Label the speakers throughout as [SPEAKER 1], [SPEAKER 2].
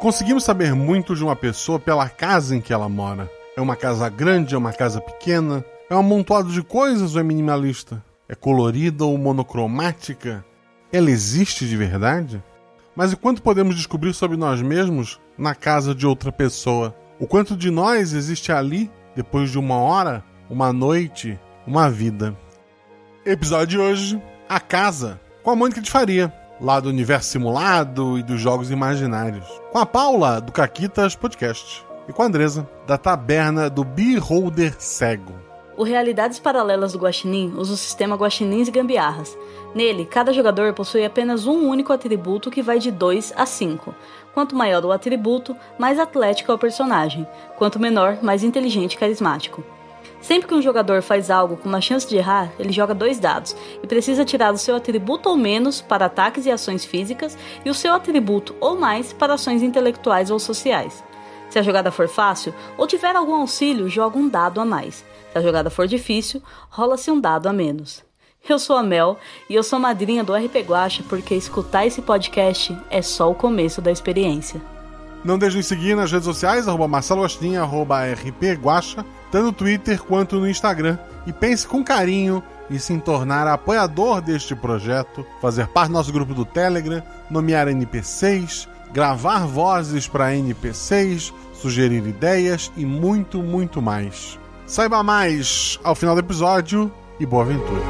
[SPEAKER 1] Conseguimos saber muito de uma pessoa pela casa em que ela mora. É uma casa grande, é uma casa pequena? É um amontoado de coisas ou é minimalista? É colorida ou monocromática? Ela existe de verdade? Mas e quanto podemos descobrir sobre nós mesmos na casa de outra pessoa? O quanto de nós existe ali depois de uma hora, uma noite, uma vida? Episódio de hoje: A Casa, com a Mônica de Faria, lá do universo simulado e dos jogos imaginários. Com a Paula, do Caquitas Podcast. E com a Andresa, da taberna do Beholder Cego.
[SPEAKER 2] O Realidades Paralelas do Guaxinim usa o sistema Guaxinins e Gambiarras. Nele, cada jogador possui apenas um único atributo que vai de 2 a 5. Quanto maior o atributo, mais atlético é o personagem. Quanto menor, mais inteligente e carismático. Sempre que um jogador faz algo com uma chance de errar, ele joga dois dados e precisa tirar o seu atributo ou menos para ataques e ações físicas e o seu atributo ou mais para ações intelectuais ou sociais. Se a jogada for fácil ou tiver algum auxílio, joga um dado a mais. Se a jogada for difícil, rola-se um dado a menos. Eu sou a Mel e eu sou madrinha do RP Guacha porque escutar esse podcast é só o começo da experiência.
[SPEAKER 1] Não deixe de seguir nas redes sociais, arroba Marcelo Agostinho, arroba RP Guacha, tanto no Twitter quanto no Instagram. E pense com carinho e se tornar apoiador deste projeto, fazer parte do nosso grupo do Telegram, nomear NPCs, gravar vozes para NPCs, sugerir ideias e muito, muito mais. Saiba mais ao final do episódio e boa aventura.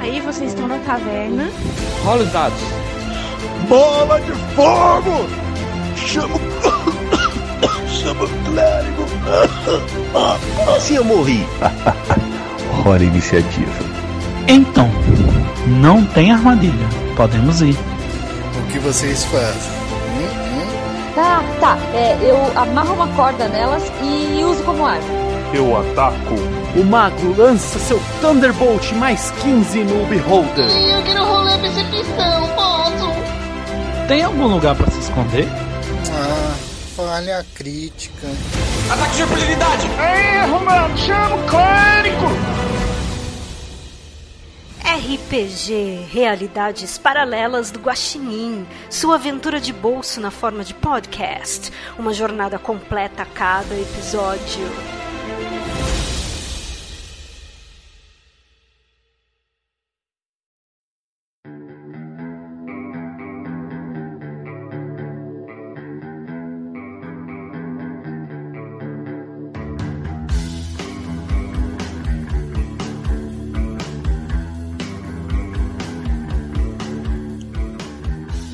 [SPEAKER 3] Aí vocês estão na taverna.
[SPEAKER 4] Rola os dados.
[SPEAKER 5] Bola de fogo! Chama o... Chama o clérigo!
[SPEAKER 6] Se eu morri.
[SPEAKER 7] Rola a iniciativa.
[SPEAKER 8] Então, não tem armadilha. Podemos ir.
[SPEAKER 9] O que vocês fazem? Hum,
[SPEAKER 10] hum. Tá, tá. É, eu amarro uma corda nelas e uso como arma.
[SPEAKER 11] Eu ataco.
[SPEAKER 12] O mago lança seu Thunderbolt mais 15 no Beholder.
[SPEAKER 13] E eu quero rolar percepção, posso?
[SPEAKER 8] Tem algum lugar para se esconder?
[SPEAKER 9] Ah, falha crítica.
[SPEAKER 4] Ataque de impunidade!
[SPEAKER 5] Erro, mano! Chama o clérigo!
[SPEAKER 3] RPG Realidades Paralelas do Guaxinim, sua aventura de bolso na forma de podcast, uma jornada completa a cada episódio.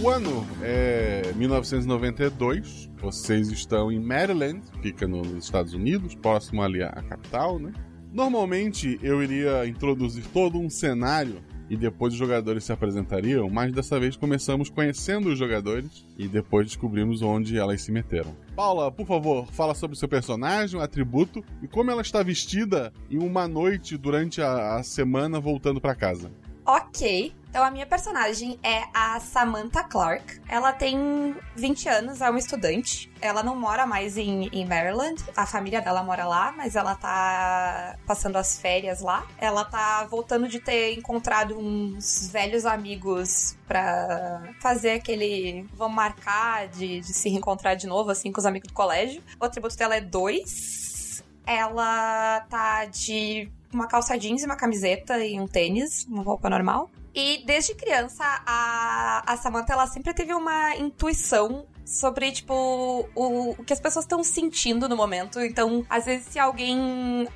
[SPEAKER 1] O ano é 1992. Vocês estão em Maryland, fica nos Estados Unidos, próximo ali à capital, né? Normalmente eu iria introduzir todo um cenário e depois os jogadores se apresentariam, mas dessa vez começamos conhecendo os jogadores e depois descobrimos onde elas se meteram. Paula, por favor, fala sobre o seu personagem, o atributo e como ela está vestida em uma noite durante a, a semana voltando para casa.
[SPEAKER 14] Ok. Então a minha personagem é a Samantha Clark. Ela tem 20 anos, é uma estudante. Ela não mora mais em, em Maryland. A família dela mora lá, mas ela tá passando as férias lá. Ela tá voltando de ter encontrado uns velhos amigos pra fazer aquele. Vão marcar de, de se reencontrar de novo, assim, com os amigos do colégio. O atributo dela é 2. Ela tá de uma calça jeans e uma camiseta e um tênis, uma roupa normal. E desde criança, a, a Samantha ela sempre teve uma intuição sobre, tipo, o, o que as pessoas estão sentindo no momento. Então, às vezes, se alguém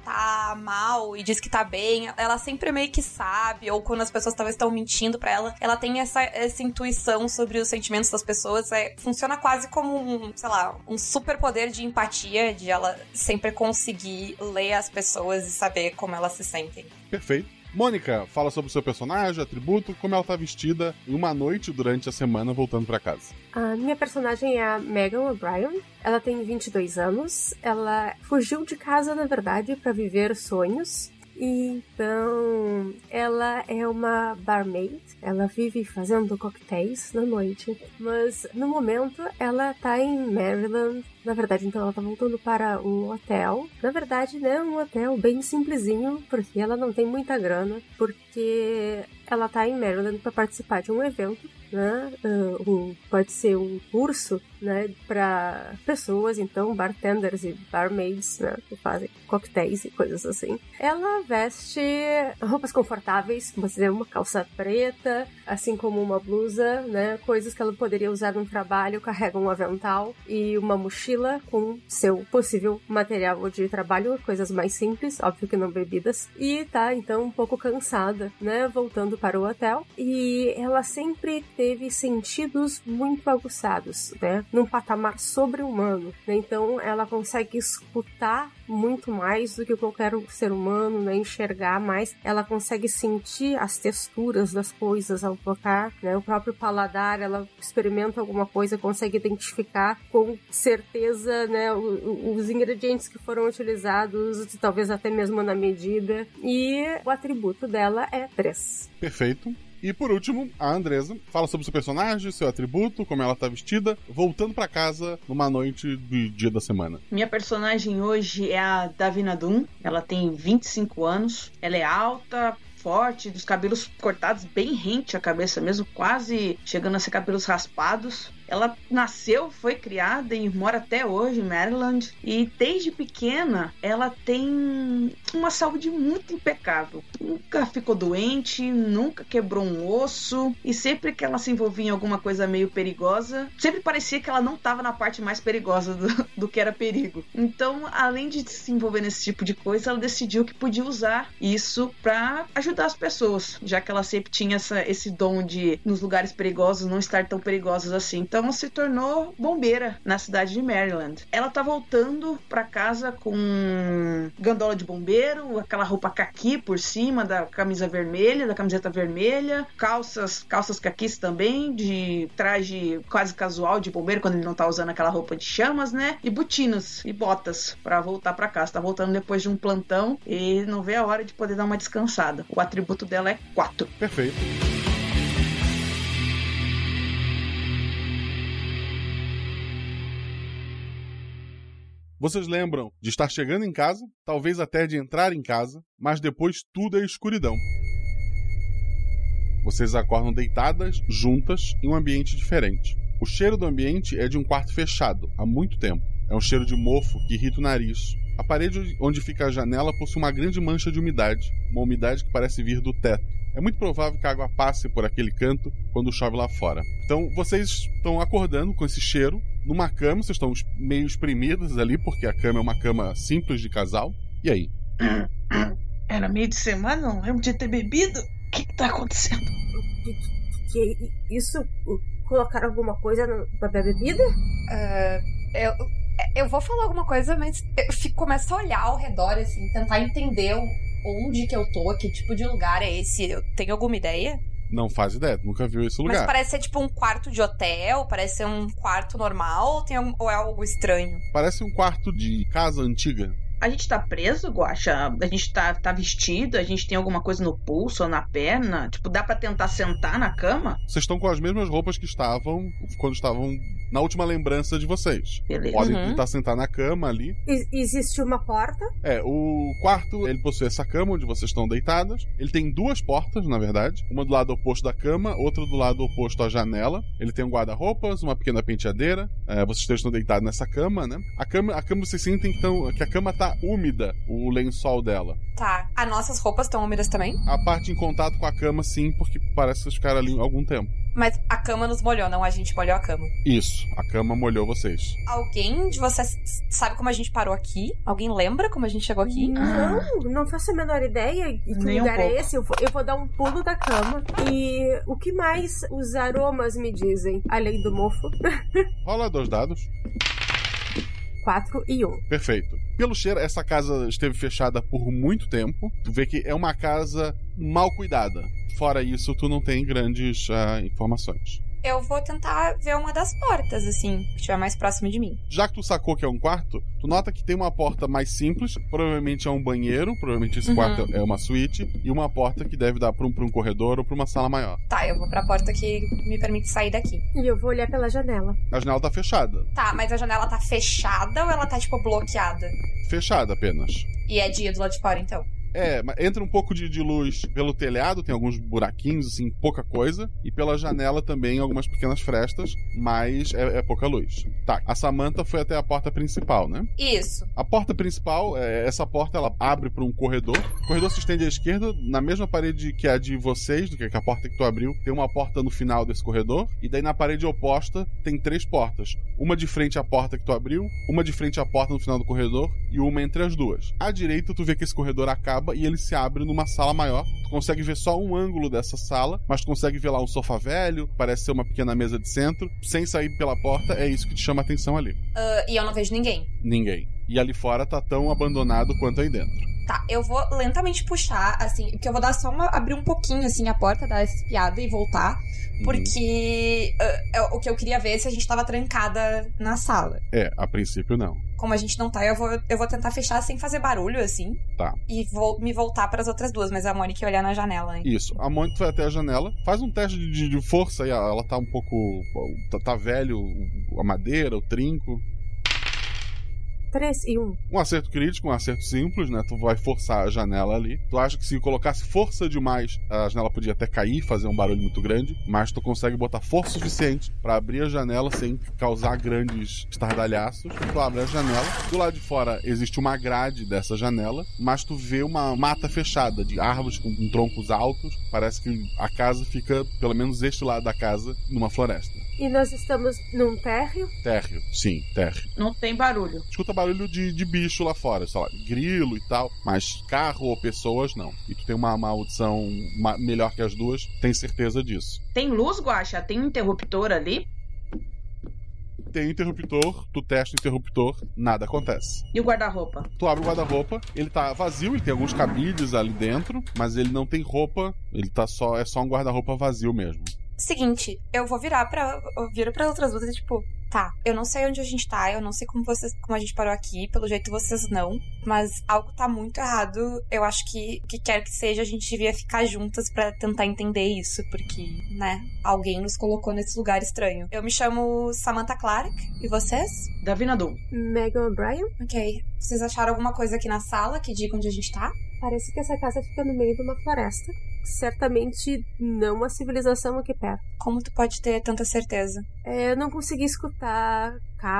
[SPEAKER 14] tá mal e diz que tá bem, ela sempre meio que sabe, ou quando as pessoas talvez estão mentindo para ela, ela tem essa, essa intuição sobre os sentimentos das pessoas. É, funciona quase como um, sei lá, um super poder de empatia, de ela sempre conseguir ler as pessoas e saber como elas se sentem.
[SPEAKER 1] Perfeito. Mônica, fala sobre o seu personagem, atributo, como ela tá vestida em uma noite durante a semana voltando para casa.
[SPEAKER 15] A minha personagem é a Megan O'Brien. Ela tem 22 anos. Ela fugiu de casa, na verdade, para viver sonhos
[SPEAKER 3] Então, ela é uma barmaid, ela vive fazendo coquetéis na noite, mas no momento ela tá em Maryland. Na verdade, então ela tá voltando para um hotel. Na verdade, né, um hotel bem simplesinho, porque ela não tem muita grana, porque ela tá em Maryland para participar de um evento, né? um, pode ser um curso, né, para pessoas, então bartenders e barmaids, né, que fazem coquetéis e coisas assim. Ela veste roupas confortáveis, mas é uma calça preta, assim como uma blusa, né, coisas que ela poderia usar no trabalho, carrega um avental e uma mochila com seu possível material de trabalho, coisas mais simples, óbvio que não bebidas, e tá então um pouco cansada, né, voltando para o hotel e ela sempre teve sentidos muito aguçados, né? Num patamar sobre-humano. Né? Então ela consegue escutar muito mais do que qualquer um ser humano, né? Enxergar mais. Ela consegue sentir as texturas das coisas ao tocar, né? O próprio paladar, ela experimenta alguma coisa, consegue identificar com certeza, né? Os ingredientes que foram utilizados, talvez até mesmo na medida. E o atributo dela é 3.
[SPEAKER 1] Perfeito. E por último, a Andresa fala sobre seu personagem, seu atributo, como ela tá vestida, voltando para casa numa noite de dia da semana.
[SPEAKER 15] Minha personagem hoje é a Davina Doom. Ela tem 25 anos, ela é alta, forte, dos cabelos cortados bem rente à cabeça mesmo, quase chegando a ser cabelos raspados. Ela nasceu, foi criada e mora até hoje em Maryland. E desde pequena ela tem uma saúde muito impecável. Nunca ficou doente, nunca quebrou um osso. E sempre que ela se envolvia em alguma coisa meio perigosa, sempre parecia que ela não estava na parte mais perigosa do, do que era perigo. Então, além de se envolver nesse tipo de coisa, ela decidiu que podia usar isso para ajudar as pessoas, já que ela sempre tinha essa, esse dom de, nos lugares perigosos, não estar tão perigosos assim. Então, então se tornou bombeira na cidade de Maryland. Ela tá voltando para casa com gandola de bombeiro, aquela roupa caqui por cima da camisa vermelha, da camiseta vermelha, calças, calças caquis também, de traje quase casual de bombeiro quando ele não tá usando aquela roupa de chamas, né? E botinas e botas para voltar para casa. Tá voltando depois de um plantão e não vê a hora de poder dar uma descansada. O atributo dela é 4.
[SPEAKER 1] Perfeito. Vocês lembram de estar chegando em casa, talvez até de entrar em casa, mas depois tudo é escuridão. Vocês acordam deitadas, juntas, em um ambiente diferente. O cheiro do ambiente é de um quarto fechado, há muito tempo. É um cheiro de mofo que irrita o nariz. A parede onde fica a janela possui uma grande mancha de umidade, uma umidade que parece vir do teto. É muito provável que a água passe por aquele canto quando chove lá fora. Então vocês estão acordando com esse cheiro, numa cama, vocês estão meio espremidas ali, porque a cama é uma cama simples de casal. E aí?
[SPEAKER 15] Era meio de semana, não lembro de ter bebido. O que, que tá acontecendo?
[SPEAKER 3] Que, que, que isso? Colocaram alguma coisa na bebida?
[SPEAKER 14] Uh, eu, eu vou falar alguma coisa, mas eu fico, começo a olhar ao redor, assim, tentar entender onde que eu tô, que tipo de lugar é esse. Eu tenho alguma ideia?
[SPEAKER 1] Não faz ideia, nunca viu esse lugar.
[SPEAKER 14] Mas parece ser tipo um quarto de hotel, parece ser um quarto normal tem algum, ou é algo estranho?
[SPEAKER 1] Parece um quarto de casa antiga.
[SPEAKER 15] A gente tá preso, Guaxa? A gente tá, tá vestido? A gente tem alguma coisa no pulso ou na perna? Tipo, dá para tentar sentar na cama?
[SPEAKER 1] Vocês estão com as mesmas roupas que estavam quando estavam na última lembrança de vocês.
[SPEAKER 15] Beleza.
[SPEAKER 1] Podem uhum. tentar sentar na cama ali.
[SPEAKER 3] E existe uma porta?
[SPEAKER 1] É, o quarto, ele possui essa cama onde vocês estão deitadas. Ele tem duas portas, na verdade. Uma do lado oposto da cama, outra do lado oposto à janela. Ele tem um guarda-roupas, uma pequena penteadeira. É, vocês três estão deitados nessa cama, né? A cama, a cama vocês sentem então, que a cama tá úmida, o lençol dela.
[SPEAKER 14] Tá. As nossas roupas estão úmidas também?
[SPEAKER 1] A parte em contato com a cama, sim, porque parece que ficaram ali algum tempo.
[SPEAKER 14] Mas a cama nos molhou, não a gente molhou a cama.
[SPEAKER 1] Isso, a cama molhou vocês.
[SPEAKER 14] Alguém de vocês sabe como a gente parou aqui? Alguém lembra como a gente chegou aqui?
[SPEAKER 3] Hum. Não,
[SPEAKER 13] Ah.
[SPEAKER 3] não faço a menor ideia de que Nem lugar um é esse. Eu vou, eu vou, dar um pulo da cama. E o que mais os aromas me dizem, além do mofo?
[SPEAKER 1] Rola dois dados.
[SPEAKER 3] 4 e 1.
[SPEAKER 1] Perfeito. Pelo cheiro, essa casa esteve fechada por muito tempo. Tu vê que é uma casa mal cuidada. Fora isso, tu não tem grandes uh, informações.
[SPEAKER 14] eu vou tentar ver uma das portas, assim, que estiver mais próxima de mim.
[SPEAKER 1] Já que tu sacou que é um quarto, tu nota que tem uma porta mais simples, provavelmente é um banheiro, provavelmente esse
[SPEAKER 14] Uhum.
[SPEAKER 1] quarto é uma suíte, e uma porta que deve dar pra um, pra um corredor ou pra uma sala maior.
[SPEAKER 14] Tá, eu vou pra porta que me permite sair daqui.
[SPEAKER 15] E eu vou olhar pela janela.
[SPEAKER 1] A janela tá fechada.
[SPEAKER 14] Tá, mas a janela tá fechada ou ela tá, tipo, bloqueada?
[SPEAKER 1] Fechada apenas.
[SPEAKER 14] E é dia do lado de fora, então?
[SPEAKER 1] É, mas entra um pouco de, de luz pelo telhado, tem alguns buraquinhos, assim, pouca coisa. E pela janela também algumas pequenas frestas, mas é, é pouca luz. Tá, a Samantha foi até a porta principal, né?
[SPEAKER 14] Isso.
[SPEAKER 1] A porta principal, é, essa porta, ela abre para um corredor. O corredor se estende à esquerda, na mesma parede que a de vocês, do que a porta que tu abriu, tem uma porta no final desse corredor. E daí na parede oposta tem três portas. Uma de frente à porta que tu abriu, uma de frente à porta no final do corredor e uma entre as duas. À direita, tu vê que esse corredor acaba e ele se abre numa sala maior. Tu consegue ver só um ângulo dessa sala, mas tu consegue ver lá um sofá velho, parece ser uma pequena mesa de centro. Sem sair pela porta, é isso que te chama a atenção ali.
[SPEAKER 14] Ah, e eu não vejo ninguém.
[SPEAKER 1] Ninguém. E ali fora tá tão abandonado quanto aí dentro.
[SPEAKER 14] Tá, eu vou lentamente puxar, assim, porque eu vou dar só uma. abrir um pouquinho, assim, a porta, dar essa espiada e voltar.
[SPEAKER 1] Uhum.
[SPEAKER 14] Porque ah, é o que eu queria ver é se a gente tava trancada na sala.
[SPEAKER 1] É, a princípio não.
[SPEAKER 14] Como a gente não tá, eu vou, eu vou tentar fechar sem fazer barulho, assim.
[SPEAKER 1] Tá.
[SPEAKER 14] E vou me voltar pras outras duas, mas a Mônica ia olhar na janela, hein?
[SPEAKER 1] Isso. A Mônica vai até a janela, faz um teste de, de força aí, ela tá um pouco. Tá, tá velho, a madeira, o trinco.
[SPEAKER 15] 3 e 1.
[SPEAKER 1] Um acerto crítico, um acerto simples, né? Tu vai forçar a janela ali. Tu acha que se colocasse força demais, a janela podia até cair, fazer um barulho muito grande, mas tu consegue botar força suficiente pra abrir a janela sem causar grandes estardalhaços. Tu abre a janela. Do lado de fora existe uma grade dessa janela, mas tu vê uma mata fechada de árvores com, com troncos altos. Parece que a casa fica, pelo menos este lado da casa, numa floresta.
[SPEAKER 15] E nós estamos num térreo.
[SPEAKER 1] Térreo. Sim, térreo.
[SPEAKER 11] Não tem barulho.
[SPEAKER 1] Escuta barulho de, de bicho lá fora, sei lá, grilo e tal, mas carro ou pessoas não. E tu tem uma, uma audição ma- melhor que as duas, tem certeza disso.
[SPEAKER 11] Tem luz, Guaxa? Tem um interruptor ali?
[SPEAKER 1] Tem interruptor, tu testa o interruptor, nada acontece.
[SPEAKER 11] E o guarda-roupa?
[SPEAKER 1] Tu abre o guarda-roupa, ele tá vazio, ele tem alguns cabides ali dentro, mas ele não tem roupa, ele tá só é só um guarda-roupa vazio mesmo.
[SPEAKER 14] Seguinte, eu vou virar pra. Eu viro pras outras duas e, tipo, tá, eu não sei onde a gente tá, eu não sei como vocês. como a gente parou aqui, pelo jeito vocês não. Mas algo tá muito errado. Eu acho que o que quer que seja, a gente devia ficar juntas pra tentar entender isso. Porque, né, alguém nos colocou nesse lugar estranho. Eu me chamo Samantha Clark, e vocês?
[SPEAKER 11] Davina Doom.
[SPEAKER 15] Megan O'Brien.
[SPEAKER 14] Ok. Vocês acharam alguma coisa aqui na sala que diga onde a gente tá?
[SPEAKER 15] Parece que essa casa fica no meio de uma floresta. Certamente não a civilização aqui perto.
[SPEAKER 14] Como tu pode ter tanta certeza?
[SPEAKER 15] É, eu não consegui escutar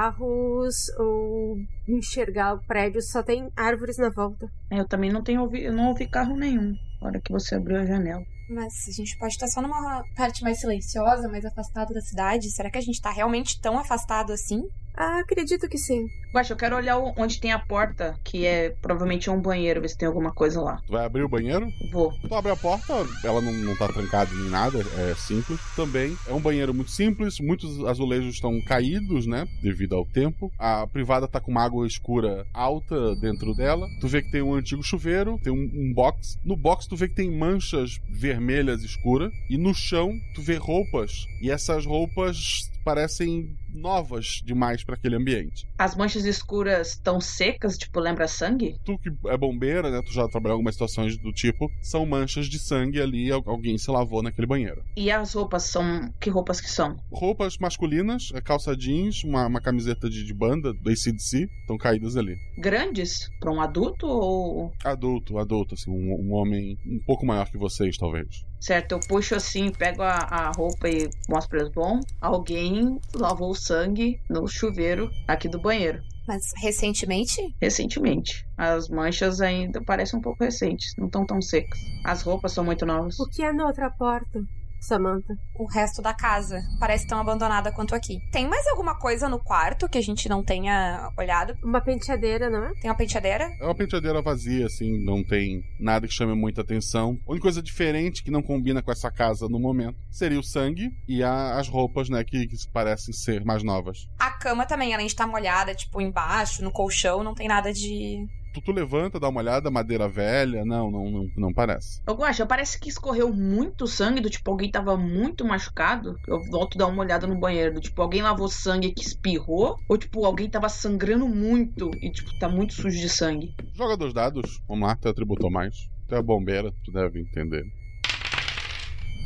[SPEAKER 15] carros ou enxergar o prédio, só tem árvores na volta.
[SPEAKER 11] Eu também não tenho ouvi, eu não ouvi carro nenhum. Na hora que você abriu a janela.
[SPEAKER 14] Mas a gente pode estar só numa parte mais silenciosa, mais afastada da cidade. Será que a gente tá realmente tão afastado assim?
[SPEAKER 15] Ah, acredito que sim.
[SPEAKER 11] Guaxa, eu quero olhar o- onde tem a porta, que é provavelmente um banheiro, ver se tem alguma coisa lá.
[SPEAKER 1] Tu vai abrir o banheiro?
[SPEAKER 11] Vou.
[SPEAKER 1] Tu abre a porta, ela não, não tá trancada nem nada, é simples. Também é um banheiro muito simples, muitos azulejos estão caídos, né? Devido ao tempo. A privada tá com uma água escura alta dentro dela. Tu vê que tem um antigo chuveiro, tem um, um box. No box tu vê que tem manchas vermelhas escuras. E no chão tu vê roupas. E essas roupas parecem novas demais pra aquele ambiente.
[SPEAKER 11] As manchas escuras estão secas, tipo, lembra sangue?
[SPEAKER 1] Tu que é bombeira, né? Tu já trabalhou em algumas situações do tipo. São manchas de sangue ali, al- alguém se lavou naquele banheiro.
[SPEAKER 11] E as roupas são. Que roupas que são?
[SPEAKER 1] roupas masculinas, é, calça jeans, uma, uma camiseta de, de banda do ACDC, estão caídas ali.
[SPEAKER 11] Grandes? Pra um adulto ou.
[SPEAKER 1] Adulto, adulto, assim, um, um homem um pouco maior que vocês, talvez.
[SPEAKER 11] Certo, eu puxo assim, pego a, a roupa e mostro eles. Bom, alguém lavou o sangue no chuveiro aqui do banheiro.
[SPEAKER 14] Mas recentemente?
[SPEAKER 11] Recentemente. As manchas ainda parecem um pouco recentes, não estão tão secas. As roupas são muito novas.
[SPEAKER 15] O que é na outra porta, Samantha?
[SPEAKER 14] O resto da casa parece tão abandonada quanto aqui. Tem mais alguma coisa no quarto que a gente não tenha olhado?
[SPEAKER 15] Uma penteadeira, não é?
[SPEAKER 14] Tem uma penteadeira?
[SPEAKER 1] É uma penteadeira vazia, assim, não tem nada que chame muita atenção. A única coisa diferente que não combina com essa casa no momento seria o sangue e a- as roupas, né, que, que parecem ser mais novas.
[SPEAKER 14] tá A cama também, além de estar molhada, tipo, embaixo, no colchão, não tem nada de
[SPEAKER 1] Tu, tu levanta, dá uma olhada, madeira velha. Não, não, não, não parece.
[SPEAKER 11] Ô, Guaxa, parece que escorreu muito sangue, do tipo, alguém tava muito machucado. Eu volto a dar uma olhada no banheiro, do tipo, alguém lavou sangue que espirrou, ou tipo, alguém tava sangrando muito e, tipo, tá muito sujo de sangue.
[SPEAKER 1] Joga dois dados. Vamos lá, tu atributou mais. Tu é bombeira, tu deve entender.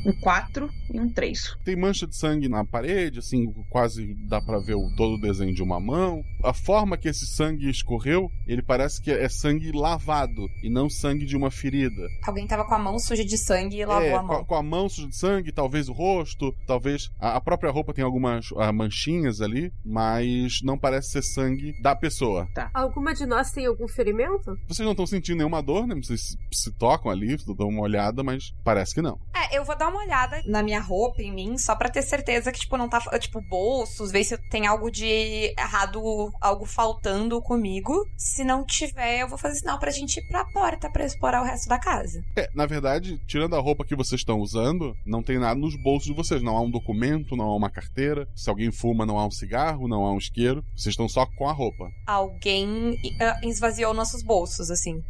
[SPEAKER 11] Um 4 e um 3.
[SPEAKER 1] Tem mancha de sangue na parede, assim, quase dá pra ver o, todo o desenho de uma mão. A forma que esse sangue escorreu, ele parece que é sangue lavado e não sangue de uma ferida.
[SPEAKER 14] Alguém tava com a mão suja de sangue e lavou
[SPEAKER 1] É,
[SPEAKER 14] a
[SPEAKER 1] com, a,
[SPEAKER 14] mão.
[SPEAKER 1] com a mão suja de sangue, talvez o rosto, talvez a, a própria roupa tem algumas ah, manchinhas ali, mas não parece ser sangue da pessoa.
[SPEAKER 11] Tá.
[SPEAKER 15] Alguma de nós tem algum ferimento?
[SPEAKER 1] Vocês não estão sentindo nenhuma dor, né? Vocês se- se tocam ali, dão uma olhada, mas parece que não.
[SPEAKER 14] É, eu vou dar uma olhada na minha roupa, em mim, só pra ter certeza que, tipo, não tá. Tipo, bolsos, ver se tem algo de errado, algo faltando comigo. Se não tiver, eu vou fazer sinal pra gente ir pra porta pra explorar o resto da casa.
[SPEAKER 1] É, na verdade, tirando a roupa que vocês estão usando, não tem nada nos bolsos de vocês. Não há um documento, não há uma carteira. Se alguém fuma, não há um cigarro, não há um isqueiro. Vocês estão só com a roupa.
[SPEAKER 14] Alguém ah, esvaziou nossos bolsos, assim.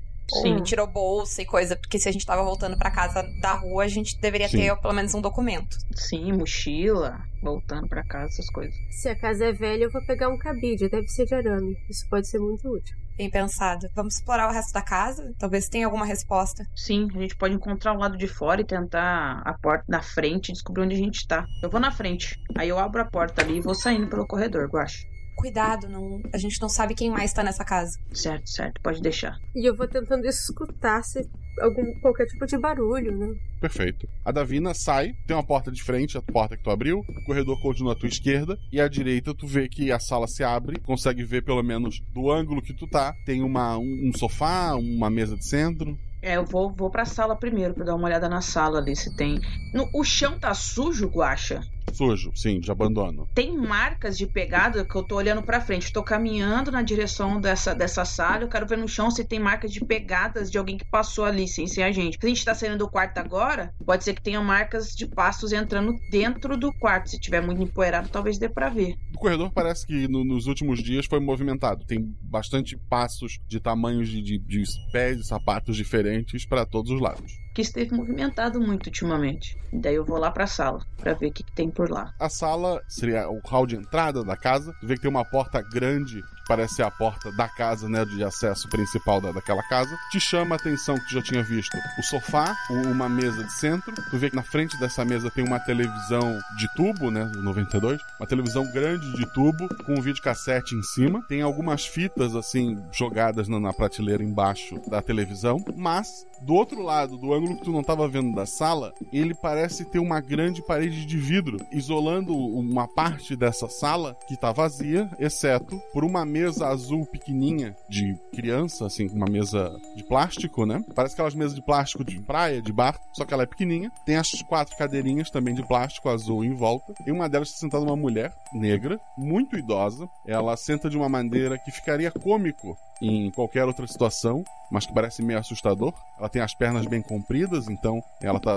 [SPEAKER 1] Sim.
[SPEAKER 14] Ou tirou bolsa e coisa, porque se a gente tava voltando pra casa da rua, a gente deveria
[SPEAKER 1] Sim.
[SPEAKER 14] ter pelo menos um documento.
[SPEAKER 11] Sim, mochila, voltando pra casa, essas coisas.
[SPEAKER 15] Se a casa é velha, eu vou pegar um cabide, deve ser de arame. Isso pode ser muito útil.
[SPEAKER 14] Bem pensado. Vamos explorar o resto da casa? Talvez tenha alguma resposta.
[SPEAKER 11] Sim, a gente pode encontrar o lado de fora e tentar a porta na frente e descobrir onde a gente tá. Eu vou na frente, aí eu abro a porta ali e vou saindo pelo corredor, Guaxa.
[SPEAKER 14] Cuidado, não, a gente não sabe quem mais tá nessa casa.
[SPEAKER 11] Certo, certo, pode deixar.
[SPEAKER 15] E eu vou tentando escutar se algum qualquer tipo de barulho, né?
[SPEAKER 1] Perfeito. A Davina sai, tem uma porta de frente, a porta que tu abriu, o corredor continua à tua esquerda, e à direita tu vê que a sala se abre, consegue ver pelo menos do ângulo que tu tá, tem uma, um, um sofá, uma mesa de centro.
[SPEAKER 11] É, eu vou, vou pra sala primeiro pra dar uma olhada na sala ali se tem. No- o chão tá sujo, Guaxa?
[SPEAKER 1] Sujo, sim, de abandono.
[SPEAKER 11] Tem marcas de pegada que eu tô olhando pra frente. Tô caminhando na direção dessa, dessa sala. Eu quero ver no chão se tem marcas de pegadas de alguém que passou ali sem ser a gente. Se a gente tá saindo do quarto agora, pode ser que tenha marcas de passos entrando dentro do quarto. Se tiver muito empoeirado, talvez dê pra ver.
[SPEAKER 1] O corredor parece que no- nos últimos dias foi movimentado. Tem bastante passos de tamanhos de, de, de pés e sapatos diferentes pra todos os lados.
[SPEAKER 11] Que esteve movimentado muito ultimamente. Daí eu vou lá pra sala pra ver o que, que tem por lá.
[SPEAKER 1] A sala seria o hall de entrada da casa. Tu vê que tem uma porta grande, que parece ser a porta da casa, né? De acesso principal da, daquela casa. Te chama a atenção que tu já tinha visto o sofá, o- uma mesa de centro. Tu vê que na frente dessa mesa tem uma televisão de tubo, né? 92. Uma televisão grande de tubo, com um videocassete em cima. Tem algumas fitas, assim, jogadas na, na prateleira embaixo da televisão. Mas, do outro lado, do ângulo que tu não tava vendo da sala, ele parece ter uma grande parede de vidro, isolando uma parte dessa sala que tá vazia, exceto por uma mesa azul pequenininha de criança, assim, uma mesa de plástico, né? Parece aquelas mesas de plástico de praia, de bar, só que ela é pequenininha. Tem as quatro cadeirinhas também de plástico azul em volta. Em uma delas está sentada uma mulher negra, muito idosa. Ela senta de uma maneira que ficaria cômico em qualquer outra situação, mas que parece meio assustador. Ela tem as pernas bem compridas, então ela tá.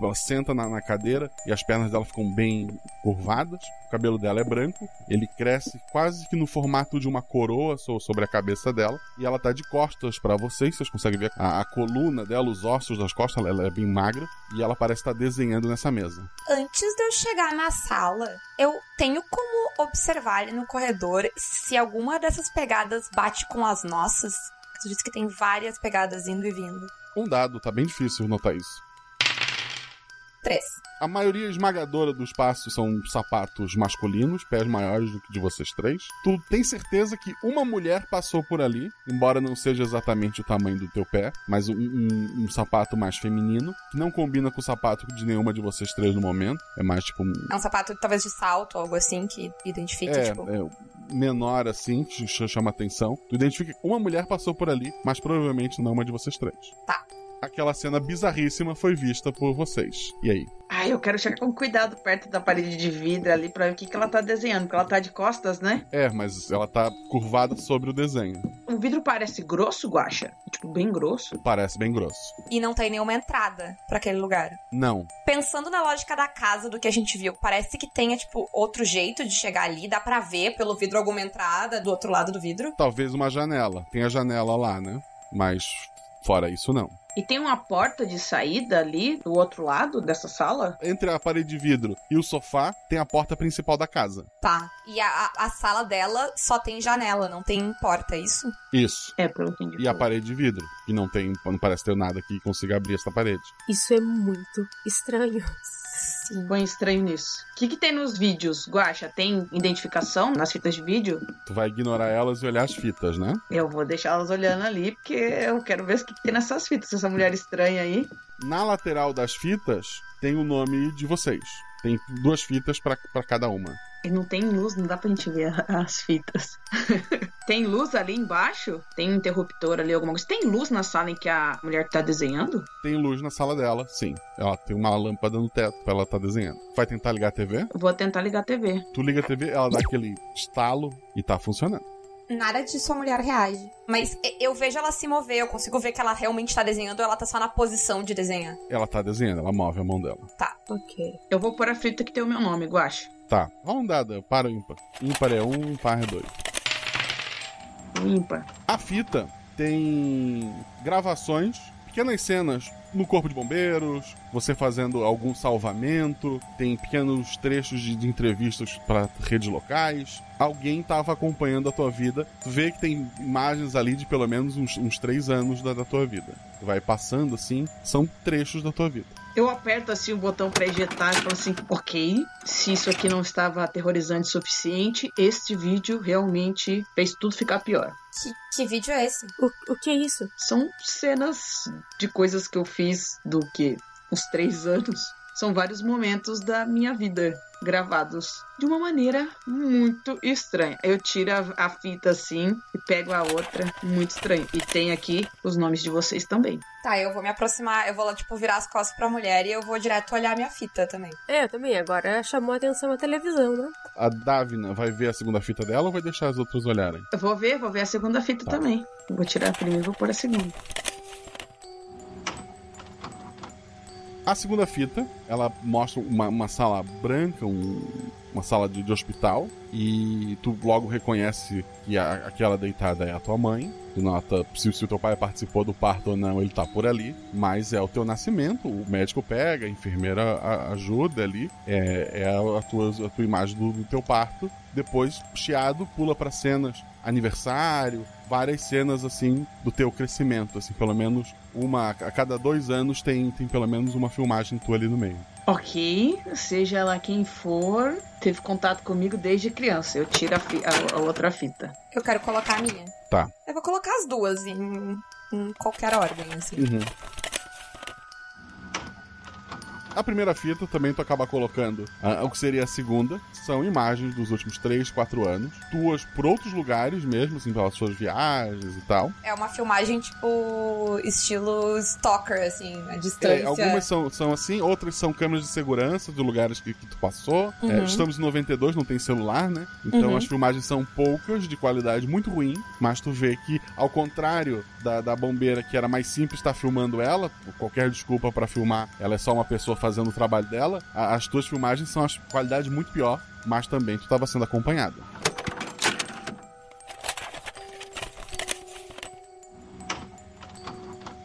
[SPEAKER 1] Ela senta na, na cadeira e as pernas dela ficam bem curvadas. O cabelo dela é branco, ele cresce quase que no formato de uma coroa so- sobre a cabeça dela. E ela tá de costas para vocês, vocês conseguem ver a, a coluna dela, os ossos das costas, ela, ela é bem magra, e ela parece estar desenhando nessa mesa.
[SPEAKER 14] Antes de eu chegar na sala, eu tenho como observar no corredor se alguma dessas pegadas bate com as nossas. Tu disse que tem várias pegadas indo e vindo.
[SPEAKER 1] Um dado, tá bem difícil notar isso.
[SPEAKER 14] Três.
[SPEAKER 1] A maioria esmagadora dos passos são sapatos masculinos, pés maiores do que de vocês três. Tu tem certeza que uma mulher passou por ali, embora não seja exatamente o tamanho do teu pé, mas um, um- um sapato mais feminino, que não combina com o sapato de nenhuma de vocês três no momento. É mais tipo um.
[SPEAKER 14] É um sapato talvez de salto, algo assim, que identifique,
[SPEAKER 1] é,
[SPEAKER 14] tipo.
[SPEAKER 1] é, menor assim, que ch- chama atenção. Tu identifica que uma mulher passou por ali, mas provavelmente não uma de vocês três.
[SPEAKER 14] Tá.
[SPEAKER 1] aquela cena bizarríssima foi vista por vocês. E aí?
[SPEAKER 11] Ai, eu quero chegar com cuidado perto da parede de vidro ali pra ver o que, que ela tá desenhando, porque ela tá de costas, né?
[SPEAKER 1] É, mas ela tá curvada sobre o desenho.
[SPEAKER 11] O vidro parece grosso, Guaxa? Tipo, bem grosso?
[SPEAKER 1] Parece bem grosso.
[SPEAKER 14] E não tem nenhuma entrada pra aquele lugar.
[SPEAKER 1] Não.
[SPEAKER 14] Pensando na lógica da casa, do que a gente viu, parece que tenha, tipo, outro jeito de chegar ali. Dá pra ver pelo vidro alguma entrada do outro lado do vidro?
[SPEAKER 1] Talvez uma janela. Tem a janela lá, né? Mas fora isso, não.
[SPEAKER 11] E tem uma porta de saída ali do outro lado dessa sala?
[SPEAKER 1] Entre a parede de vidro e o sofá, tem a porta principal da casa.
[SPEAKER 14] Tá. E a, a sala dela só tem janela, não tem porta, é isso?
[SPEAKER 1] Isso.
[SPEAKER 11] É, pelo que entendi.
[SPEAKER 1] E a parede de vidro, que não tem, não parece ter nada que consiga abrir essa parede.
[SPEAKER 15] Isso é muito estranho.
[SPEAKER 11] Sim. Põe estranho nisso. O que, que tem nos vídeos, Guacha? Tem identificação nas fitas de vídeo?
[SPEAKER 1] Tu vai ignorar elas e olhar as fitas, né?
[SPEAKER 11] Eu vou deixar elas olhando ali, porque eu quero ver o que, que tem nessas fitas, essa mulher estranha aí.
[SPEAKER 1] Na lateral das fitas tem o nome de vocês. Tem duas fitas para cada uma.
[SPEAKER 11] E não tem luz, não dá pra gente ver as fitas. tem luz ali embaixo? Tem um interruptor ali, alguma coisa? Tem luz na sala em que a mulher tá desenhando?
[SPEAKER 1] Tem luz na sala dela, sim. Ela tem uma lâmpada no teto pra ela tá desenhando. Vai tentar ligar a TV?
[SPEAKER 11] Vou tentar ligar a TV.
[SPEAKER 1] Tu liga a TV, ela dá aquele estalo e tá funcionando
[SPEAKER 14] nada disso a mulher reage. Mas eu vejo ela se mover, eu consigo ver que ela realmente tá desenhando ou ela tá só na posição de desenhar?
[SPEAKER 1] Ela tá desenhando, ela move a mão dela.
[SPEAKER 14] Tá.
[SPEAKER 15] Ok.
[SPEAKER 11] Eu vou pôr a fita que tem o meu nome, Guache.
[SPEAKER 1] Tá. Vamos dada, para o ímpar. Ímpar é um, par é dois.
[SPEAKER 11] Ímpar.
[SPEAKER 1] A fita tem gravações, pequenas cenas no corpo de bombeiros, você fazendo algum salvamento, tem pequenos trechos de, de entrevistas para redes locais. Alguém estava acompanhando a tua vida. Tu vê que tem imagens ali de pelo menos uns, uns três anos da, da tua vida. Vai passando assim, são trechos da tua vida.
[SPEAKER 11] Eu aperto assim o botão para ejetar e falo assim: ok, se isso aqui não estava aterrorizante o suficiente, este vídeo realmente fez tudo ficar pior.
[SPEAKER 14] Que, que vídeo é esse?
[SPEAKER 15] O, o que é isso?
[SPEAKER 11] São cenas de coisas que eu fiz do que? Uns três anos. São vários momentos da minha vida gravados de uma maneira muito estranha. Eu tiro a, a fita assim e pego a outra, muito estranho. E tem aqui os nomes de vocês também.
[SPEAKER 14] Tá, eu vou me aproximar, eu vou lá, tipo, virar as costas pra mulher e eu vou direto olhar a minha fita também.
[SPEAKER 15] É, eu também. Agora chamou a atenção a televisão, né?
[SPEAKER 1] A Davina vai ver a segunda fita dela ou vai deixar as outras olharem?
[SPEAKER 11] Eu vou ver, vou ver a segunda fita tá. também. Eu vou tirar a primeira e vou pôr a segunda.
[SPEAKER 1] A segunda fita, ela mostra uma, uma sala branca, um, uma sala de, de, hospital, e tu logo reconhece que a, aquela deitada é a tua mãe. Tu nota se, se o teu pai participou do parto ou não, ele tá por ali, mas é o teu nascimento, o médico pega, a enfermeira a, ajuda ali, é, é a, tua, a tua imagem do, do teu parto. Depois, chiado, pula para cenas aniversário, várias cenas assim do teu crescimento, assim, pelo menos uma a cada dois anos tem, tem pelo menos uma filmagem tua ali no meio.
[SPEAKER 11] Ok, seja lá quem for, teve contato comigo desde criança. Eu tiro a, a, a outra fita.
[SPEAKER 14] Eu quero colocar a minha.
[SPEAKER 1] Tá.
[SPEAKER 14] Eu vou colocar as duas em, em qualquer ordem, assim.
[SPEAKER 1] Uhum. A primeira fita também tu acaba colocando ah, o que seria a segunda. São imagens dos últimos 3, 4 anos. Tuas por outros lugares mesmo, assim, pelas suas viagens e tal.
[SPEAKER 14] É uma filmagem, tipo, estilo stalker, assim, a distância. É,
[SPEAKER 1] algumas são, são assim, outras são câmeras de segurança de lugares que, que tu passou. Uhum. É, estamos em 92, não tem celular, né? Então uhum. as filmagens são poucas, de qualidade muito ruim. Mas tu vê que, ao contrário da, da bombeira, que era mais simples estar tá filmando ela, qualquer desculpa para filmar, ela é só uma pessoa fazendo o trabalho dela, as tuas filmagens são as qualidade muito pior, mas também tu estava sendo acompanhada.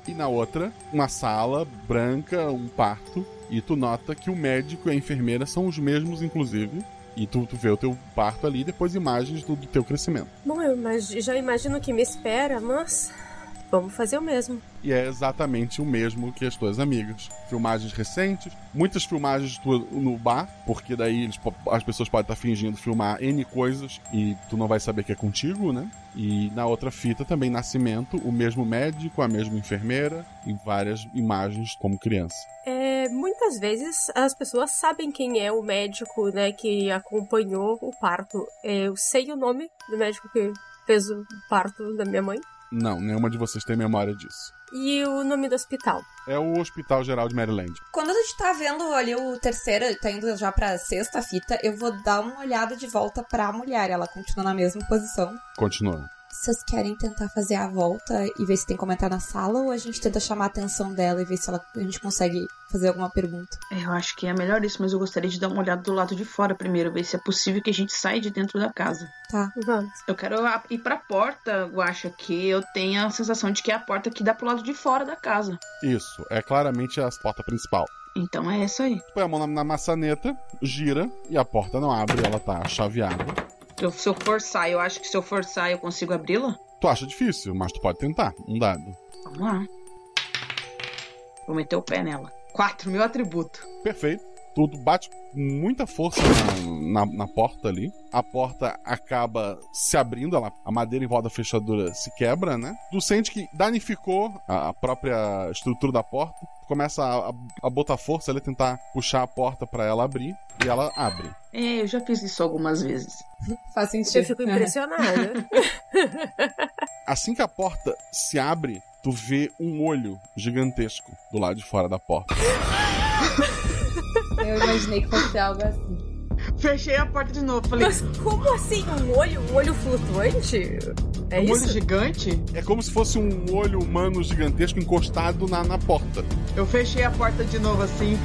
[SPEAKER 1] E na outra, uma sala branca, um parto, e tu nota que o médico e a enfermeira são os mesmos, inclusive. E tu, tu vê o teu parto ali e depois imagens do, do, teu crescimento.
[SPEAKER 15] Bom, eu imag já imagino o que me espera, mas vamos fazer o mesmo.
[SPEAKER 1] E é exatamente o mesmo que as tuas amigas. Filmagens recentes, muitas filmagens no bar, porque daí eles, as pessoas podem estar fingindo filmar N coisas e tu não vai saber que é contigo, né? E na outra fita também nascimento, o mesmo médico, a mesma enfermeira e várias imagens como criança.
[SPEAKER 15] É, muitas vezes as pessoas sabem quem é o médico, né, que É, acompanhou o parto. Eu sei o nome do médico que fez o parto da minha mãe
[SPEAKER 1] Não, nenhuma de vocês tem memória disso.
[SPEAKER 15] E o nome do hospital?
[SPEAKER 1] É o Hospital Geral de Maryland.
[SPEAKER 14] Quando a gente tá vendo ali o terceiro, tá indo já pra sexta fita, eu vou dar uma olhada de volta pra mulher. Ela continua na mesma posição.
[SPEAKER 1] Continua.
[SPEAKER 14] Vocês querem tentar fazer a volta e ver se tem comentário na sala ou a gente tenta chamar a atenção dela e ver se ela, a gente consegue fazer alguma pergunta?
[SPEAKER 11] Eu acho que é melhor isso, mas eu gostaria de dar uma olhada do lado de fora primeiro, ver se é possível que a gente saia de dentro da casa.
[SPEAKER 14] Tá,
[SPEAKER 15] vamos.
[SPEAKER 11] Eu quero a- ir pra porta, Guaxa, que eu tenho a sensação de que é a porta que dá pro lado de fora da casa.
[SPEAKER 1] Isso, é claramente a porta principal.
[SPEAKER 11] Então é essa aí.
[SPEAKER 1] Põe a mão na, na maçaneta, gira e a porta não abre, ela tá chaveada.
[SPEAKER 11] Eu- se eu forçar, eu acho que se eu forçar eu consigo abri-la?
[SPEAKER 1] Tu acha difícil, mas tu pode tentar. Um dado.
[SPEAKER 11] Vamos lá. Vou meter o pé nela. Quatro, meu atributo.
[SPEAKER 1] Perfeito. Tudo bate com muita força na, na- na porta ali. A porta acaba se abrindo, ela, a madeira em volta da fechadura se quebra, né? Tu sente que danificou a, a própria estrutura da porta. Tu começa a, a- a botar força ali, tentar puxar a porta pra ela abrir. E ela abre.
[SPEAKER 11] É, eu já fiz isso algumas vezes.
[SPEAKER 14] Faz sentido.
[SPEAKER 15] Eu fico impressionada.
[SPEAKER 1] Assim que a porta se abre, tu vê um olho gigantesco do lado de fora da porta.
[SPEAKER 14] Eu imaginei que fosse algo assim.
[SPEAKER 11] Fechei a porta de novo, falei.
[SPEAKER 15] Mas como assim? Um olho, um olho flutuante? É
[SPEAKER 1] Um olho
[SPEAKER 15] isso?
[SPEAKER 11] gigante?
[SPEAKER 1] É como se fosse um olho humano gigantesco encostado na, na porta.
[SPEAKER 11] Eu fechei a porta de novo assim.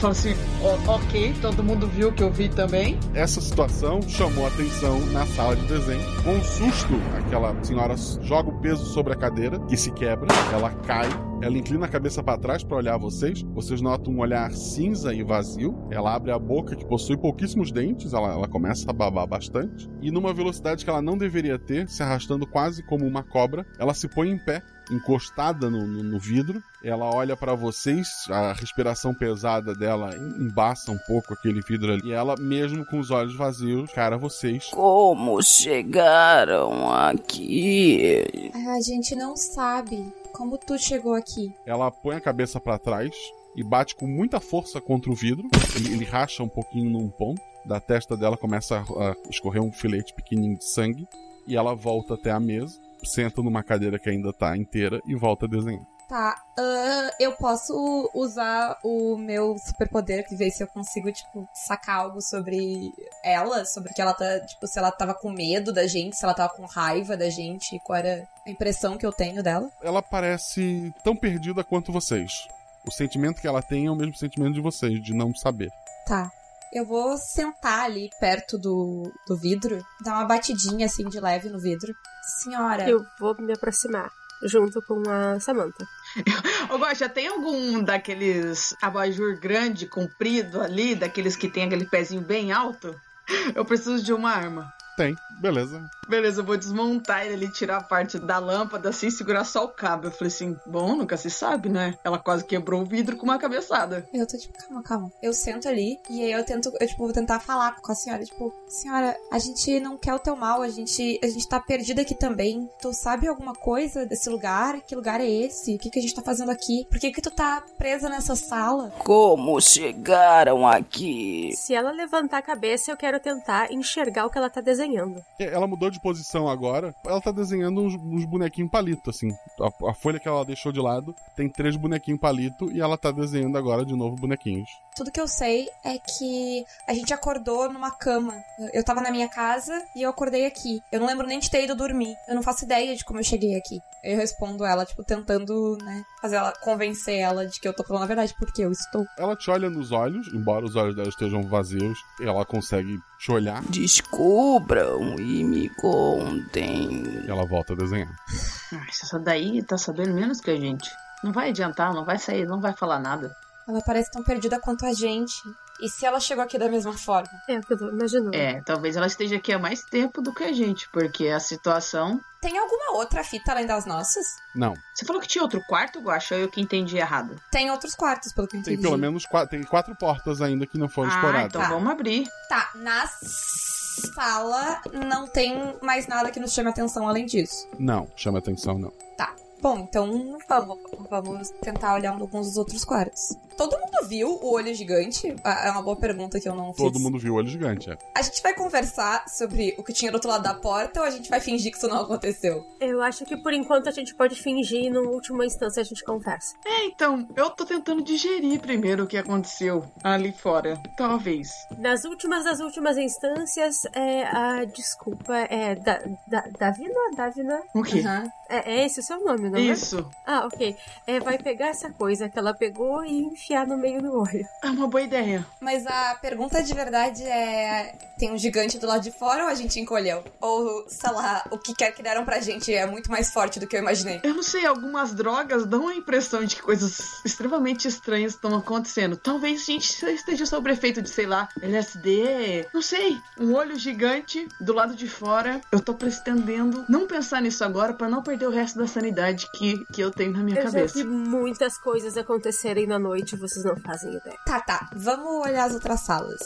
[SPEAKER 11] Falei assim, "O- ok, todo mundo viu que eu vi também.
[SPEAKER 1] Essa situação chamou atenção na sala de desenho. Com um susto, aquela senhora s- joga o peso sobre a cadeira, que se quebra, ela cai, ela inclina a cabeça para trás para olhar vocês. Vocês notam um olhar cinza e vazio. Ela abre a boca, que possui pouquíssimos dentes, ela, ela começa a babar bastante. E numa velocidade que ela não deveria ter, se arrastando quase como uma cobra, ela se põe em pé, encostada no, no- no vidro. Ela olha para vocês, a respiração pesada dela embaça um pouco aquele vidro ali. E ela, mesmo com os olhos vazios, cara vocês.
[SPEAKER 16] Como chegaram aqui?
[SPEAKER 14] A gente não sabe como tu chegou aqui.
[SPEAKER 1] Ela põe a cabeça para trás e bate com muita força contra o vidro. Ele, ele racha um pouquinho num ponto. Da testa dela começa a, a escorrer um filete pequenininho de sangue. E ela volta até a mesa, senta numa cadeira que ainda tá inteira e volta a desenhar.
[SPEAKER 14] Tá, ahn, eu posso usar o meu superpoder e ver se eu consigo, tipo, sacar algo sobre ela, sobre o que ela tá, tipo, se ela tava com medo da gente, se ela tava com raiva da gente, qual era a impressão que eu tenho dela.
[SPEAKER 1] Ela parece tão perdida quanto vocês. O sentimento que ela tem é o mesmo sentimento de vocês, de não saber.
[SPEAKER 14] Tá. Eu vou sentar ali perto do, do vidro, dar uma batidinha assim de leve no vidro. Senhora,
[SPEAKER 15] É, Eu vou me aproximar, junto com a Samantha.
[SPEAKER 11] Ô, Guaxa, tem algum daqueles abajur grande, comprido ali, daqueles que tem aquele pezinho bem alto? Eu preciso de uma arma.
[SPEAKER 1] Tem, beleza.
[SPEAKER 11] Beleza, eu vou desmontar ele ali, tirar a parte da lâmpada assim, segurar só o cabo. Eu falei assim, bom, nunca se sabe, né? Ela quase quebrou o vidro com uma cabeçada.
[SPEAKER 14] Eu tô tipo, calma, calma. Eu sento ali e aí eu tento, eu tipo, vou tentar falar com a senhora, tipo, senhora, a gente não quer o teu mal, a gente, a gente tá perdida aqui também. Tu sabe alguma coisa desse lugar? Que lugar é esse? O que, que a gente tá fazendo aqui? Por que que tu tá presa nessa sala?
[SPEAKER 16] Como chegaram aqui?
[SPEAKER 15] Se ela levantar a cabeça, eu quero tentar enxergar o que ela tá desenhando.
[SPEAKER 1] É, Ela mudou de posição agora. Ela tá desenhando uns, uns bonequinhos palito, assim. A, a folha que ela deixou de lado tem três bonequinhos palito e ela tá desenhando agora de novo bonequinhos.
[SPEAKER 14] Tudo que eu sei é que a gente acordou numa cama. Eu tava na minha casa e eu acordei aqui. Eu não lembro nem de ter ido dormir. Eu não faço ideia de como eu cheguei aqui. Eu respondo ela, tipo, tentando, né, fazer ela convencer ela de que eu tô falando a verdade, porque eu estou.
[SPEAKER 1] Ela te olha nos olhos, embora os olhos dela estejam vazios, ela consegue te olhar.
[SPEAKER 16] Descubram e me contem.
[SPEAKER 1] Ela volta a desenhar.
[SPEAKER 11] Ai, essa daí tá sabendo menos que a gente. Não vai adiantar, não vai sair, não vai falar nada.
[SPEAKER 14] Ela parece tão perdida quanto a gente. E se ela chegou aqui da mesma forma?
[SPEAKER 15] É o que eu tô imaginando.
[SPEAKER 11] É, talvez ela esteja aqui há mais tempo do que a gente, porque a situação.
[SPEAKER 14] Tem alguma outra fita além das nossas?
[SPEAKER 1] Não.
[SPEAKER 11] Você falou que tinha outro quarto, Guaxa, ou eu que entendi errado.
[SPEAKER 14] Tem outros quartos, pelo que eu
[SPEAKER 1] Tem
[SPEAKER 14] entendi.
[SPEAKER 1] pelo menos quatro, tem quatro portas ainda que não foram
[SPEAKER 11] Ah,
[SPEAKER 1] exploradas.
[SPEAKER 11] então vamos abrir.
[SPEAKER 14] Tá, na sala não tem mais nada que nos chame atenção além disso.
[SPEAKER 1] Não, chama atenção não.
[SPEAKER 14] um Tá. Bom, então vamos, vamos tentar olhar alguns dos outros quartos. Todo mundo mundo viu o olho gigante? Ah, É uma boa pergunta que eu não fiz.
[SPEAKER 1] Todo mundo viu o olho gigante, é.
[SPEAKER 14] A gente vai conversar sobre o que tinha do outro lado da porta ou a gente vai fingir que isso não aconteceu?
[SPEAKER 15] Eu acho que por enquanto a gente pode fingir e na última instância a gente conversa.
[SPEAKER 11] É, então, eu tô tentando digerir primeiro o que aconteceu ali fora. Talvez.
[SPEAKER 15] Nas últimas das últimas instâncias, é, a desculpa é da, da, Davina? Davina?
[SPEAKER 11] O quê?
[SPEAKER 15] Aham. É, é esse o seu nome, não é?
[SPEAKER 11] Isso.
[SPEAKER 15] Ah, ok. É, vai pegar essa coisa que ela pegou e enfiar no meio do olho.
[SPEAKER 11] É uma boa ideia.
[SPEAKER 14] Mas a pergunta de verdade é: tem um gigante do lado de fora ou a gente encolheu? Ou, sei lá, o que quer que deram pra gente é muito mais forte do que eu imaginei.
[SPEAKER 11] Eu não sei, algumas drogas dão a impressão de que coisas extremamente estranhas estão acontecendo. Talvez a gente esteja sob efeito de, sei lá, LSD. Não sei. Um olho gigante do lado de fora. Eu tô pretendendo não pensar nisso agora pra não perder o resto da sanidade que, que eu tenho na minha
[SPEAKER 15] Eu já
[SPEAKER 11] cabeça.
[SPEAKER 15] vi muitas coisas acontecerem na noite, vocês não fazem ideia.
[SPEAKER 14] Tá, tá. Vamos olhar as outras salas.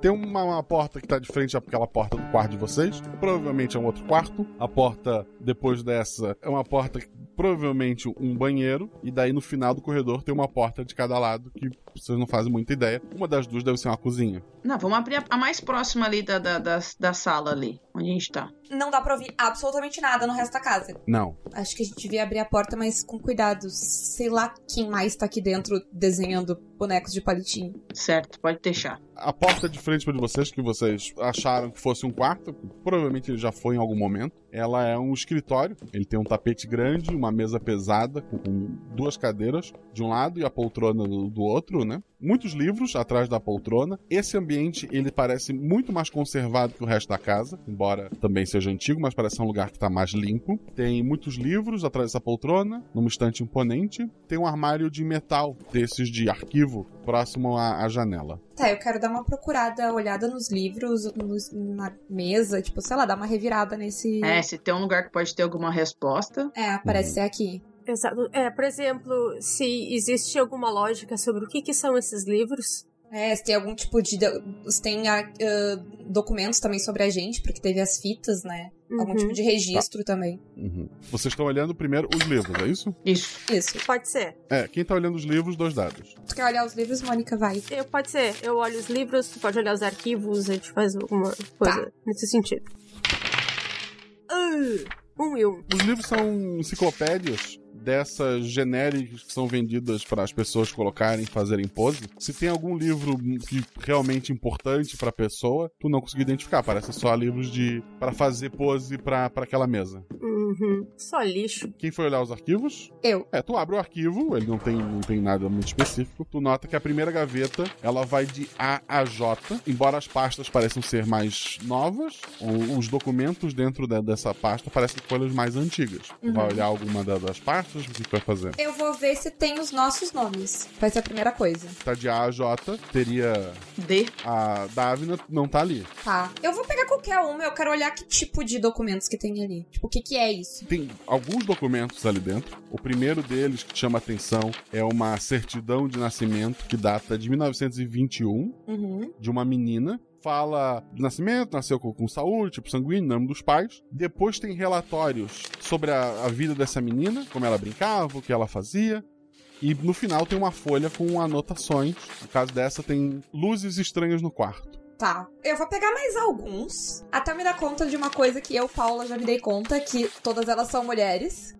[SPEAKER 1] Tem uma, uma porta que tá de frente àquela porta do quarto de vocês. Provavelmente é um outro quarto. A porta depois dessa é uma porta que provavelmente um banheiro. E daí no final do corredor tem uma porta de cada lado que vocês não fazem muita ideia. Uma das duas deve ser uma cozinha.
[SPEAKER 11] Não, vamos abrir a, a mais próxima ali da, da, da, da sala ali, onde a gente tá.
[SPEAKER 14] Não dá pra ouvir absolutamente nada no resto da casa.
[SPEAKER 1] Não.
[SPEAKER 14] Acho que a gente devia abrir a porta, mas com cuidado. Sei lá quem mais tá aqui dentro desenhando bonecos de palitinho.
[SPEAKER 11] Certo, pode deixar.
[SPEAKER 1] A porta de frente para vocês, que vocês acharam que fosse um quarto, provavelmente ele já foi em algum momento. Ela é um escritório. Ele tem um tapete grande, uma mesa pesada, com- com duas cadeiras de um lado e a poltrona do, do outro, né? Muitos livros atrás da poltrona. Esse ambiente, ele parece muito mais conservado que o resto da casa, embora também seja antigo, mas parece um lugar que tá mais limpo. Tem muitos livros atrás dessa poltrona, numa estante imponente. Tem um armário de metal, desses de arquivo, próximo à- à janela.
[SPEAKER 14] Tá, eu quero dar uma procurada, olhada nos livros, nos- na mesa, tipo, sei lá, dar uma revirada nesse.
[SPEAKER 11] É, se tem um lugar que pode ter alguma resposta.
[SPEAKER 14] É, parece ser aqui.
[SPEAKER 15] Exato. É, por exemplo, se existe alguma lógica sobre o que, que são esses livros.
[SPEAKER 14] É, se tem algum tipo de. do- Se tem ah, ah, documentos também sobre a gente, porque teve as fitas, né? Algum
[SPEAKER 15] Uhum.
[SPEAKER 14] tipo de registro também.
[SPEAKER 1] Uhum. Vocês estão olhando primeiro os livros, é isso?
[SPEAKER 11] Isso.
[SPEAKER 14] Isso.
[SPEAKER 15] Pode ser.
[SPEAKER 1] É, quem tá olhando os livros, dois dados.
[SPEAKER 14] Tu quer olhar os livros, Mônica? Vai.
[SPEAKER 15] Eu, É, pode ser. Eu olho os livros, tu pode olhar os arquivos, a gente faz alguma coisa
[SPEAKER 14] Tá.
[SPEAKER 15] nesse sentido. Ah, um e um.
[SPEAKER 1] Os livros são enciclopédias dessas genéricas que são vendidas para as pessoas colocarem, fazerem pose. Se tem algum livro que realmente é importante para a pessoa, tu não conseguiu identificar. Parece só livros de para fazer pose para aquela mesa.
[SPEAKER 15] Uhum. Só lixo.
[SPEAKER 1] Quem foi olhar os arquivos?
[SPEAKER 14] Eu.
[SPEAKER 1] É, tu abre o arquivo, ele não tem, não tem nada muito específico. Tu nota que a primeira gaveta, ela vai de A a J. Embora as pastas pareçam ser mais novas, o- os documentos dentro da- dessa pasta parecem folhas mais antigas.
[SPEAKER 14] Uhum.
[SPEAKER 1] Vai olhar alguma da- das pastas, o que tu vai fazer?
[SPEAKER 14] Eu vou ver se tem os nossos nomes. Vai ser a primeira coisa.
[SPEAKER 1] Tá de A a J, teria...
[SPEAKER 11] D.
[SPEAKER 1] A Davina não tá ali.
[SPEAKER 14] Tá. Eu vou pegar qualquer uma, eu quero olhar que tipo de documentos que tem ali. Tipo, o que que é isso?
[SPEAKER 1] Tem alguns documentos ali dentro. O primeiro deles que chama atenção é uma certidão de nascimento que data de 1921.
[SPEAKER 14] Uhum.
[SPEAKER 1] de uma menina. Fala do nascimento, nasceu com, com saúde, tipo sanguíneo, nome dos pais. Depois tem relatórios sobre a, a vida dessa menina, como ela brincava, o que ela fazia. E no final tem uma folha com anotações. No caso dessa, tem luzes estranhas no quarto.
[SPEAKER 14] Tá. Eu vou pegar mais alguns, até me dar conta de uma coisa que eu, Paula, já me dei conta, que todas elas são mulheres.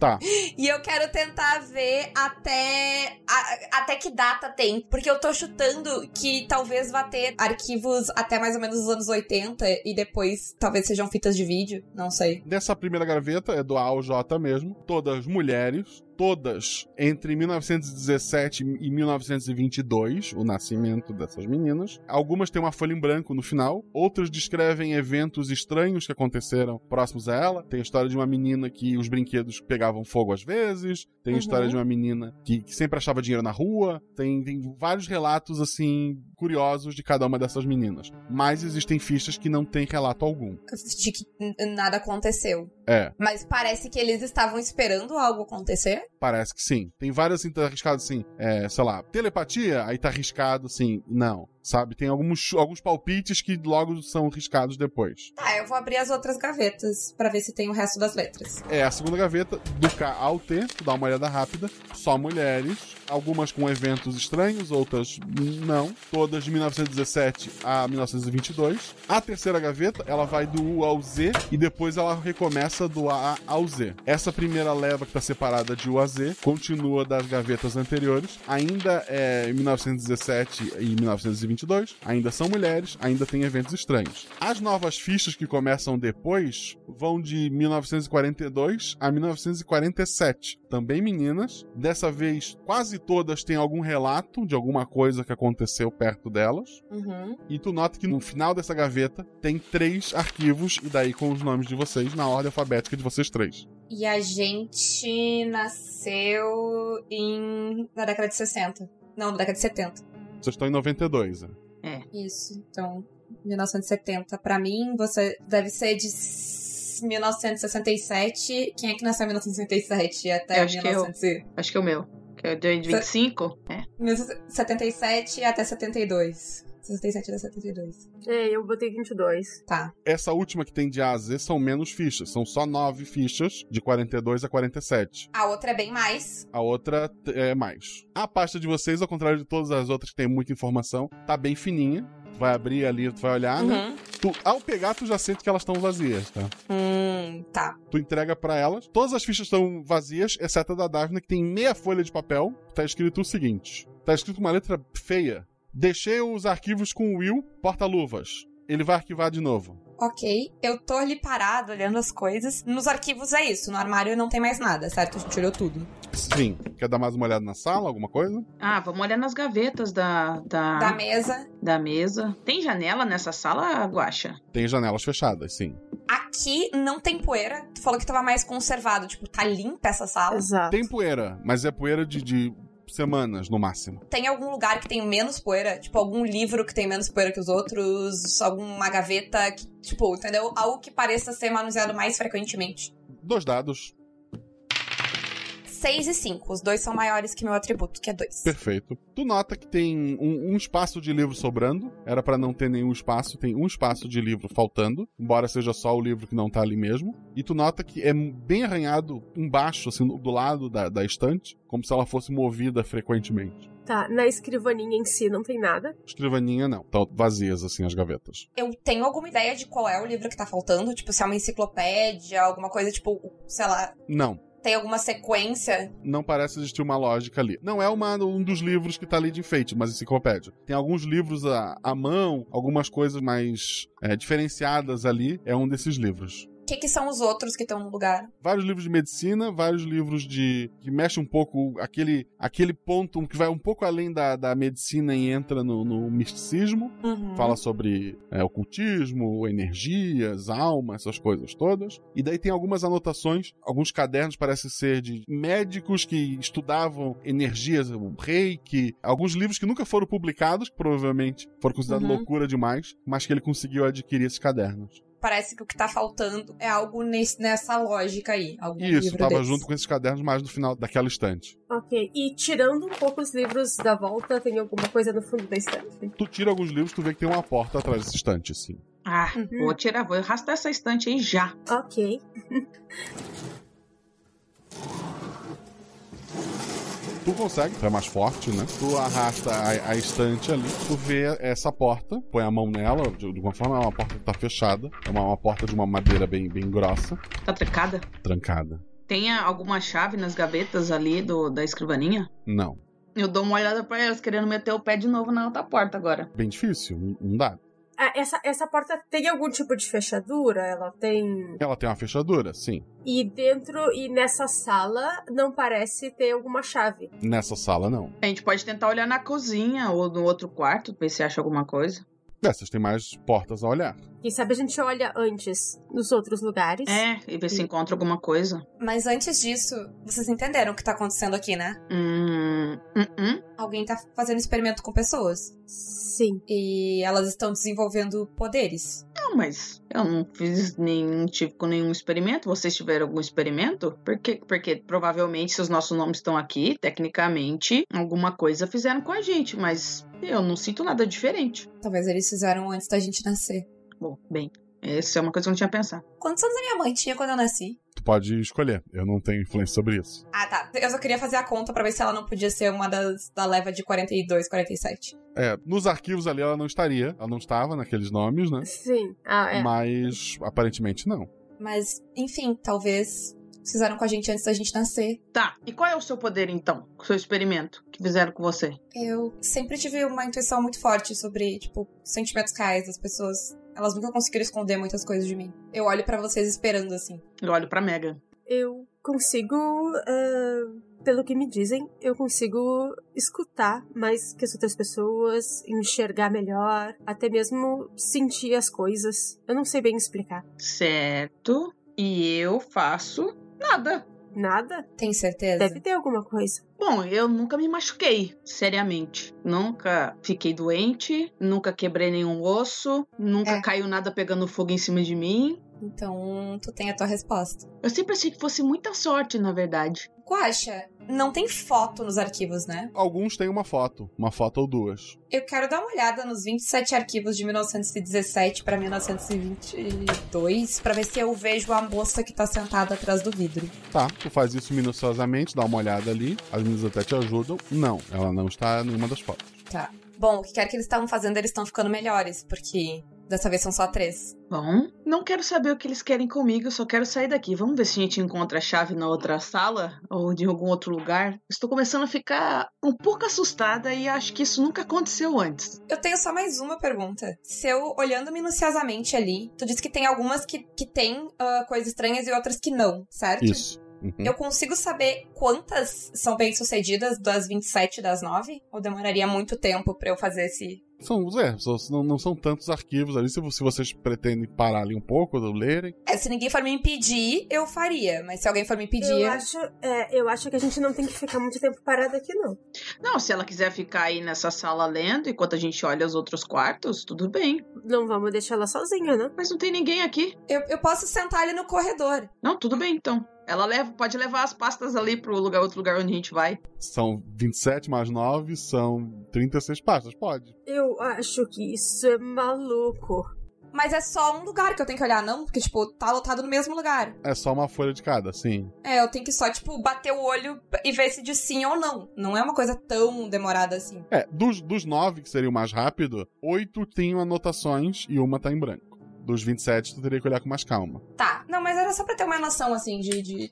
[SPEAKER 1] Tá.
[SPEAKER 14] E eu quero tentar ver até a- até que data tem, porque eu tô chutando que talvez vá ter arquivos até mais ou menos os anos 80 e depois talvez sejam fitas de vídeo, não sei.
[SPEAKER 1] Dessa primeira graveta é do A ao J mesmo. Todas mulheres, todas entre 1917 e 1922, o nascimento dessas meninas. Algumas têm uma folha em branco no final, outras descrevem eventos estranhos que aconteceram próximos a ela. Tem a história de uma menina que os brinquedos pegavam fogo às vezes, tem a
[SPEAKER 17] Uhum.
[SPEAKER 1] história de uma menina que, que sempre achava dinheiro na rua, tem, tem vários relatos assim curiosos de cada uma dessas meninas. Mas existem fichas que não têm relato algum.
[SPEAKER 14] De que n- nada aconteceu.
[SPEAKER 1] É.
[SPEAKER 14] Mas parece que eles estavam esperando algo acontecer.
[SPEAKER 1] Parece que sim. Tem várias assim, tá arriscado assim, é, sei lá, telepatia, aí tá arriscado assim, não. sabe? Tem alguns, alguns palpites que logo são riscados depois.
[SPEAKER 14] Tá, eu vou abrir as outras gavetas pra ver se tem o resto das letras.
[SPEAKER 1] É, a segunda gaveta, do K ao T, tu dá uma olhada rápida, só mulheres, algumas com eventos estranhos, outras não, todas de 1917 a 1922. A terceira gaveta, ela vai do U ao Z e depois ela recomeça do A ao Z. Essa primeira leva que tá separada de U a Z continua das gavetas anteriores, ainda é 1917 e 1922, ainda são mulheres, ainda tem eventos estranhos. As novas fichas que começam depois vão de 1942 a 1947, também meninas, dessa vez quase todas têm algum relato de alguma coisa que aconteceu perto delas.
[SPEAKER 14] Uhum.
[SPEAKER 1] E tu nota que no final dessa gaveta tem três arquivos, e daí com os nomes de vocês na ordem alfabética de vocês três.
[SPEAKER 14] E a gente nasceu em na década de 60. Não, na década de 70.
[SPEAKER 1] Vocês estão em 92, né?
[SPEAKER 11] É.
[SPEAKER 14] Isso. Então, 1970. Pra mim, você deve ser de 1967. Quem é que nasceu em 1967 até
[SPEAKER 11] Eu acho que eu.
[SPEAKER 14] 1900? e-
[SPEAKER 11] Acho que é o meu. Que é de 25? É.
[SPEAKER 14] 1977 até 72. 67 até 72.
[SPEAKER 15] É, eu botei 22.
[SPEAKER 14] Tá.
[SPEAKER 1] Essa última que tem de A a Z são menos fichas, são só nove fichas, de 42 a 47.
[SPEAKER 14] A outra é bem mais.
[SPEAKER 1] A outra t- é mais. A pasta de vocês, ao contrário de todas as outras que tem muita informação, tá bem fininha. Tu vai abrir ali, tu vai olhar, né?
[SPEAKER 14] Uhum.
[SPEAKER 1] Tu, ao pegar, tu já sente que elas estão vazias, tá?
[SPEAKER 14] Hum, tá.
[SPEAKER 1] Tu entrega pra elas. Todas as fichas estão vazias, exceto a da Daphne, que tem meia folha de papel. Tá escrito o seguinte: tá escrito uma letra feia. Deixei os arquivos com o Will, porta-luvas. Ele vai arquivar de novo.
[SPEAKER 14] Ok. Eu tô ali parado, olhando as coisas. Nos arquivos é isso. No armário não tem mais nada, certo? A gente olhou tudo.
[SPEAKER 1] Sim. Quer dar mais uma olhada na sala, alguma coisa?
[SPEAKER 11] Ah, vamos olhar nas gavetas da, da.
[SPEAKER 14] Da mesa.
[SPEAKER 11] Da mesa. Tem janela nessa sala, Guaxa?
[SPEAKER 1] Tem janelas fechadas, sim.
[SPEAKER 14] Aqui não tem poeira. Tu falou que tava mais conservado. Tipo, tá limpa essa sala.
[SPEAKER 15] Exato.
[SPEAKER 1] Tem poeira, mas é poeira de, de semanas, no máximo.
[SPEAKER 14] Tem algum lugar que tem menos poeira? Tipo, algum livro que tem menos poeira que os outros? Alguma gaveta que, tipo, entendeu? Algo que pareça ser manuseado mais frequentemente.
[SPEAKER 1] Dois dados.
[SPEAKER 14] 6 e 5. Os dois são maiores que meu atributo, que é 2.
[SPEAKER 1] Perfeito. Tu nota que tem um, um espaço de livro sobrando. Era pra não ter nenhum espaço, tem um espaço de livro faltando, embora seja só o livro que não tá ali mesmo. E tu nota que é bem arranhado embaixo, assim, do lado da, da estante, como se ela fosse movida frequentemente.
[SPEAKER 15] Tá, na escrivaninha em si não tem nada.
[SPEAKER 1] Escrivaninha não, estão vazias assim as gavetas.
[SPEAKER 14] Eu tenho alguma ideia de qual é o livro que tá faltando? Tipo, se é uma enciclopédia, alguma coisa, tipo, sei lá,
[SPEAKER 1] Não,
[SPEAKER 14] tem alguma sequência?
[SPEAKER 1] não parece existir uma lógica ali. Não é uma, um dos livros que tá ali de enfeite, mas enciclopédia. Tem alguns livros à, à mão, algumas coisas mais é, diferenciadas ali. É um desses livros.
[SPEAKER 14] O que, que são os outros que estão no lugar?
[SPEAKER 1] Vários livros de medicina, vários livros de. que mexe um pouco aquele, aquele ponto que vai um pouco além da, da medicina e entra no, no misticismo.
[SPEAKER 14] Uhum.
[SPEAKER 1] Fala sobre é, ocultismo, energias, alma, essas coisas todas. E daí tem algumas anotações, alguns cadernos parecem ser de médicos que estudavam energias, o reiki, alguns livros que nunca foram publicados, que provavelmente foram considerados
[SPEAKER 14] Uhum.
[SPEAKER 1] loucura demais, mas que ele conseguiu adquirir esses cadernos.
[SPEAKER 14] Parece que o que tá faltando é algo nesse- nessa lógica aí. Algum
[SPEAKER 1] Isso,
[SPEAKER 14] É, livro
[SPEAKER 1] tava
[SPEAKER 14] desse.
[SPEAKER 1] junto com esses cadernos mais no final daquela estante.
[SPEAKER 15] Ok, e tirando um pouco os livros da volta, tem alguma coisa no fundo da estante?
[SPEAKER 1] Tu tira alguns livros, tu vê que tem uma porta atrás desse estante, assim.
[SPEAKER 11] Ah, vou tirar, vou arrastar essa estante aí já.
[SPEAKER 15] Ok.
[SPEAKER 1] Tu consegue, tu é mais forte, né? Tu arrasta a, a estante ali, tu vê essa porta, põe a mão nela, de, de uma forma é uma porta que tá fechada, é uma, uma porta de uma madeira bem, bem grossa,
[SPEAKER 11] Tá trancada?
[SPEAKER 1] trancada.
[SPEAKER 11] Tem a- alguma chave nas gavetas ali do, da escrivaninha?
[SPEAKER 1] Não.
[SPEAKER 11] Eu dou uma olhada pra elas, querendo meter o pé de novo na outra porta agora.
[SPEAKER 1] Bem difícil, não- não dá.
[SPEAKER 15] Ah, essa, essa porta tem algum tipo de fechadura? Ela tem.
[SPEAKER 1] Ela tem uma fechadura, sim.
[SPEAKER 15] E dentro e nessa sala não parece ter alguma chave.
[SPEAKER 1] Nessa sala, não.
[SPEAKER 11] A gente pode tentar olhar na cozinha ou no outro quarto, ver se acha alguma coisa.
[SPEAKER 1] Dessas tem mais portas a olhar.
[SPEAKER 15] Quem sabe a gente olha antes nos outros lugares.
[SPEAKER 11] É, e ver se encontra alguma coisa.
[SPEAKER 14] Mas antes disso, vocês entenderam o que tá acontecendo aqui, né?
[SPEAKER 11] Hum. hum, hum.
[SPEAKER 14] Alguém tá fazendo experimento com pessoas.
[SPEAKER 15] Sim.
[SPEAKER 14] E elas estão desenvolvendo poderes.
[SPEAKER 11] Não, Ah, mas eu não fiz nenhum tipo nenhum experimento. Vocês tiveram algum experimento? Porque, porque provavelmente, se os nossos nomes estão aqui, tecnicamente, alguma coisa fizeram com a gente, mas eu não sinto nada diferente.
[SPEAKER 14] Talvez eles fizeram antes da gente nascer.
[SPEAKER 11] Bom, bem, essa é uma coisa que eu não tinha pensado.
[SPEAKER 14] Quantos anos a minha mãe tinha quando eu nasci?
[SPEAKER 1] Tu pode escolher, eu não tenho influência sobre isso.
[SPEAKER 14] Ah, tá. Eu só queria fazer a conta pra ver se ela não podia ser uma das da leva de 42, 47.
[SPEAKER 1] É, nos arquivos ali ela não estaria, ela não estava naqueles nomes, né?
[SPEAKER 15] Sim. Ah, é.
[SPEAKER 1] Mas aparentemente não.
[SPEAKER 14] Mas, enfim, talvez fizeram com a gente antes da gente nascer.
[SPEAKER 11] Tá, e qual é o seu poder então? O seu experimento que fizeram com você?
[SPEAKER 14] Eu sempre tive uma intuição muito forte sobre, tipo, sentimentos reais das pessoas. Elas nunca conseguiram esconder muitas coisas de mim. Eu olho para vocês esperando assim.
[SPEAKER 11] Eu olho para Mega.
[SPEAKER 15] Eu consigo. Uh, pelo que me dizem, eu consigo escutar mais que as outras pessoas, enxergar melhor, até mesmo sentir as coisas. Eu não sei bem explicar.
[SPEAKER 11] Certo. E eu faço nada.
[SPEAKER 15] Nada?
[SPEAKER 14] Tem certeza?
[SPEAKER 15] Deve ter alguma coisa.
[SPEAKER 11] Bom, eu nunca me machuquei, seriamente. Nunca fiquei doente, nunca quebrei nenhum osso, nunca
[SPEAKER 14] É.
[SPEAKER 11] caiu nada pegando fogo em cima de mim.
[SPEAKER 14] Então, tu tem a tua resposta.
[SPEAKER 11] Eu sempre achei que fosse muita sorte, na verdade.
[SPEAKER 14] Guaxa, não tem foto nos arquivos, né?
[SPEAKER 1] Alguns têm uma foto, uma foto ou duas.
[SPEAKER 14] Eu quero dar uma olhada nos 27 arquivos de 1917 pra 1922 pra ver se eu vejo a moça que tá sentada atrás do vidro.
[SPEAKER 1] Tá, tu faz isso minuciosamente, dá uma olhada ali, as meninas até te ajudam. Não, ela não está em nenhuma das fotos.
[SPEAKER 14] Tá. Bom, o que quer que eles estavam fazendo, eles estão ficando melhores, porque dessa vez são só três.
[SPEAKER 11] Bom, não quero saber o que eles querem comigo, eu só quero sair daqui. Vamos ver se a gente encontra a chave na outra sala ou de algum outro lugar. Estou começando a ficar um pouco assustada e acho que isso nunca aconteceu antes.
[SPEAKER 14] Eu tenho só mais uma pergunta. Se eu, olhando minuciosamente ali, tu disse que tem algumas que, que tem ah, coisas estranhas e outras que não, certo?
[SPEAKER 1] Isso. Uhum.
[SPEAKER 14] Eu consigo saber quantas são bem-sucedidas das 27 das 9? Ou demoraria muito tempo pra eu fazer esse.
[SPEAKER 1] São, é, são- não, não são tantos arquivos ali. Se, vo- se vocês pretendem parar ali um pouco, lerem.
[SPEAKER 14] É, se ninguém for me impedir, eu faria. Mas se alguém for me impedir.
[SPEAKER 15] Eu acho, é, eu acho que a gente não tem que ficar muito tempo parado aqui, não.
[SPEAKER 11] Não, se ela quiser ficar aí nessa sala lendo enquanto a gente olha os outros quartos, tudo bem.
[SPEAKER 15] Não vamos deixar ela sozinha, né?
[SPEAKER 11] Mas não tem ninguém aqui.
[SPEAKER 14] Eu, eu posso sentar ali no corredor.
[SPEAKER 11] Não, tudo bem então. Ela leva, pode levar as pastas ali pro lugar, outro lugar onde a gente vai.
[SPEAKER 1] São 27 mais 9, são 36 pastas. Pode.
[SPEAKER 15] Eu acho que isso é maluco.
[SPEAKER 14] Mas é só um lugar que eu tenho que olhar, não? Porque, tipo, tá lotado no mesmo lugar.
[SPEAKER 1] É só uma folha de cada, sim.
[SPEAKER 14] É, eu tenho que só, tipo, bater o olho e ver se diz sim ou não. Não é uma coisa tão demorada assim.
[SPEAKER 1] É, dos, dos 9, que seria o mais rápido, oito tinham anotações e uma tá em branco. Dos 27, tu teria que olhar com mais calma.
[SPEAKER 14] Tá. Não, mas era só pra ter uma noção, assim, de. de-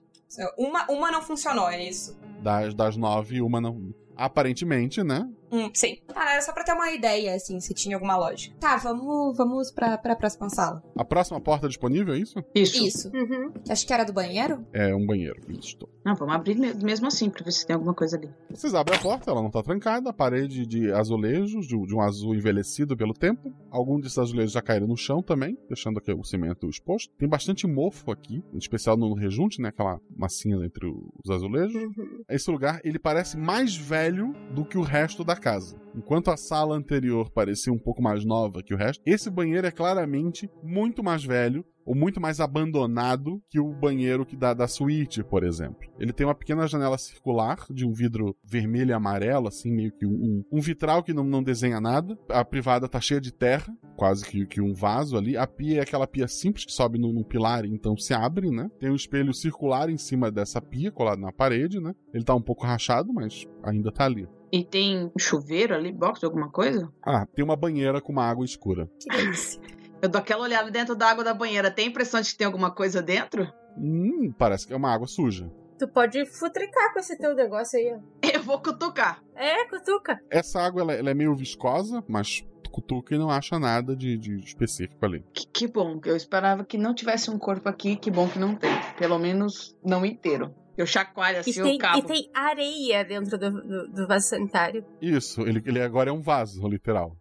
[SPEAKER 14] Uma, uma não funcionou, é isso.
[SPEAKER 1] Das, das 9, uma não. Aparentemente, né?
[SPEAKER 14] Hum, sim. Tá, era só pra ter uma ideia, assim, se tinha alguma lógica. Tá, vamos, vamos pra, pra próxima sala.
[SPEAKER 1] A próxima porta disponível é isso?
[SPEAKER 11] Isso.
[SPEAKER 14] Isso.
[SPEAKER 15] Uhum.
[SPEAKER 14] Acho que era do banheiro?
[SPEAKER 1] É um banheiro. Isto.
[SPEAKER 11] Não, vamos abrir me- mesmo assim pra ver se tem alguma coisa ali.
[SPEAKER 1] Vocês abrem a porta, ela não tá trancada, a parede de azulejos, de, um- de um azul envelhecido pelo tempo. Alguns desses azulejos já caíram no chão também, deixando aqui o cimento exposto. Tem bastante mofo aqui, em especial no rejunte, né? Aquela massinha entre os azulejos. Esse lugar, ele parece mais velho do que o resto da casa. Enquanto a sala anterior parecia um pouco mais nova que o resto, esse banheiro é claramente muito mais velho ou muito mais abandonado que o banheiro que dá da suíte, por exemplo. Ele tem uma pequena janela circular de um vidro vermelho e amarelo, assim, meio que um, um vitral que não, não desenha nada. A privada tá cheia de terra, quase que, que um vaso ali. A pia é aquela pia simples que sobe num, num pilar e então se abre, né? Tem um espelho circular em cima dessa pia, colado na parede, né? Ele tá um pouco rachado, mas ainda tá ali.
[SPEAKER 11] E tem um chuveiro ali, box, alguma coisa?
[SPEAKER 1] Ah, tem uma banheira com uma água escura.
[SPEAKER 14] Que delícia.
[SPEAKER 11] Eu dou aquela olhada dentro da água da banheira. Tem a impressão de que tem alguma coisa dentro?
[SPEAKER 1] Hum, parece que é uma água suja.
[SPEAKER 15] Tu pode futricar com esse teu negócio aí, ó.
[SPEAKER 11] Eu vou cutucar.
[SPEAKER 15] É, cutuca.
[SPEAKER 1] Essa água ela, ela é meio viscosa, mas tu cutuca e não acha nada de, de específico ali.
[SPEAKER 11] Que, que bom. Eu esperava que não tivesse um corpo aqui. Que bom que não tem. Pelo menos não inteiro. Eu chacoalho assim
[SPEAKER 15] E tem,
[SPEAKER 11] o cabo.
[SPEAKER 15] e tem areia dentro do, do, do vaso sanitário.
[SPEAKER 1] Isso, ele, ele agora é um vaso, literal.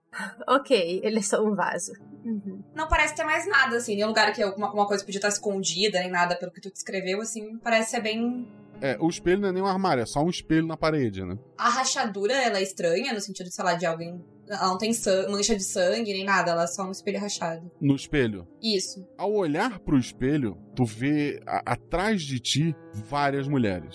[SPEAKER 15] Ok, ele é só um vaso. Uhum.
[SPEAKER 14] Não parece ter mais nada, assim. Nenhum lugar que alguma, alguma coisa podia estar escondida, nem nada, pelo que tu descreveu, assim. Parece ser bem
[SPEAKER 1] É, o espelho não é nem um armário, é só um espelho na parede, né?
[SPEAKER 14] A rachadura, ela é estranha, no sentido, sei lá, de alguém. Ela não tem san- mancha de sangue nem nada, ela é só um espelho rachado.
[SPEAKER 1] No espelho.
[SPEAKER 14] Isso.
[SPEAKER 1] Ao olhar pro espelho, tu vê a- atrás de ti várias mulheres.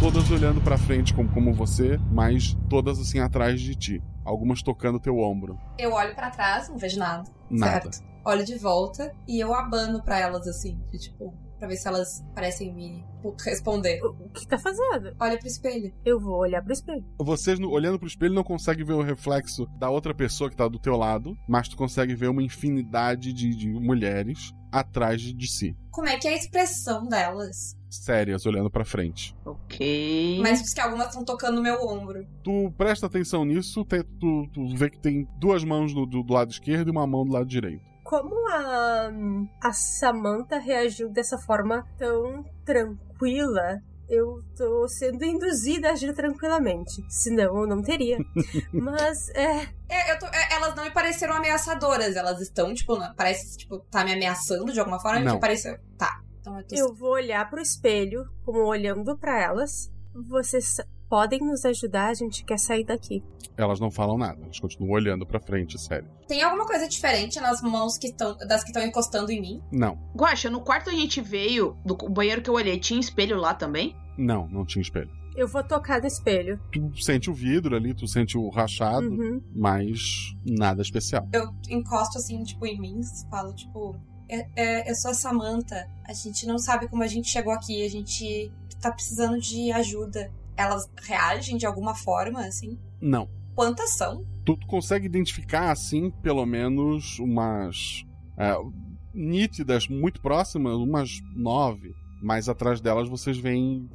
[SPEAKER 1] Todas olhando pra frente como, como você, mas todas assim atrás de ti. Algumas tocando teu ombro.
[SPEAKER 14] Eu olho pra trás, não vejo nada.
[SPEAKER 1] Nada.
[SPEAKER 14] Olho de volta e eu abano pra elas assim, de, tipo, pra ver se elas parecem me tipo, responder.
[SPEAKER 15] O que tá fazendo?
[SPEAKER 14] Olha pro espelho.
[SPEAKER 15] Eu vou olhar pro espelho.
[SPEAKER 1] Vocês, no- olhando pro espelho, não conseguem ver o reflexo da outra pessoa que tá do teu lado, mas tu consegue ver uma infinidade de, de mulheres atrás de, de si.
[SPEAKER 14] Como é que é a expressão delas?
[SPEAKER 1] Sérias, olhando pra frente.
[SPEAKER 11] Ok.
[SPEAKER 14] Mas diz que algumas estão tocando no meu ombro.
[SPEAKER 1] Tu presta atenção nisso, te- tu, tu vê que tem duas mãos do, do- do lado esquerdo e uma mão do lado direito.
[SPEAKER 15] Como a, a Samantha reagiu dessa forma tão tranquila, eu tô sendo induzida a agir tranquilamente. Senão eu não teria. Mas é.
[SPEAKER 14] É, eu tô- é, elas não me pareceram ameaçadoras, elas estão, tipo, na- parece, tipo, tá me ameaçando de alguma forma,
[SPEAKER 15] Não.
[SPEAKER 14] me pareceu. Tá, então eu tô
[SPEAKER 15] Eu vou olhar pro espelho, como olhando pra elas. Vocês podem nos ajudar, a gente quer sair daqui.
[SPEAKER 1] Elas não falam nada, elas continuam olhando pra frente, sério.
[SPEAKER 14] assim. Tem alguma coisa diferente nas mãos que estão das que estão encostando em mim?
[SPEAKER 1] Não,
[SPEAKER 11] Guaxa, no quarto a gente veio, do co- banheiro que eu olhei, tinha espelho lá também?
[SPEAKER 1] não, não tinha espelho.
[SPEAKER 15] Eu vou tocar no espelho.
[SPEAKER 1] Tu sente o vidro ali, tu sente o rachado,
[SPEAKER 15] Uhum.
[SPEAKER 1] mas nada especial.
[SPEAKER 14] Eu encosto assim, tipo, em mim, falo, tipo, é- é, eu sou a Samantha. A gente não sabe como a gente chegou aqui, a gente tá precisando de ajuda. Elas reagem de alguma forma, assim?
[SPEAKER 1] Não.
[SPEAKER 14] Quantas são?
[SPEAKER 1] tu, tu consegue identificar, assim, pelo menos umas é, nítidas, muito próximas, umas nove. Mas atrás delas vocês veem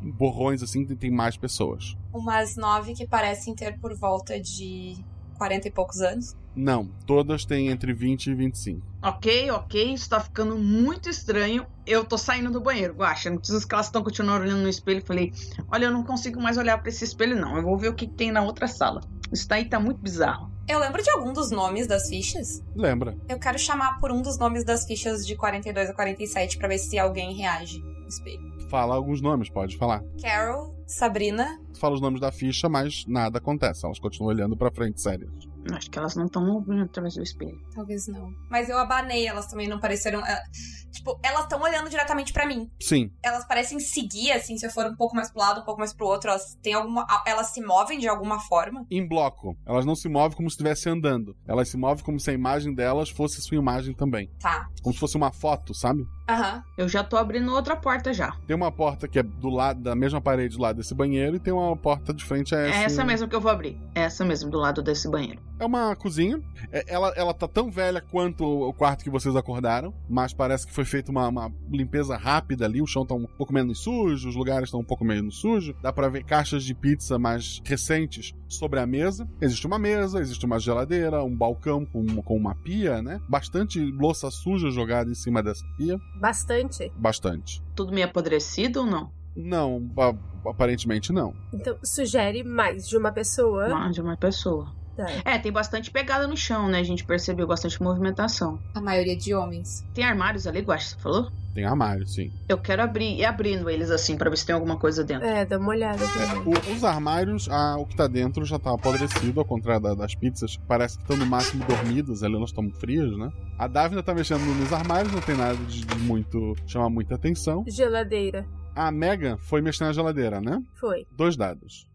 [SPEAKER 1] borrões, assim, que tem mais pessoas.
[SPEAKER 14] Umas nove que parecem ter por volta de 40 e poucos anos.
[SPEAKER 1] Não, todas têm entre 20 e 25.
[SPEAKER 11] Ok, ok, isso tá ficando muito estranho. Eu tô saindo do banheiro, Guaxa. Não precisa que elas estão continuando olhando no espelho. Eu Falei, olha, eu não consigo mais olhar pra esse espelho, não. Eu vou ver o que, que tem na outra sala. Isso daí tá muito bizarro.
[SPEAKER 14] Eu lembro de algum dos nomes das fichas?
[SPEAKER 1] Lembra?
[SPEAKER 14] Eu quero chamar por um dos nomes das fichas de 42 a 47 pra ver se alguém reage no espelho.
[SPEAKER 1] Fala alguns nomes, pode falar.
[SPEAKER 14] Carol, Sabrina,
[SPEAKER 1] Tu fala os nomes da ficha, mas nada acontece. Elas continuam olhando pra frente, sério.
[SPEAKER 11] Acho que elas não estão ouvindo através do espelho.
[SPEAKER 14] Talvez não. Mas eu abanei, elas também não pareceram. eh, Tipo, elas estão olhando diretamente pra mim.
[SPEAKER 1] Sim.
[SPEAKER 14] Elas parecem seguir, assim, se eu for um pouco mais pro lado, um pouco mais pro outro. Elas têm alguma. a- Elas se movem de alguma forma.
[SPEAKER 1] Em bloco. Elas não se movem como se estivesse andando. Elas se movem como se a imagem delas fosse sua imagem também.
[SPEAKER 14] Tá.
[SPEAKER 1] Como se fosse uma foto, sabe?
[SPEAKER 14] Aham.
[SPEAKER 11] Eu já tô abrindo outra porta já.
[SPEAKER 1] Tem uma porta que é do lado da mesma parede do lado desse banheiro e tem uma porta de frente a
[SPEAKER 11] É
[SPEAKER 1] essa.
[SPEAKER 11] essa mesmo que eu vou abrir. É essa mesmo, do lado desse banheiro.
[SPEAKER 1] É uma cozinha. É- ela, ela tá tão velha quanto o quarto que vocês acordaram, mas parece que foi feita uma, uma limpeza rápida ali. O chão tá um pouco menos sujo, os lugares estão um pouco menos sujos. Dá pra ver caixas de pizza mais recentes sobre a mesa. Existe uma mesa, existe uma geladeira, um balcão com, com uma pia, né? Bastante louça suja jogada em cima dessa pia.
[SPEAKER 15] Bastante.
[SPEAKER 1] Bastante.
[SPEAKER 11] Tudo meio apodrecido ou não?
[SPEAKER 1] Não, a- aparentemente não.
[SPEAKER 15] Então sugere mais de uma pessoa.
[SPEAKER 11] Mais de é uma pessoa.
[SPEAKER 15] Tá.
[SPEAKER 11] É, tem bastante pegada no chão, né? A gente percebeu bastante movimentação.
[SPEAKER 14] A maioria de homens.
[SPEAKER 11] Tem armários ali, Guaxa, você falou?
[SPEAKER 1] Tem armário, sim.
[SPEAKER 11] Eu quero abrir, e abrindo eles assim, pra ver se tem alguma coisa dentro.
[SPEAKER 15] É, dá uma olhada.
[SPEAKER 1] O- os armários, ah, o que tá dentro já tá apodrecido, ao contrário da- das pizzas. Parece que estão no máximo dormidas, ali elas estão frias, né? A Davina tá mexendo nos armários, não tem nada de, de muito. chamar muita atenção.
[SPEAKER 15] Geladeira.
[SPEAKER 1] A Megan foi mexer na geladeira, né?
[SPEAKER 15] Foi.
[SPEAKER 1] Dois dados.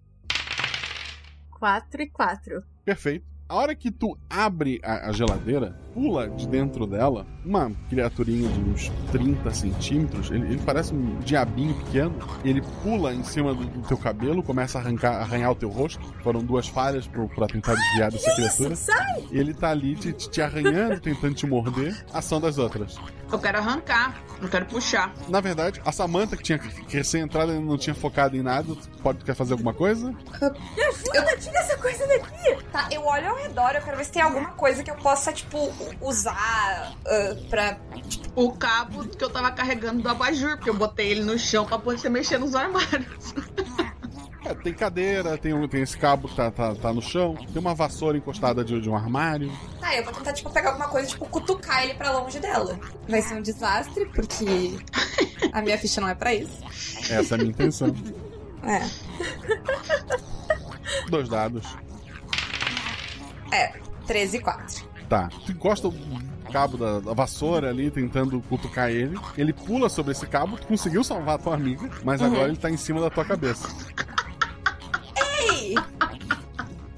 [SPEAKER 15] 4 e 4.
[SPEAKER 1] Perfeito. A hora que tu abre a, a geladeira, pula de dentro dela uma criaturinha de uns 30 centímetros. Ele, ele parece um diabinho pequeno. Ele pula em cima do, do teu cabelo, começa a arrancar, arranhar o teu rosto. Foram duas falhas pro, pra tentar desviar dessa criatura.
[SPEAKER 15] Sai!
[SPEAKER 1] Ele tá ali te, te te arranhando, tentando te morder. Ação das outras.
[SPEAKER 11] Eu quero arrancar, não quero puxar.
[SPEAKER 1] Na verdade, a Samantha, que tinha recém-entrada e não tinha focado em nada, tu pode, tu quer fazer alguma coisa?
[SPEAKER 14] Me ajuda, tira essa coisa daqui! Tá, eu olho ao redor, eu quero ver se tem alguma coisa que eu possa, tipo, usar ah, pra.
[SPEAKER 11] O cabo que eu tava carregando do abajur, porque eu botei ele no chão pra poder mexer nos armários.
[SPEAKER 1] É, tem cadeira, tem, um- tem esse cabo que tá, tá, tá no chão, tem uma vassoura encostada de, de um armário.
[SPEAKER 14] Tá, eu vou tentar, tipo, pegar alguma coisa, tipo, cutucar ele pra longe dela. Vai ser um desastre, porque. A minha ficha não é pra isso.
[SPEAKER 1] Essa é a minha intenção.
[SPEAKER 14] É.
[SPEAKER 1] Dois dados.
[SPEAKER 14] É, 13 e 4.
[SPEAKER 1] Tá. Tu encosta o cabo da, da vassoura ali, tentando cutucar ele. Ele pula sobre esse cabo, tu conseguiu salvar a tua amiga, mas
[SPEAKER 14] Uhum.
[SPEAKER 1] agora ele tá em cima da tua cabeça.
[SPEAKER 14] Ei!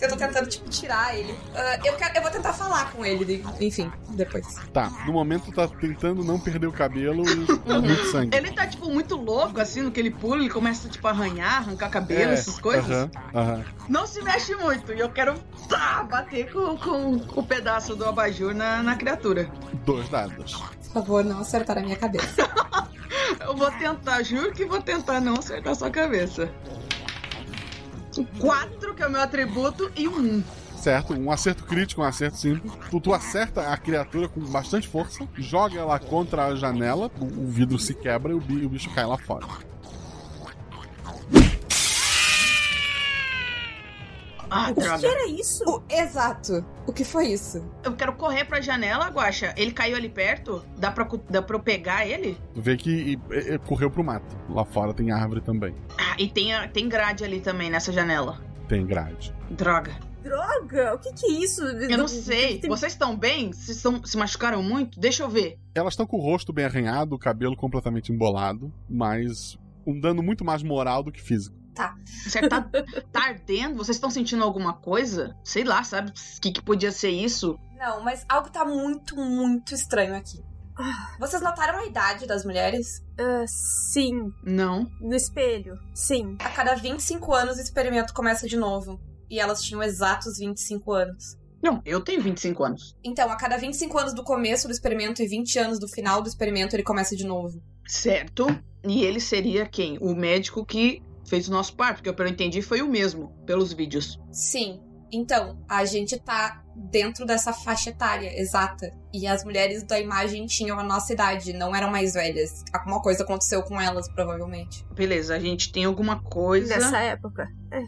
[SPEAKER 14] Eu tô tentando, tipo, tirar ele. Ah, eu, quero- eu vou tentar falar com ele, de- enfim, depois.
[SPEAKER 1] Tá, no momento tu tá tentando não perder o cabelo e muito sangue.
[SPEAKER 11] Ele tá, tipo, muito louco, assim, no que ele pula, ele começa, tipo, a arranhar, arrancar cabelo,
[SPEAKER 1] É,
[SPEAKER 11] essas coisas.
[SPEAKER 1] aham, aham.
[SPEAKER 11] Não se mexe muito, e eu quero tá, bater com, com, com o pedaço do abajur na, na criatura.
[SPEAKER 1] Dois dados.
[SPEAKER 14] Por favor, não acertar a minha cabeça.
[SPEAKER 11] Eu vou tentar, juro que vou tentar não acertar sua cabeça. Um 4, que é o meu atributo, e um 1.
[SPEAKER 1] Certo, um acerto crítico, um acerto simples. Tu, tu acerta a criatura com bastante força, joga ela contra a janela, o, o vidro se quebra e o, bi- o bicho cai lá fora.
[SPEAKER 11] Ah,
[SPEAKER 14] o que
[SPEAKER 11] droga.
[SPEAKER 14] que era isso? O- exato. O que foi isso?
[SPEAKER 11] Eu quero correr pra janela, Guaxa. Ele caiu ali perto? Dá pra, cu- dá pra eu pegar ele?
[SPEAKER 1] Tu vê que e- e- e correu pro mato. Lá fora tem árvore também.
[SPEAKER 11] Ah, e tem, a- tem grade ali também, nessa janela.
[SPEAKER 1] Tem grade.
[SPEAKER 11] Droga.
[SPEAKER 17] Droga, o que que é isso?
[SPEAKER 11] Eu não sei. Vocês estão bem? Vocês estão- se machucaram muito? Deixa eu ver.
[SPEAKER 1] Elas estão com o rosto bem arranhado, o cabelo completamente embolado, mas um dano muito mais moral do que físico.
[SPEAKER 14] Tá.
[SPEAKER 11] Tá, tá ardendo? Vocês estão sentindo alguma coisa? Sei lá, sabe? O que, que podia ser isso?
[SPEAKER 14] Não, mas algo tá muito, muito estranho aqui. Vocês notaram a idade das mulheres?
[SPEAKER 17] Ah,
[SPEAKER 15] sim.
[SPEAKER 11] Não.
[SPEAKER 15] No espelho? Sim.
[SPEAKER 14] A cada 25 anos o experimento começa de novo. E elas tinham exatos 25 anos.
[SPEAKER 11] Não, eu tenho 25 anos.
[SPEAKER 14] Então, a cada 25 anos do começo do experimento e 20 anos do final do experimento, ele começa de novo.
[SPEAKER 11] Certo. E ele seria quem? O médico que fez o nosso par, porque pelo que eu entendi foi o mesmo, pelos vídeos.
[SPEAKER 14] Sim. Então, a gente tá dentro dessa faixa etária exata. E as mulheres da imagem tinham a nossa idade, não eram mais velhas. Alguma coisa aconteceu com elas, provavelmente.
[SPEAKER 11] Beleza, a gente tem alguma coisa
[SPEAKER 15] Nessa época. É.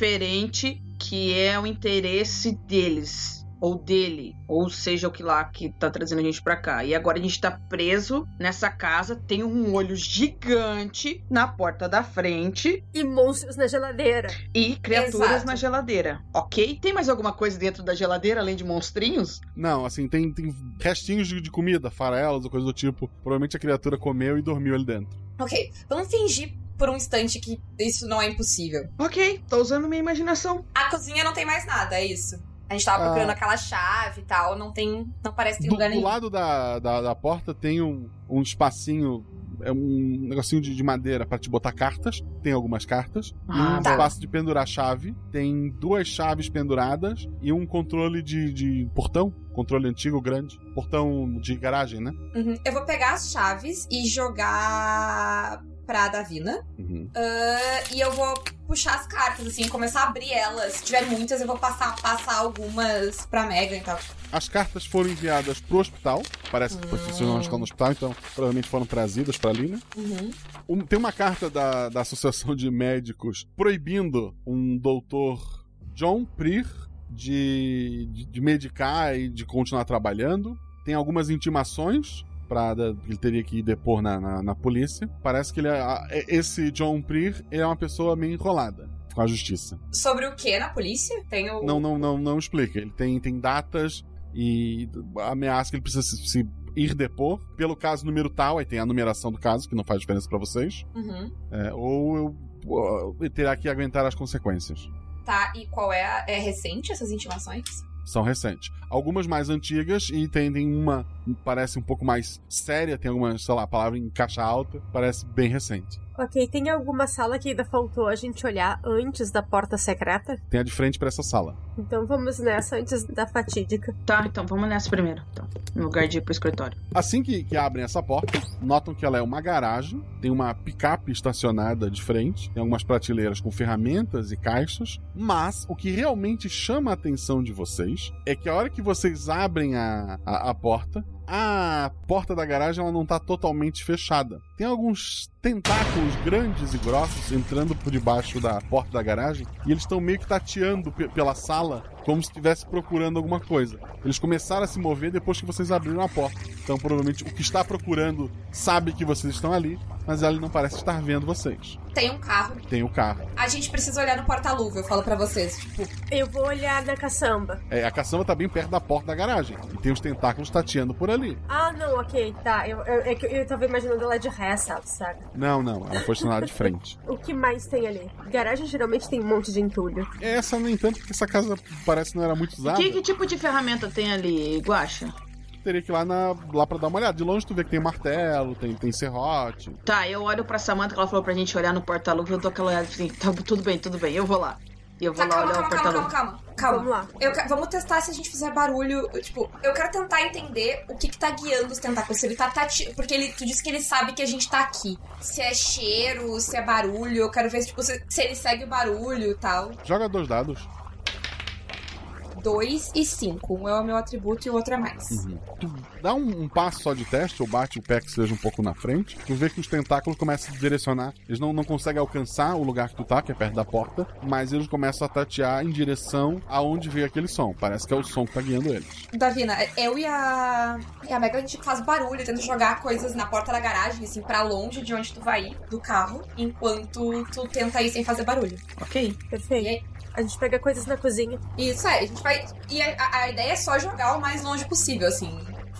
[SPEAKER 11] diferente que é o interesse deles. Ou dele, ou seja o que lá que tá trazendo a gente pra cá. E agora a gente tá preso nessa casa, tem um olho gigante na porta da frente
[SPEAKER 15] E monstros na geladeira.
[SPEAKER 11] e criaturas
[SPEAKER 15] Exato.
[SPEAKER 11] na geladeira. Ok? Tem mais alguma coisa dentro da geladeira além de monstrinhos?
[SPEAKER 1] Não, assim, tem, tem restinhos de de comida, farelas ou coisa do tipo. Provavelmente a criatura comeu e dormiu ali dentro.
[SPEAKER 14] Ok, vamos fingir por um instante que isso não é impossível.
[SPEAKER 11] Ok, tô usando minha imaginação.
[SPEAKER 14] A cozinha não tem mais nada, é isso. A gente tava procurando
[SPEAKER 1] Ah.
[SPEAKER 14] aquela chave e tal, não tem. Não parece que tem um
[SPEAKER 1] Do,
[SPEAKER 14] lugar
[SPEAKER 1] do
[SPEAKER 14] nenhum.
[SPEAKER 1] lado da, da, da porta tem um, um espacinho, é um negocinho de, de madeira pra te botar cartas. Tem algumas cartas.
[SPEAKER 5] Ah,
[SPEAKER 1] um
[SPEAKER 5] tá.
[SPEAKER 1] espaço de pendurar chave. Tem duas chaves penduradas e um controle de, de portão. Controle antigo, grande. Portão de garagem, né?
[SPEAKER 14] Uhum. Eu vou pegar as chaves e jogar pra Davina.
[SPEAKER 1] Uhum.
[SPEAKER 14] Ah, e eu vou puxar as cartas, assim, começar a abrir elas. Se tiver muitas, eu vou passar, passar algumas pra Megan e tal.
[SPEAKER 1] As cartas foram enviadas pro hospital. Parece que funcionou no hospital, então provavelmente foram trazidas pra ali, né?
[SPEAKER 14] Uhum.
[SPEAKER 1] Um- tem uma carta da, da Associação de Médicos proibindo um doutor John Prier de, de, de medicar e de continuar trabalhando. Tem algumas intimações para ele teria que ir depor na, na, na polícia. Parece que ele é- a- é- esse John Prier ele é uma pessoa meio enrolada com a justiça.
[SPEAKER 14] Sobre o que na polícia? Tem o.
[SPEAKER 1] Não, não, não, não explica. Ele tem, tem datas e ameaça que ele precisa se, se ir depor pelo caso número tal. Aí tem a numeração do caso que não faz diferença para vocês.
[SPEAKER 14] Uhum.
[SPEAKER 1] É, ou eu, ou eu terá que aguentar as consequências.
[SPEAKER 14] Tá, e qual é a. É recente essas intimações?
[SPEAKER 1] São recentes. Algumas mais antigas e tem, tem uma parece um pouco mais séria, tem alguma, sei lá, palavra em caixa alta, parece bem recente.
[SPEAKER 15] Ok, tem alguma sala que ainda faltou a gente olhar antes da porta secreta?
[SPEAKER 1] Tem a de frente para essa sala.
[SPEAKER 15] Então vamos nessa antes da fatídica.
[SPEAKER 11] Tá, então vamos nessa primeiro. Então, no lugar de ir pro escritório.
[SPEAKER 1] Assim que, que abrem essa porta, notam que ela é uma garagem, tem uma picape estacionada de frente, tem algumas prateleiras com ferramentas e caixas, mas o que realmente chama a atenção de vocês é que a hora que vocês abrem a, a, a porta, a porta da garagem ela não está totalmente fechada. Tem alguns tentáculos grandes e grossos entrando por debaixo da porta da garagem e eles estão meio que tateando pe- pela sala como se estivesse procurando alguma coisa. Eles começaram a se mover depois que vocês abriram a porta. Então, provavelmente, o que está procurando sabe que vocês estão ali, mas ela não parece estar vendo vocês.
[SPEAKER 14] Tem um carro.
[SPEAKER 1] Tem o carro.
[SPEAKER 14] A gente precisa olhar no porta-luva, eu falo pra vocês. Tipo,
[SPEAKER 17] Eu vou olhar na caçamba.
[SPEAKER 1] É, a caçamba tá bem perto da porta da garagem. E tem os tentáculos tateando por ali.
[SPEAKER 17] Ah, não, ok, tá. Eu, eu, é que eu tava imaginando ela de ré, sabe? sabe?
[SPEAKER 1] Não, não, ela foi estacionada de frente.
[SPEAKER 17] O que mais tem ali? Garagem geralmente tem um monte de entulho.
[SPEAKER 1] É, Essa, no entanto, porque essa casa parece que não era muito usada.
[SPEAKER 11] Que, que tipo de ferramenta tem ali, Guaxa?
[SPEAKER 1] Teria que ir lá, na, lá pra dar uma olhada. De longe tu vê que tem martelo, tem, tem serrote.
[SPEAKER 11] Tá, eu olho pra Samantha que ela falou pra gente olhar no porta-luva, eu dou aquela olhada assim, tá, tudo bem, tudo bem, eu vou lá. E eu vou lá
[SPEAKER 14] tá, calma,
[SPEAKER 11] olhar
[SPEAKER 14] calma,
[SPEAKER 11] o porta-luva.
[SPEAKER 14] calma, calma, calma, calma. Vamos lá. vamos testar se a gente fizer barulho. eu, Tipo, eu quero tentar entender o que, que tá guiando os tentáculos. Se ele tá tati... Porque ele, tu disse que ele sabe que a gente tá aqui. Se é cheiro, se é barulho. Eu quero ver tipo, se, se ele segue o barulho e tal.
[SPEAKER 1] Joga dois dados.
[SPEAKER 14] Dois e cinco. Um é o meu atributo e o outro é mais.
[SPEAKER 1] Tu dá um, um passo só de teste, ou bate o pé que seja um pouco na frente, tu vê que os tentáculos começam a direcionar. Eles não, não conseguem alcançar o lugar que tu tá, que é perto da porta, mas eles começam a tatear em direção aonde veio aquele som. Parece que é o som que tá guiando eles.
[SPEAKER 14] Davina, né, eu e a, e a Megan, a gente faz barulho, tenta jogar coisas na porta da garagem, assim, pra longe de onde tu vai ir, do carro, enquanto tu tenta ir sem fazer barulho.
[SPEAKER 11] Ok.
[SPEAKER 17] Perfeito. A gente pega coisas na cozinha.
[SPEAKER 14] Isso é, a gente vai. E a- a, a ideia é só jogar o mais longe possível, assim.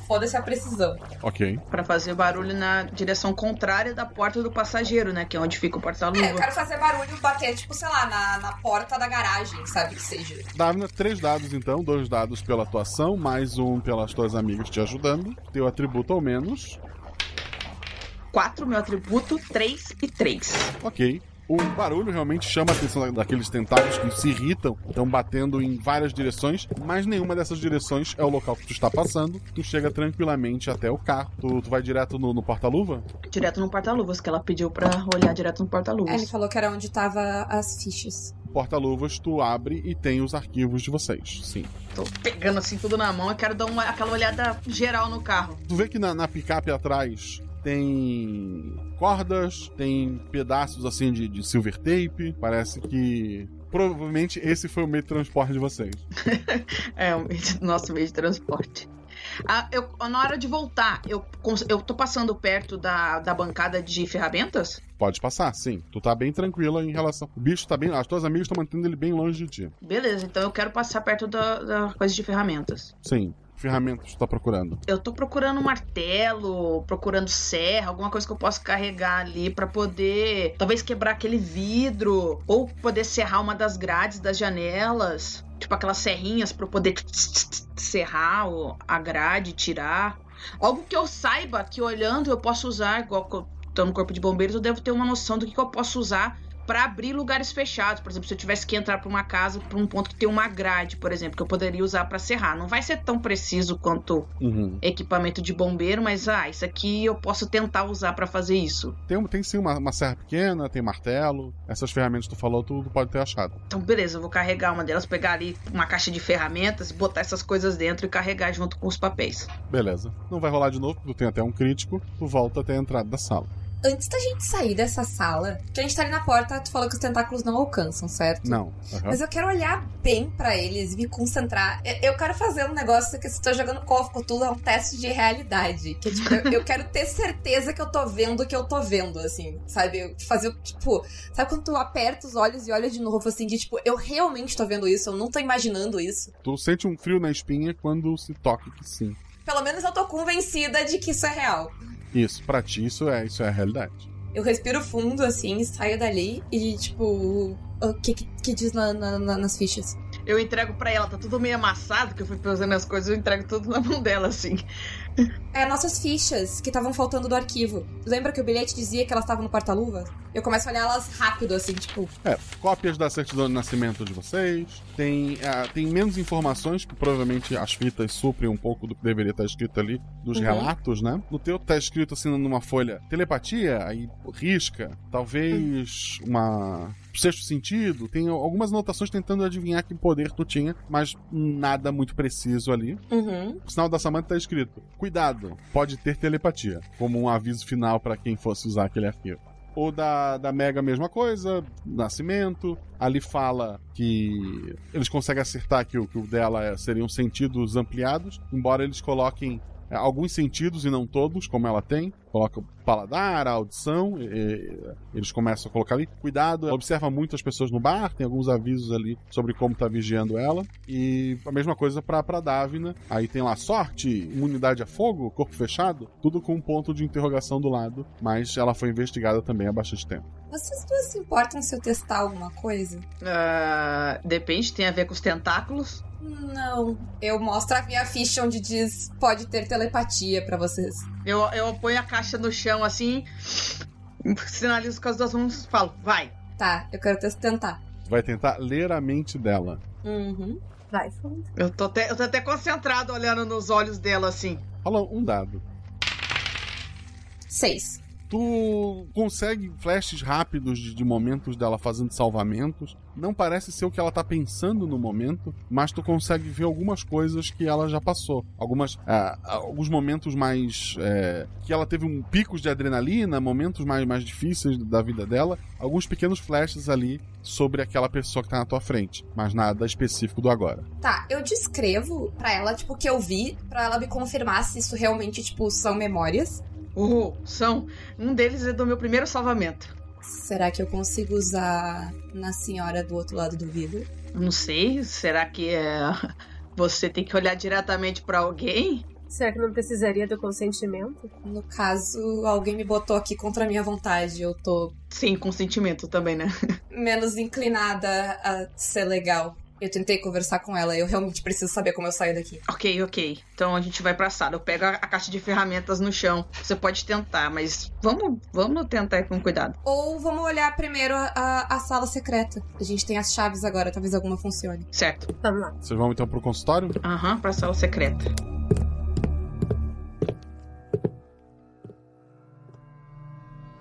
[SPEAKER 14] Foda-se a precisão.
[SPEAKER 1] Ok.
[SPEAKER 11] Pra fazer barulho na direção contrária da porta do passageiro, né? Que é onde fica o porta-luva.
[SPEAKER 14] É, eu quero fazer barulho, bater, tipo, sei lá, na, na porta da garagem, sabe? Que seja.
[SPEAKER 1] Davina, três dados então, dois dados pela atuação, mais um pelas tuas amigas te ajudando. Teu atributo ao menos.
[SPEAKER 11] Quatro, meu atributo, três e três.
[SPEAKER 1] Ok. O barulho realmente chama a atenção da- daqueles tentáculos que se irritam, estão batendo em várias direções, mas nenhuma dessas direções é o local que tu está passando. Tu chega tranquilamente até o carro. Tu, tu vai direto no, no porta-luva?
[SPEAKER 11] Direto no porta-luvas, que ela pediu pra olhar direto no
[SPEAKER 14] É, ele
[SPEAKER 11] porta-luvas.
[SPEAKER 14] falou que era onde tava as fichas.
[SPEAKER 1] Porta-luvas, tu abre e tem os arquivos de vocês. Sim.
[SPEAKER 11] Tô pegando assim tudo na mão, eu quero dar uma, aquela olhada geral no carro.
[SPEAKER 1] Tu vê que na, na picape atrás tem cordas, tem pedaços assim de, de silver tape. Parece que provavelmente esse foi o meio de transporte de vocês.
[SPEAKER 11] É, o meio de- nosso meio de transporte. Ah, eu, na hora de voltar, eu, cons- eu tô passando perto da, da bancada de ferramentas?
[SPEAKER 1] Pode passar, sim. Tu tá bem tranquila em relação. O bicho tá bem. As tuas amigas estão mantendo ele bem longe de ti.
[SPEAKER 11] Beleza, então eu quero passar perto da, da coisa de ferramentas.
[SPEAKER 1] Sim. Ferramentas tu tá procurando.
[SPEAKER 11] Eu tô procurando um martelo, procurando serra, alguma coisa que eu possa carregar ali pra poder talvez quebrar aquele vidro ou poder serrar uma das grades das janelas, tipo aquelas serrinhas pra eu poder serrar o- a grade, tirar. Algo que eu saiba que olhando eu posso usar, igual que eu tô no corpo de bombeiros, eu devo ter uma noção do que, que eu posso usar pra abrir lugares fechados. Por exemplo, se eu tivesse que entrar pra uma casa, pra um ponto que tem uma grade, por exemplo, que eu poderia usar pra serrar. Não vai ser tão preciso quanto
[SPEAKER 1] Uhum.
[SPEAKER 11] equipamento de bombeiro, mas ah, isso aqui eu posso tentar usar pra fazer isso.
[SPEAKER 1] Tem, um, tem sim uma, uma serra pequena, tem martelo. Essas ferramentas que tu falou, tu pode ter achado.
[SPEAKER 11] Então, beleza, eu vou carregar uma delas, pegar ali uma caixa de ferramentas, botar essas coisas dentro e carregar junto com os papéis.
[SPEAKER 1] Beleza. Não vai rolar de novo, tu tem até um crítico. Tu volta até a entrada da sala.
[SPEAKER 14] Antes da gente sair dessa sala, que a gente tá ali na porta, tu falou que os tentáculos não alcançam, certo?
[SPEAKER 1] Não. Aham.
[SPEAKER 14] Mas eu quero olhar bem pra eles, me concentrar. Eu- Eu quero fazer um negócio que se eu tô jogando Call of Cthulhu é um teste de realidade. Que, tipo, eu, eu quero ter certeza que eu tô vendo o que eu tô vendo, assim, sabe? Eu Fazer, tipo, sabe quando tu aperta os olhos e olha de novo, assim, de tipo, eu realmente tô vendo isso, eu não tô imaginando isso.
[SPEAKER 1] Tu sente um frio na espinha quando se toca que sim.
[SPEAKER 14] Pelo menos eu tô convencida de que isso é real.
[SPEAKER 1] Isso, pra ti, isso é, isso é a realidade.
[SPEAKER 14] Eu respiro fundo, assim, saio dali e, tipo, o que, que, que diz na- na- na- nas fichas?
[SPEAKER 11] Eu entrego pra ela, tá tudo meio amassado, que eu fui fazendo as coisas, eu entrego tudo na mão dela, assim.
[SPEAKER 14] É, nossas fichas que estavam faltando do arquivo. Lembra que o bilhete dizia que elas estavam no porta-luva? Eu começo a olhar elas rápido, assim, tipo.
[SPEAKER 1] É, cópias da certidão de nascimento de vocês. Tem, ah, tem menos informações, que provavelmente as fitas suprem um pouco do que deveria estar escrito ali, dos
[SPEAKER 7] Uhum.
[SPEAKER 1] relatos, né? No teu tá escrito assim numa folha telepatia, aí risca, talvez uma. Sexto sentido, tem algumas anotações tentando adivinhar que poder tu tinha, mas nada muito preciso ali.
[SPEAKER 14] Uhum.
[SPEAKER 1] O sinal da Samantha tá escrito: Cuidado, pode ter telepatia, como um aviso final para quem fosse usar aquele arquivo. Ou da, da Mega, a mesma coisa, Nascimento. Ali fala que eles conseguem acertar que o, que o dela é- seriam sentidos ampliados, embora eles coloquem alguns sentidos e não todos, como ela tem. Coloca o paladar, a audição, e, e, eles começam a colocar ali. Cuidado, ela observa muito as pessoas no bar, tem alguns avisos ali sobre como tá vigiando ela. E a mesma coisa pra, pra Davina. Aí tem lá sorte, imunidade a fogo, corpo fechado, tudo com um ponto de interrogação do lado. Mas ela foi investigada também há bastante tempo.
[SPEAKER 14] Vocês duas se importam se eu testar alguma coisa?
[SPEAKER 11] Ah, depende, tem a ver com os tentáculos.
[SPEAKER 14] Não. Eu mostro a minha ficha onde diz pode ter telepatia pra vocês.
[SPEAKER 11] Eu, eu ponho a caixa no chão assim, sinalizo com as duas mãos e falo, vai.
[SPEAKER 14] Tá, eu quero tes- tentar.
[SPEAKER 1] Vai tentar ler a mente dela.
[SPEAKER 14] Uhum. Vai, Fernanda.
[SPEAKER 11] Eu tô, até, eu tô até concentrado olhando nos olhos dela assim.
[SPEAKER 1] Rola um dado.
[SPEAKER 14] Seis.
[SPEAKER 1] Tu consegue flashes rápidos de, de momentos dela fazendo salvamentos. Não parece ser o que ela tá pensando no momento, mas tu consegue ver algumas coisas que ela já passou. Algumas, ah, alguns momentos mais. eh, que ela teve um picos de adrenalina, momentos mais, mais difíceis da vida dela. Alguns pequenos flashes ali sobre aquela pessoa que tá na tua frente, mas nada específico do agora.
[SPEAKER 14] Tá, eu descrevo pra ela, tipo, o que eu vi, pra ela me confirmar se isso realmente, tipo, são memórias.
[SPEAKER 11] Uhul, são. Um deles é do meu primeiro salvamento.
[SPEAKER 14] Será que eu consigo usar na senhora do outro lado do vidro?
[SPEAKER 11] Não sei, será que é. Você tem que olhar diretamente pra alguém?
[SPEAKER 17] Será que não precisaria do consentimento?
[SPEAKER 14] No caso, alguém me botou aqui contra a minha vontade. Eu tô
[SPEAKER 11] Sim, consentimento também, né?
[SPEAKER 14] menos inclinada a ser legal. Eu tentei conversar com ela, eu realmente preciso saber como eu saio daqui.
[SPEAKER 11] Ok, ok. Então a gente vai pra sala. Eu pego a, a caixa de ferramentas no chão. Você pode tentar, mas vamos, vamos tentar com cuidado.
[SPEAKER 14] Ou vamos olhar primeiro a, a- a sala secreta. A gente tem as chaves agora, talvez alguma funcione.
[SPEAKER 11] Certo.
[SPEAKER 14] Vamos lá.
[SPEAKER 1] Vocês vão então pro consultório?
[SPEAKER 11] Aham, pra sala secreta.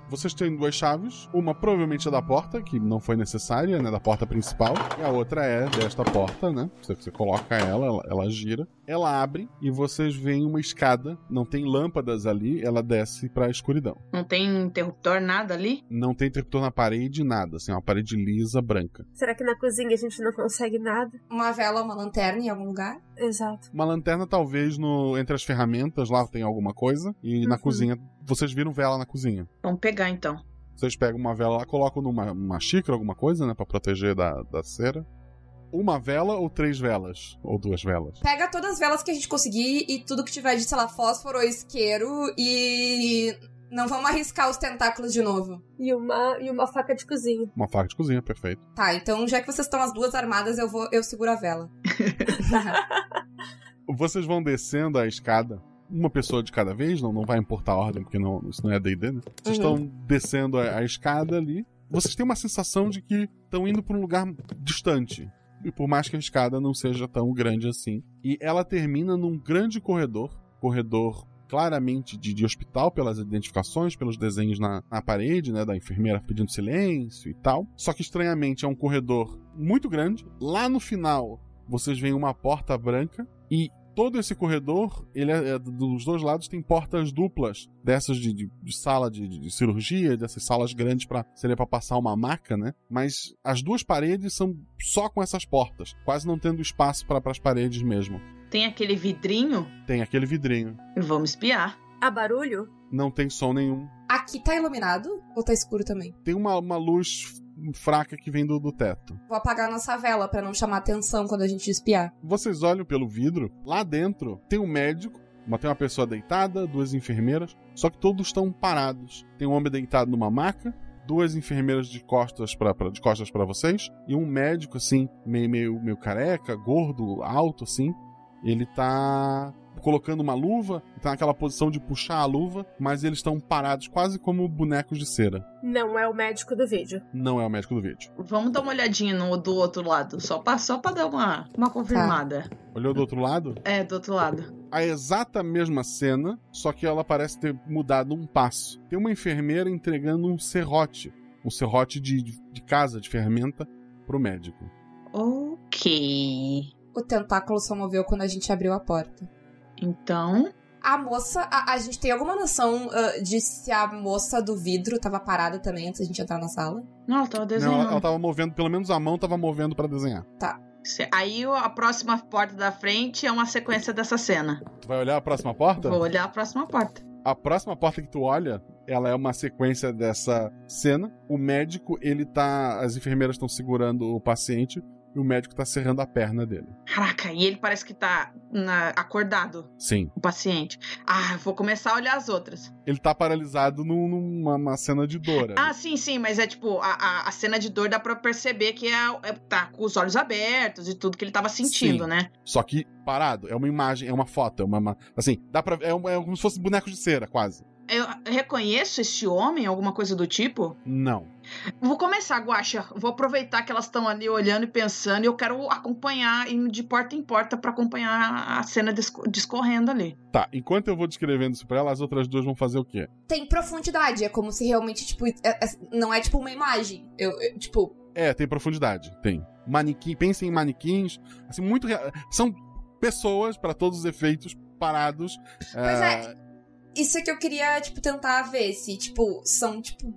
[SPEAKER 1] Vocês têm duas chaves. Uma provavelmente é da porta, que não foi necessária, né? Da porta principal. E a outra é desta porta, né? Você, você coloca ela, ela, ela gira. Ela abre e vocês veem uma escada. Não tem lâmpadas ali, ela desce pra escuridão.
[SPEAKER 11] Não tem interruptor, nada ali?
[SPEAKER 1] Não tem interruptor na parede, nada. Assim, é uma parede lisa, branca.
[SPEAKER 17] Será que na cozinha a gente não consegue nada?
[SPEAKER 14] Uma vela, uma lanterna em algum lugar?
[SPEAKER 17] Exato.
[SPEAKER 1] Uma lanterna, talvez, no entre as ferramentas, lá tem alguma coisa. E na cozinha, vocês viram vela na cozinha.
[SPEAKER 11] Vamos pegar então.
[SPEAKER 1] Vocês pegam uma vela lá, colocam numa uma xícara, alguma coisa, né? Pra proteger da, da cera. Uma vela ou três velas? Ou duas velas?
[SPEAKER 14] Pega todas as velas que a gente conseguir e tudo que tiver de, sei lá, fósforo ou isqueiro e. Não vamos arriscar os tentáculos de novo.
[SPEAKER 17] E uma, e uma faca de cozinha.
[SPEAKER 1] Uma faca de cozinha, perfeito.
[SPEAKER 14] Tá, então já que vocês estão as duas armadas, eu vou. Eu seguro a vela.
[SPEAKER 1] Vocês vão descendo a escada, uma pessoa de cada vez, não, não vai importar a ordem, porque não, isso não é DD, né? Vocês
[SPEAKER 5] Uhum.
[SPEAKER 1] estão descendo a, a escada ali. Vocês têm uma sensação de que estão indo para um lugar distante. E por mais que a escada não seja tão grande assim. E ela termina num grande corredor corredor claramente de, de hospital, pelas identificações, pelos desenhos na, na parede, né? Da enfermeira pedindo silêncio e tal. Só que estranhamente é um corredor muito grande. Lá no final, vocês veem uma porta branca e. Todo esse corredor, ele é, é- dos dois lados tem portas duplas, dessas de, de- de sala de, de- de cirurgia, dessas salas grandes para seria para passar uma maca, né? Mas as duas paredes são só com essas portas, quase não tendo espaço para as paredes mesmo.
[SPEAKER 11] Tem aquele vidrinho?
[SPEAKER 1] Tem aquele vidrinho.
[SPEAKER 11] Vamos espiar.
[SPEAKER 17] Há barulho?
[SPEAKER 1] Não tem som nenhum.
[SPEAKER 14] Aqui tá iluminado ou tá escuro também?
[SPEAKER 1] Tem uma, uma luz fraca que vem do, do teto.
[SPEAKER 14] Vou apagar a nossa vela pra não chamar atenção quando a gente espiar.
[SPEAKER 1] Vocês olham pelo vidro, lá dentro tem um médico, uma- tem uma pessoa deitada, duas enfermeiras, só que todos estão parados. Tem um homem deitado numa maca, duas enfermeiras de costas para de costas para vocês e um médico assim, meio, meio meio careca, gordo, alto assim. Ele tá colocando uma luva, tá naquela posição de puxar a luva, mas eles estão parados quase como bonecos de cera.
[SPEAKER 17] Não é o médico do vídeo.
[SPEAKER 1] Não é o médico do vídeo.
[SPEAKER 11] Vamos dar uma olhadinha no do outro lado, só pra, só pra dar uma, uma confirmada.
[SPEAKER 1] Olhou do outro lado?
[SPEAKER 11] É, do outro lado.
[SPEAKER 1] a exata mesma cena, só que ela parece ter mudado um passo. Tem uma enfermeira entregando um serrote, um serrote de, de casa, de ferramenta, pro médico.
[SPEAKER 11] Ok.
[SPEAKER 14] O tentáculo só moveu quando a gente abriu a porta.
[SPEAKER 11] Então.
[SPEAKER 14] A moça, a, a gente tem alguma noção ah, de se a moça do vidro tava parada também antes da gente entrar na sala?
[SPEAKER 11] Não, ela tá tava
[SPEAKER 1] Não, ela, ela tava movendo, pelo menos a mão tava movendo pra desenhar.
[SPEAKER 14] Tá.
[SPEAKER 11] Certo. Aí o- a próxima porta da frente é uma sequência dessa cena.
[SPEAKER 1] Tu vai olhar a próxima porta?
[SPEAKER 11] Vou olhar a próxima porta.
[SPEAKER 1] A próxima porta que tu olha, ela é uma sequência dessa cena. O médico, ele tá. As enfermeiras estão segurando o paciente e o médico tá serrando a perna dele.
[SPEAKER 11] Caraca, e ele parece que tá na- acordado,
[SPEAKER 1] Sim.
[SPEAKER 11] o paciente. Ah, vou começar a olhar as outras.
[SPEAKER 1] Ele tá paralisado num- numa, numa cena de dor. ali.
[SPEAKER 11] Ah, sim, sim, mas é tipo, a, a- a cena de dor dá pra perceber que é, é- tá com os olhos abertos e tudo que ele tava sentindo,
[SPEAKER 1] Sim.
[SPEAKER 11] né?
[SPEAKER 1] Só que parado, é uma imagem, é uma foto, é uma. uma- assim, dá pra. É, um- é como se fosse boneco de cera, quase.
[SPEAKER 11] Eu reconheço este homem, alguma coisa do tipo?
[SPEAKER 1] Não.
[SPEAKER 11] Vou começar, Guaxa. Vou aproveitar que elas estão ali olhando e pensando e eu quero acompanhar, indo de porta em porta pra acompanhar a cena disco- discorrendo ali.
[SPEAKER 1] Tá, enquanto eu vou descrevendo isso pra ela, as outras duas vão fazer o quê?
[SPEAKER 14] Tem profundidade, é como se realmente, tipo, é- é- não é tipo uma imagem. Eu, eu- tipo,
[SPEAKER 1] É, tem profundidade, tem. Manequim, pensem em manequins, assim, muito rea- são pessoas pra todos os efeitos parados.
[SPEAKER 14] Pois
[SPEAKER 1] é.
[SPEAKER 14] isso é que eu queria, tipo, tentar ver se, tipo, são, tipo,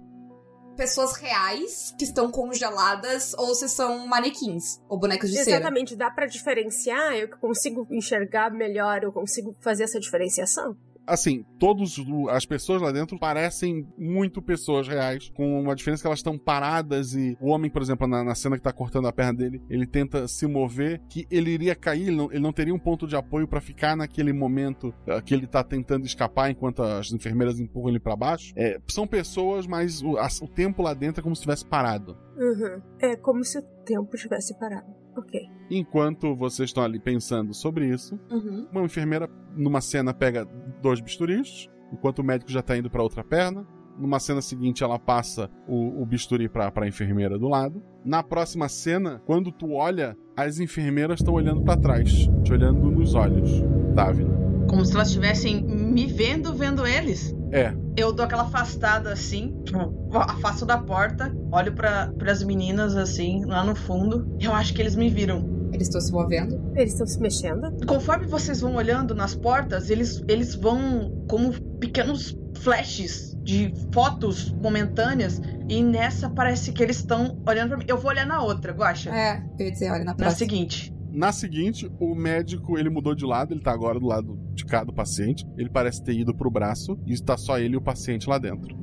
[SPEAKER 14] pessoas reais que estão congeladas ou se são manequins ou bonecos de cera.
[SPEAKER 17] Exatamente, dá pra diferenciar? Eu consigo enxergar melhor, eu consigo fazer essa diferenciação?
[SPEAKER 1] Assim, todos o- as pessoas lá dentro parecem muito pessoas reais, com uma diferença que elas estão paradas e o homem, por exemplo, na, na cena que tá cortando a perna dele, ele tenta se mover, que ele iria cair, ele não, ele não teria um ponto de apoio pra ficar naquele momento ah, que ele tá tentando escapar enquanto as enfermeiras empurram ele pra baixo. É, são pessoas, mas o, as- o tempo lá dentro é como se tivesse parado.
[SPEAKER 17] Uhum. É como se o tempo tivesse parado. Ok.
[SPEAKER 1] Enquanto vocês estão ali pensando sobre isso,
[SPEAKER 14] Uhum.
[SPEAKER 1] uma enfermeira, numa cena, pega dois bisturis, enquanto o médico já tá indo pra outra perna. Numa cena seguinte, ela passa o, o bisturi pra, pra enfermeira do lado. Na próxima cena, quando tu olha, as enfermeiras estão olhando pra trás, te olhando nos olhos, Davina.
[SPEAKER 11] Como se elas estivessem me vendo, vendo eles.
[SPEAKER 1] É,
[SPEAKER 11] Eu dou aquela afastada assim, tipo, afasto da porta, olho pra as meninas assim, lá no fundo. Eu acho que eles me viram.
[SPEAKER 14] Eles estão se movendo?
[SPEAKER 17] Eles estão se mexendo?
[SPEAKER 11] Conforme vocês vão olhando nas portas, eles, eles vão como pequenos flashes de fotos momentâneas. E nessa parece que eles estão olhando pra mim. Eu vou olhar na outra, Guaxa.
[SPEAKER 14] É, eu ia dizer, olha na
[SPEAKER 11] Na
[SPEAKER 14] próxima.
[SPEAKER 11] seguinte.
[SPEAKER 1] Na seguinte, o médico ele mudou de lado, ele tá agora do lado de cá do paciente. Ele parece ter ido pro braço e está só ele e o paciente lá dentro.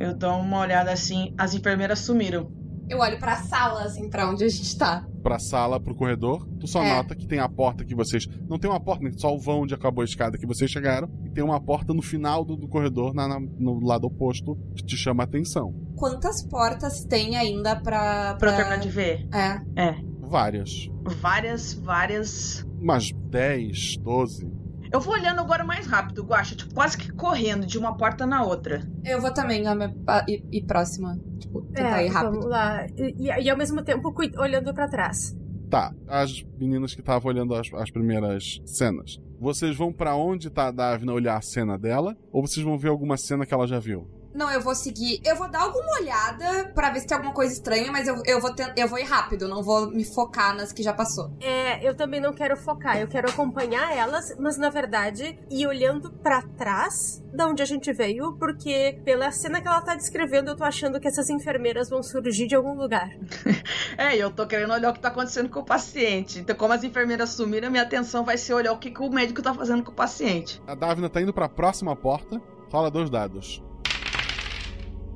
[SPEAKER 11] Eu dou uma olhada assim, as enfermeiras sumiram.
[SPEAKER 14] Eu olho pra sala, assim, pra onde a gente tá.
[SPEAKER 1] Pra sala, pro corredor, tu só
[SPEAKER 14] É.
[SPEAKER 1] nota que tem a porta que vocês. Não tem uma porta, né? Só o vão onde acabou a escada que vocês chegaram. E tem uma porta no final do, do corredor, na- na- no lado oposto, que te chama a atenção.
[SPEAKER 14] Quantas portas tem ainda pra.
[SPEAKER 11] Pra eu terminar de ver.
[SPEAKER 14] É.
[SPEAKER 11] É.
[SPEAKER 1] Várias.
[SPEAKER 11] Várias, várias.
[SPEAKER 1] Umas 10, 12.
[SPEAKER 11] Eu vou olhando agora mais rápido, Guaxa, tipo, quase que correndo de uma porta na outra.
[SPEAKER 14] Eu vou também a minha- a- ir, ir próxima. Tipo, tentar
[SPEAKER 17] é,
[SPEAKER 14] ir rápido.
[SPEAKER 17] vamos lá. E, e- e ao mesmo tempo cui- olhando pra trás.
[SPEAKER 1] Tá, as meninas que estavam olhando as, as primeiras cenas. Vocês vão pra onde tá a Davina olhar a cena dela? Ou vocês vão ver alguma cena que ela já viu?
[SPEAKER 14] Não, eu vou seguir. Eu vou dar alguma olhada pra ver se tem alguma coisa estranha, mas eu, eu, vou, ten- eu vou ir rápido, não vou me focar nas que já passou.
[SPEAKER 17] É, eu também não quero focar, eu quero acompanhar elas, mas na verdade ir olhando pra trás da onde a gente veio, porque pela cena que ela tá descrevendo, eu tô achando que essas enfermeiras vão surgir de algum lugar.
[SPEAKER 11] É, e eu tô querendo olhar o que tá acontecendo com o paciente. Então, como as enfermeiras sumiram, minha atenção vai ser olhar o que, que o médico tá fazendo com o paciente.
[SPEAKER 1] A Davina tá indo pra próxima porta. Rola dois dados.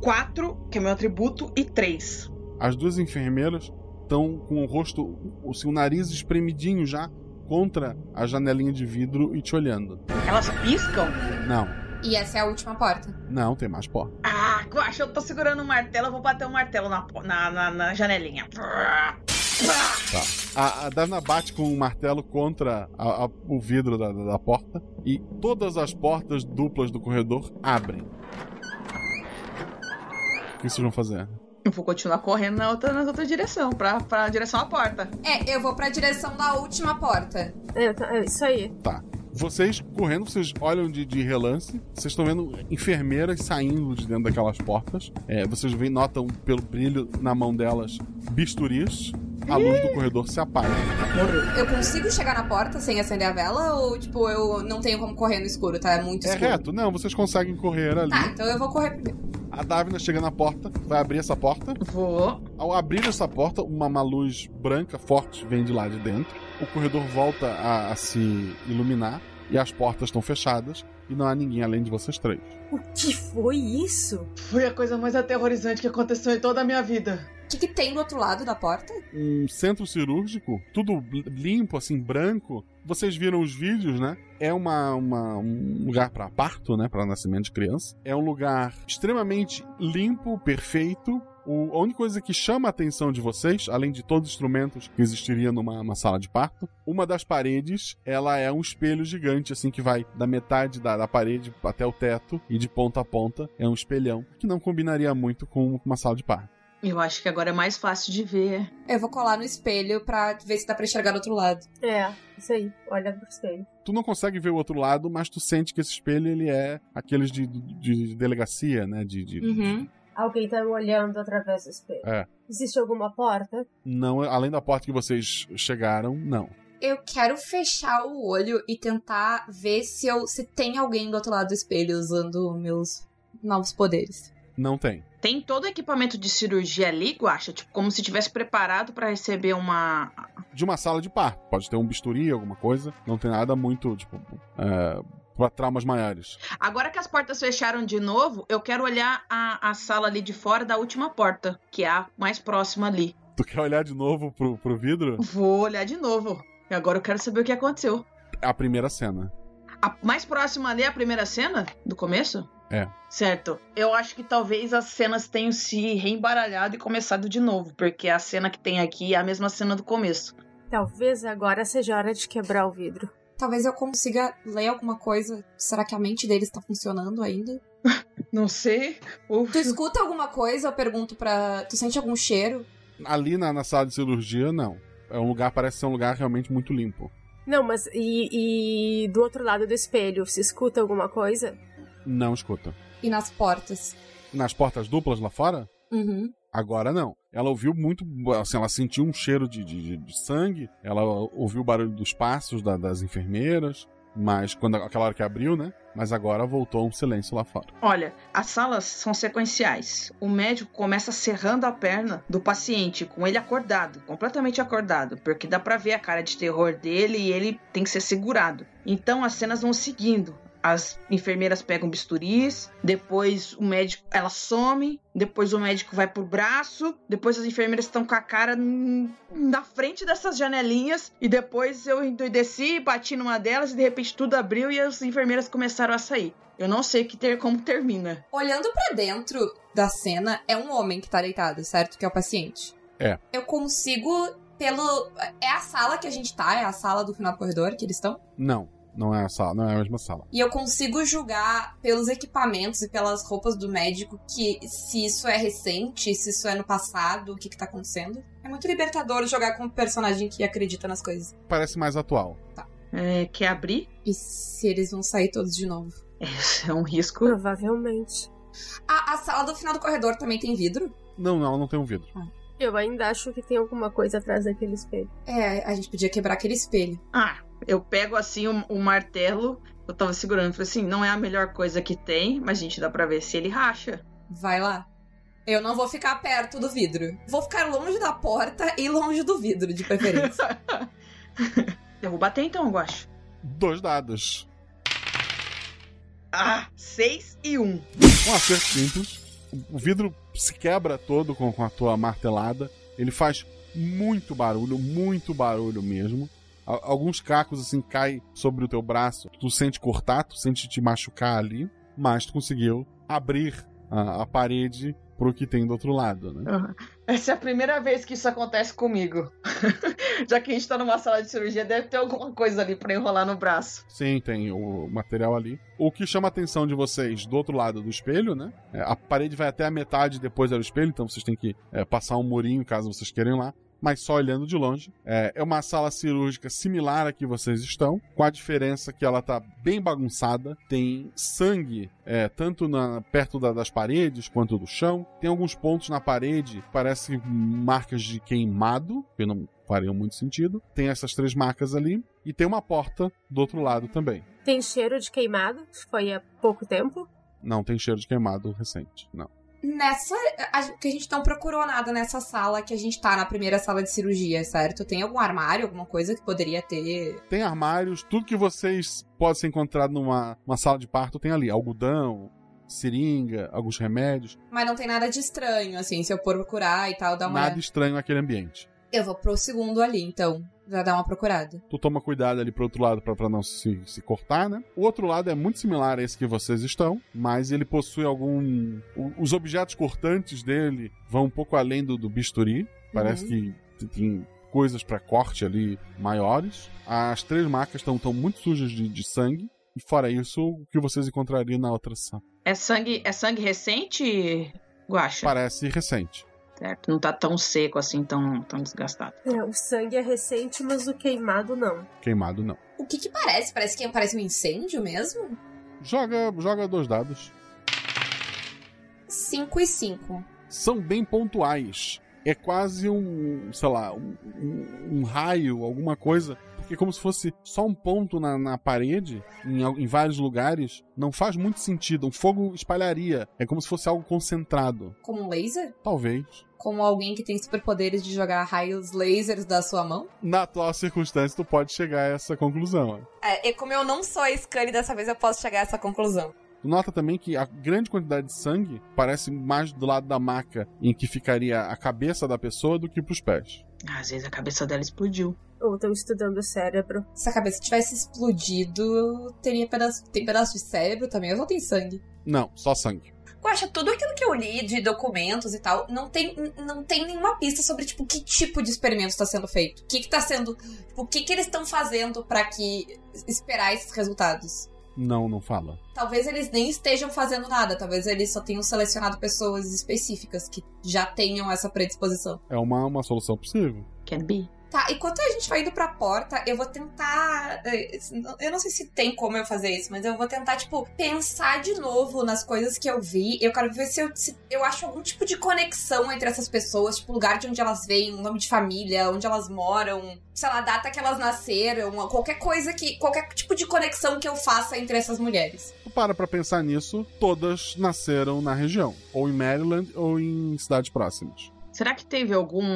[SPEAKER 11] Quatro, que é meu atributo, e três.
[SPEAKER 1] As duas enfermeiras estão com o rosto, o seu nariz espremidinho já contra a janelinha de vidro e te olhando.
[SPEAKER 11] Elas piscam?
[SPEAKER 1] Não,
[SPEAKER 14] E essa é a última porta.
[SPEAKER 1] não, tem mais porta.
[SPEAKER 11] Ah, Guaxa, eu tô segurando um martelo, eu vou bater um martelo na, po- na, na, na janelinha.
[SPEAKER 1] Tá. A, a Davina bate com o martelo contra a- a- o vidro da, da- da porta e todas as portas duplas do corredor abrem. O que vocês vão fazer?
[SPEAKER 11] Eu vou continuar correndo na outra, na outra direção, pra, pra direção à porta.
[SPEAKER 14] É, eu vou pra direção da última porta.
[SPEAKER 17] É, isso aí.
[SPEAKER 1] Tá. Vocês correndo, vocês olham de, de relance, vocês estão vendo enfermeiras saindo de dentro daquelas portas. É, vocês veem, notam pelo brilho na mão delas bisturis. A luz do corredor se apaga. É
[SPEAKER 14] Eu consigo chegar na porta sem acender a vela ou, tipo, eu não tenho como correr no escuro, tá? É muito
[SPEAKER 1] É
[SPEAKER 14] escuro.
[SPEAKER 1] reto? Não, vocês conseguem correr ali.
[SPEAKER 14] Tá, então eu vou correr primeiro.
[SPEAKER 1] A Davina chega na porta, vai abrir essa porta.
[SPEAKER 11] Vou.
[SPEAKER 1] Ao abrir essa porta, uma, uma luz branca forte vem de lá de dentro. O corredor volta a, a se iluminar e as portas estão fechadas e não há ninguém além de vocês três.
[SPEAKER 17] O que foi isso?
[SPEAKER 11] Foi a coisa mais aterrorizante que aconteceu em toda a minha vida.
[SPEAKER 14] O que, que tem do outro lado da porta?
[SPEAKER 1] Um centro cirúrgico, tudo limpo, assim, branco. Vocês viram os vídeos, né? É uma, uma um lugar para parto, né? Para nascimento de criança. É um lugar extremamente limpo, perfeito. O, a única coisa que chama a atenção de vocês, além de todos os instrumentos que existiria numa uma sala de parto, uma das paredes, ela é um espelho gigante, assim, que vai da metade da, da parede até o teto e de ponta a ponta é um espelhão, que não combinaria muito com uma sala de parto.
[SPEAKER 11] Eu acho que agora é mais fácil de ver.
[SPEAKER 14] Eu vou colar no espelho pra ver se dá pra enxergar do outro lado.
[SPEAKER 17] É, isso aí. Olha pro espelho.
[SPEAKER 1] Tu não consegue ver o outro lado, mas tu sente que esse espelho, ele é aqueles de, de, de delegacia, né? De, de,
[SPEAKER 17] uhum. Alguém tá olhando através do espelho.
[SPEAKER 1] É.
[SPEAKER 17] Existe alguma porta?
[SPEAKER 1] Não, além da porta que vocês chegaram, não.
[SPEAKER 14] Eu quero fechar o olho e tentar ver se eu se tem alguém do outro lado do espelho usando meus novos poderes.
[SPEAKER 1] Não tem.
[SPEAKER 11] Tem todo o equipamento de cirurgia ali, Guaxa? Tipo, como se tivesse preparado para receber uma.
[SPEAKER 1] De uma sala de parto. Pode ter um bisturi, alguma coisa. Não tem nada muito, tipo. É, para traumas maiores.
[SPEAKER 11] Agora que as portas fecharam de novo, eu quero olhar a, a sala ali de fora da última porta, que é a mais próxima ali.
[SPEAKER 1] Tu quer olhar de novo pro, pro vidro?
[SPEAKER 11] Vou olhar de novo. E agora eu quero saber o que aconteceu.
[SPEAKER 1] É A primeira cena.
[SPEAKER 11] A mais próxima ali é a primeira cena? Do começo?
[SPEAKER 1] É.
[SPEAKER 11] Certo. Eu acho que talvez as cenas tenham se reembaralhado e começado de novo, porque a cena que tem aqui é a mesma cena do começo.
[SPEAKER 17] Talvez agora seja hora de quebrar o vidro.
[SPEAKER 14] Talvez eu consiga ler alguma coisa. Será que a mente deles está funcionando ainda?
[SPEAKER 11] Não sei. Uf.
[SPEAKER 14] Tu escuta alguma coisa? Eu pergunto pra. Tu sente algum cheiro?
[SPEAKER 1] Ali na, na sala de cirurgia, não. É um lugar, parece ser um lugar realmente muito limpo.
[SPEAKER 17] Não, mas e, e do outro lado do espelho, se escuta alguma coisa?
[SPEAKER 1] Não escuta.
[SPEAKER 14] E nas portas?
[SPEAKER 1] Nas portas duplas lá fora?
[SPEAKER 14] Uhum.
[SPEAKER 1] Agora não. Ela ouviu muito. Assim, ela sentiu um cheiro de, de, de sangue, ela ouviu o barulho dos passos da, das enfermeiras, mas quando aquela hora que abriu, né? Mas agora voltou um silêncio lá fora.
[SPEAKER 11] Olha, as salas são sequenciais. O médico começa serrando a perna do paciente, com ele acordado, completamente acordado, porque dá para ver a cara de terror dele e ele tem que ser segurado. Então as cenas vão seguindo. As enfermeiras pegam bisturis, depois o médico, ela some, depois o médico vai pro braço, depois as enfermeiras estão com a cara na frente dessas janelinhas, e depois eu desci, bati numa delas, e de repente tudo abriu e as enfermeiras começaram a sair. Eu não sei que ter como termina.
[SPEAKER 14] Olhando para dentro da cena, é um homem que tá deitado, certo? Que é o paciente.
[SPEAKER 1] É.
[SPEAKER 14] Eu consigo pelo. É a sala que a gente tá? É a sala do final do corredor que eles estão?
[SPEAKER 1] Não. Não é a sala, não é a mesma sala.
[SPEAKER 14] E eu consigo julgar pelos equipamentos e pelas roupas do médico que se isso é recente, se isso é no passado, o que, que tá acontecendo. É muito libertador jogar com um personagem que acredita nas coisas.
[SPEAKER 1] Parece mais atual.
[SPEAKER 14] Tá.
[SPEAKER 11] É, quer abrir?
[SPEAKER 14] E se eles vão sair todos de novo?
[SPEAKER 11] Esse é um risco.
[SPEAKER 17] Provavelmente.
[SPEAKER 14] A, a sala do final do corredor também tem vidro?
[SPEAKER 1] Não, não, não tem um vidro.
[SPEAKER 14] Ah.
[SPEAKER 17] Eu ainda acho que tem alguma coisa atrás daquele espelho.
[SPEAKER 14] É, a gente podia quebrar aquele espelho.
[SPEAKER 11] Ah, eu pego assim o, um, um martelo, eu tava segurando, falei assim, não é a melhor coisa que tem, mas a gente dá pra ver se ele racha.
[SPEAKER 14] Vai lá. Eu não vou ficar perto do vidro. Vou ficar longe da porta e longe do vidro, de preferência.
[SPEAKER 11] eu vou bater então, eu acho.
[SPEAKER 1] Dois dados.
[SPEAKER 11] Ah, seis e um.
[SPEAKER 1] Um acerto simples. O vidro se quebra todo com, com a tua martelada. Ele faz muito barulho, muito barulho mesmo. Alguns cacos assim caem sobre o teu braço. Tu sente cortar, tu sente te machucar ali, mas tu conseguiu abrir a, a parede pro que tem do outro lado, né?
[SPEAKER 11] Uhum. Essa é a primeira vez que isso acontece comigo. Já que a gente tá numa sala de cirurgia, deve ter alguma coisa ali para enrolar no braço.
[SPEAKER 1] Sim, tem o material ali. O que chama a atenção de vocês do outro lado do espelho, né? É, a parede vai até a metade depois do espelho, então vocês têm que é, passar um murinho caso vocês queiram lá mas só olhando de longe. É, uma sala cirúrgica similar à que vocês estão, com a diferença que ela está bem bagunçada, tem sangue é, tanto na, perto da, das paredes quanto do chão. Tem alguns pontos na parede, parecem marcas de queimado, que não fariam muito sentido. Tem essas três marcas ali, e tem uma porta do outro lado também.
[SPEAKER 17] Tem cheiro de queimado? Foi há pouco tempo?
[SPEAKER 1] Não tem cheiro de queimado recente, não.
[SPEAKER 14] nessa. a- que a gente não procurou nada nessa sala que a gente tá na primeira sala de cirurgia, certo? Tem algum armário, alguma coisa que poderia ter.
[SPEAKER 1] Tem armários, tudo que vocês podem ser encontrado numa uma sala de parto tem ali. Algodão, seringa, alguns remédios.
[SPEAKER 14] Mas não tem nada de estranho, assim, se eu procurar e tal, dá uma.
[SPEAKER 1] Nada estranho naquele ambiente.
[SPEAKER 14] Eu vou pro segundo ali, então. Já dá uma procurada.
[SPEAKER 1] Tu toma cuidado ali pro outro lado pra pra não se, se cortar, né? O outro lado é muito similar a esse que vocês estão, mas ele possui algum. o- os objetos cortantes dele vão um pouco além do, do bisturi. Parece
[SPEAKER 18] Uhum.
[SPEAKER 1] que t- tem coisas pra corte ali maiores. As três marcas estão tão muito sujas de, de sangue. E fora isso, o que vocês encontrariam na outra sala?
[SPEAKER 11] É sangue, é sangue recente, Guaxa?
[SPEAKER 1] Parece recente.
[SPEAKER 11] Certo, não tá tão seco assim, tão, tão desgastado.
[SPEAKER 17] É, o sangue é recente, mas o queimado não.
[SPEAKER 1] Queimado não.
[SPEAKER 14] O que que parece? Parece que parece um incêndio mesmo?
[SPEAKER 1] Joga, joga dois dados.
[SPEAKER 14] 5 e 5.
[SPEAKER 1] são bem pontuais. É quase um, sei lá, um, um- um raio, alguma coisa. Porque é como se fosse só um ponto na, na parede, em, al- em vários lugares, não faz muito sentido. Um fogo espalharia. É como se fosse algo concentrado.
[SPEAKER 14] Como um laser?
[SPEAKER 1] Talvez.
[SPEAKER 14] Como alguém que tem superpoderes de jogar raios lasers da sua mão?
[SPEAKER 1] Na atual circunstância, tu pode chegar a essa conclusão. né?
[SPEAKER 14] É, e como eu não sou a Scully dessa vez, eu posso chegar a essa conclusão.
[SPEAKER 1] Tu Nota também que a grande quantidade de sangue parece mais do lado da maca em que ficaria a cabeça da pessoa do que pros pés.
[SPEAKER 11] Às vezes a cabeça dela explodiu.
[SPEAKER 17] Ou estão estudando o cérebro.
[SPEAKER 14] Se a cabeça tivesse explodido, teria pedaço, tem pedaço de cérebro também, ou só tem sangue.
[SPEAKER 1] Não, só sangue.
[SPEAKER 14] Guaxa, tudo aquilo que eu li de documentos e tal, não tem, não tem nenhuma pista sobre, tipo, que tipo de experimento está sendo feito. O que que tá sendo... O que que eles estão fazendo para que... Esperar esses resultados.
[SPEAKER 1] Não, não fala.
[SPEAKER 14] Talvez eles nem estejam fazendo nada, talvez eles só tenham selecionado pessoas específicas que já tenham essa predisposição.
[SPEAKER 1] É uma, uma solução possível.
[SPEAKER 11] Can be.
[SPEAKER 14] Tá, enquanto a gente vai indo pra porta, eu vou tentar. eh, Eu não sei se tem como eu fazer isso, mas eu vou tentar, tipo, pensar de novo nas coisas que eu vi. Eu quero ver se eu, se eu acho algum tipo de conexão entre essas pessoas, tipo, lugar de onde elas vêm, nome de família, onde elas moram, sei lá, data que elas nasceram, qualquer coisa que. qualquer tipo de conexão que eu faça entre essas mulheres.
[SPEAKER 1] Tu para pra pensar nisso, todas nasceram na região, ou em Maryland ou em cidades próximas.
[SPEAKER 11] Será que teve algum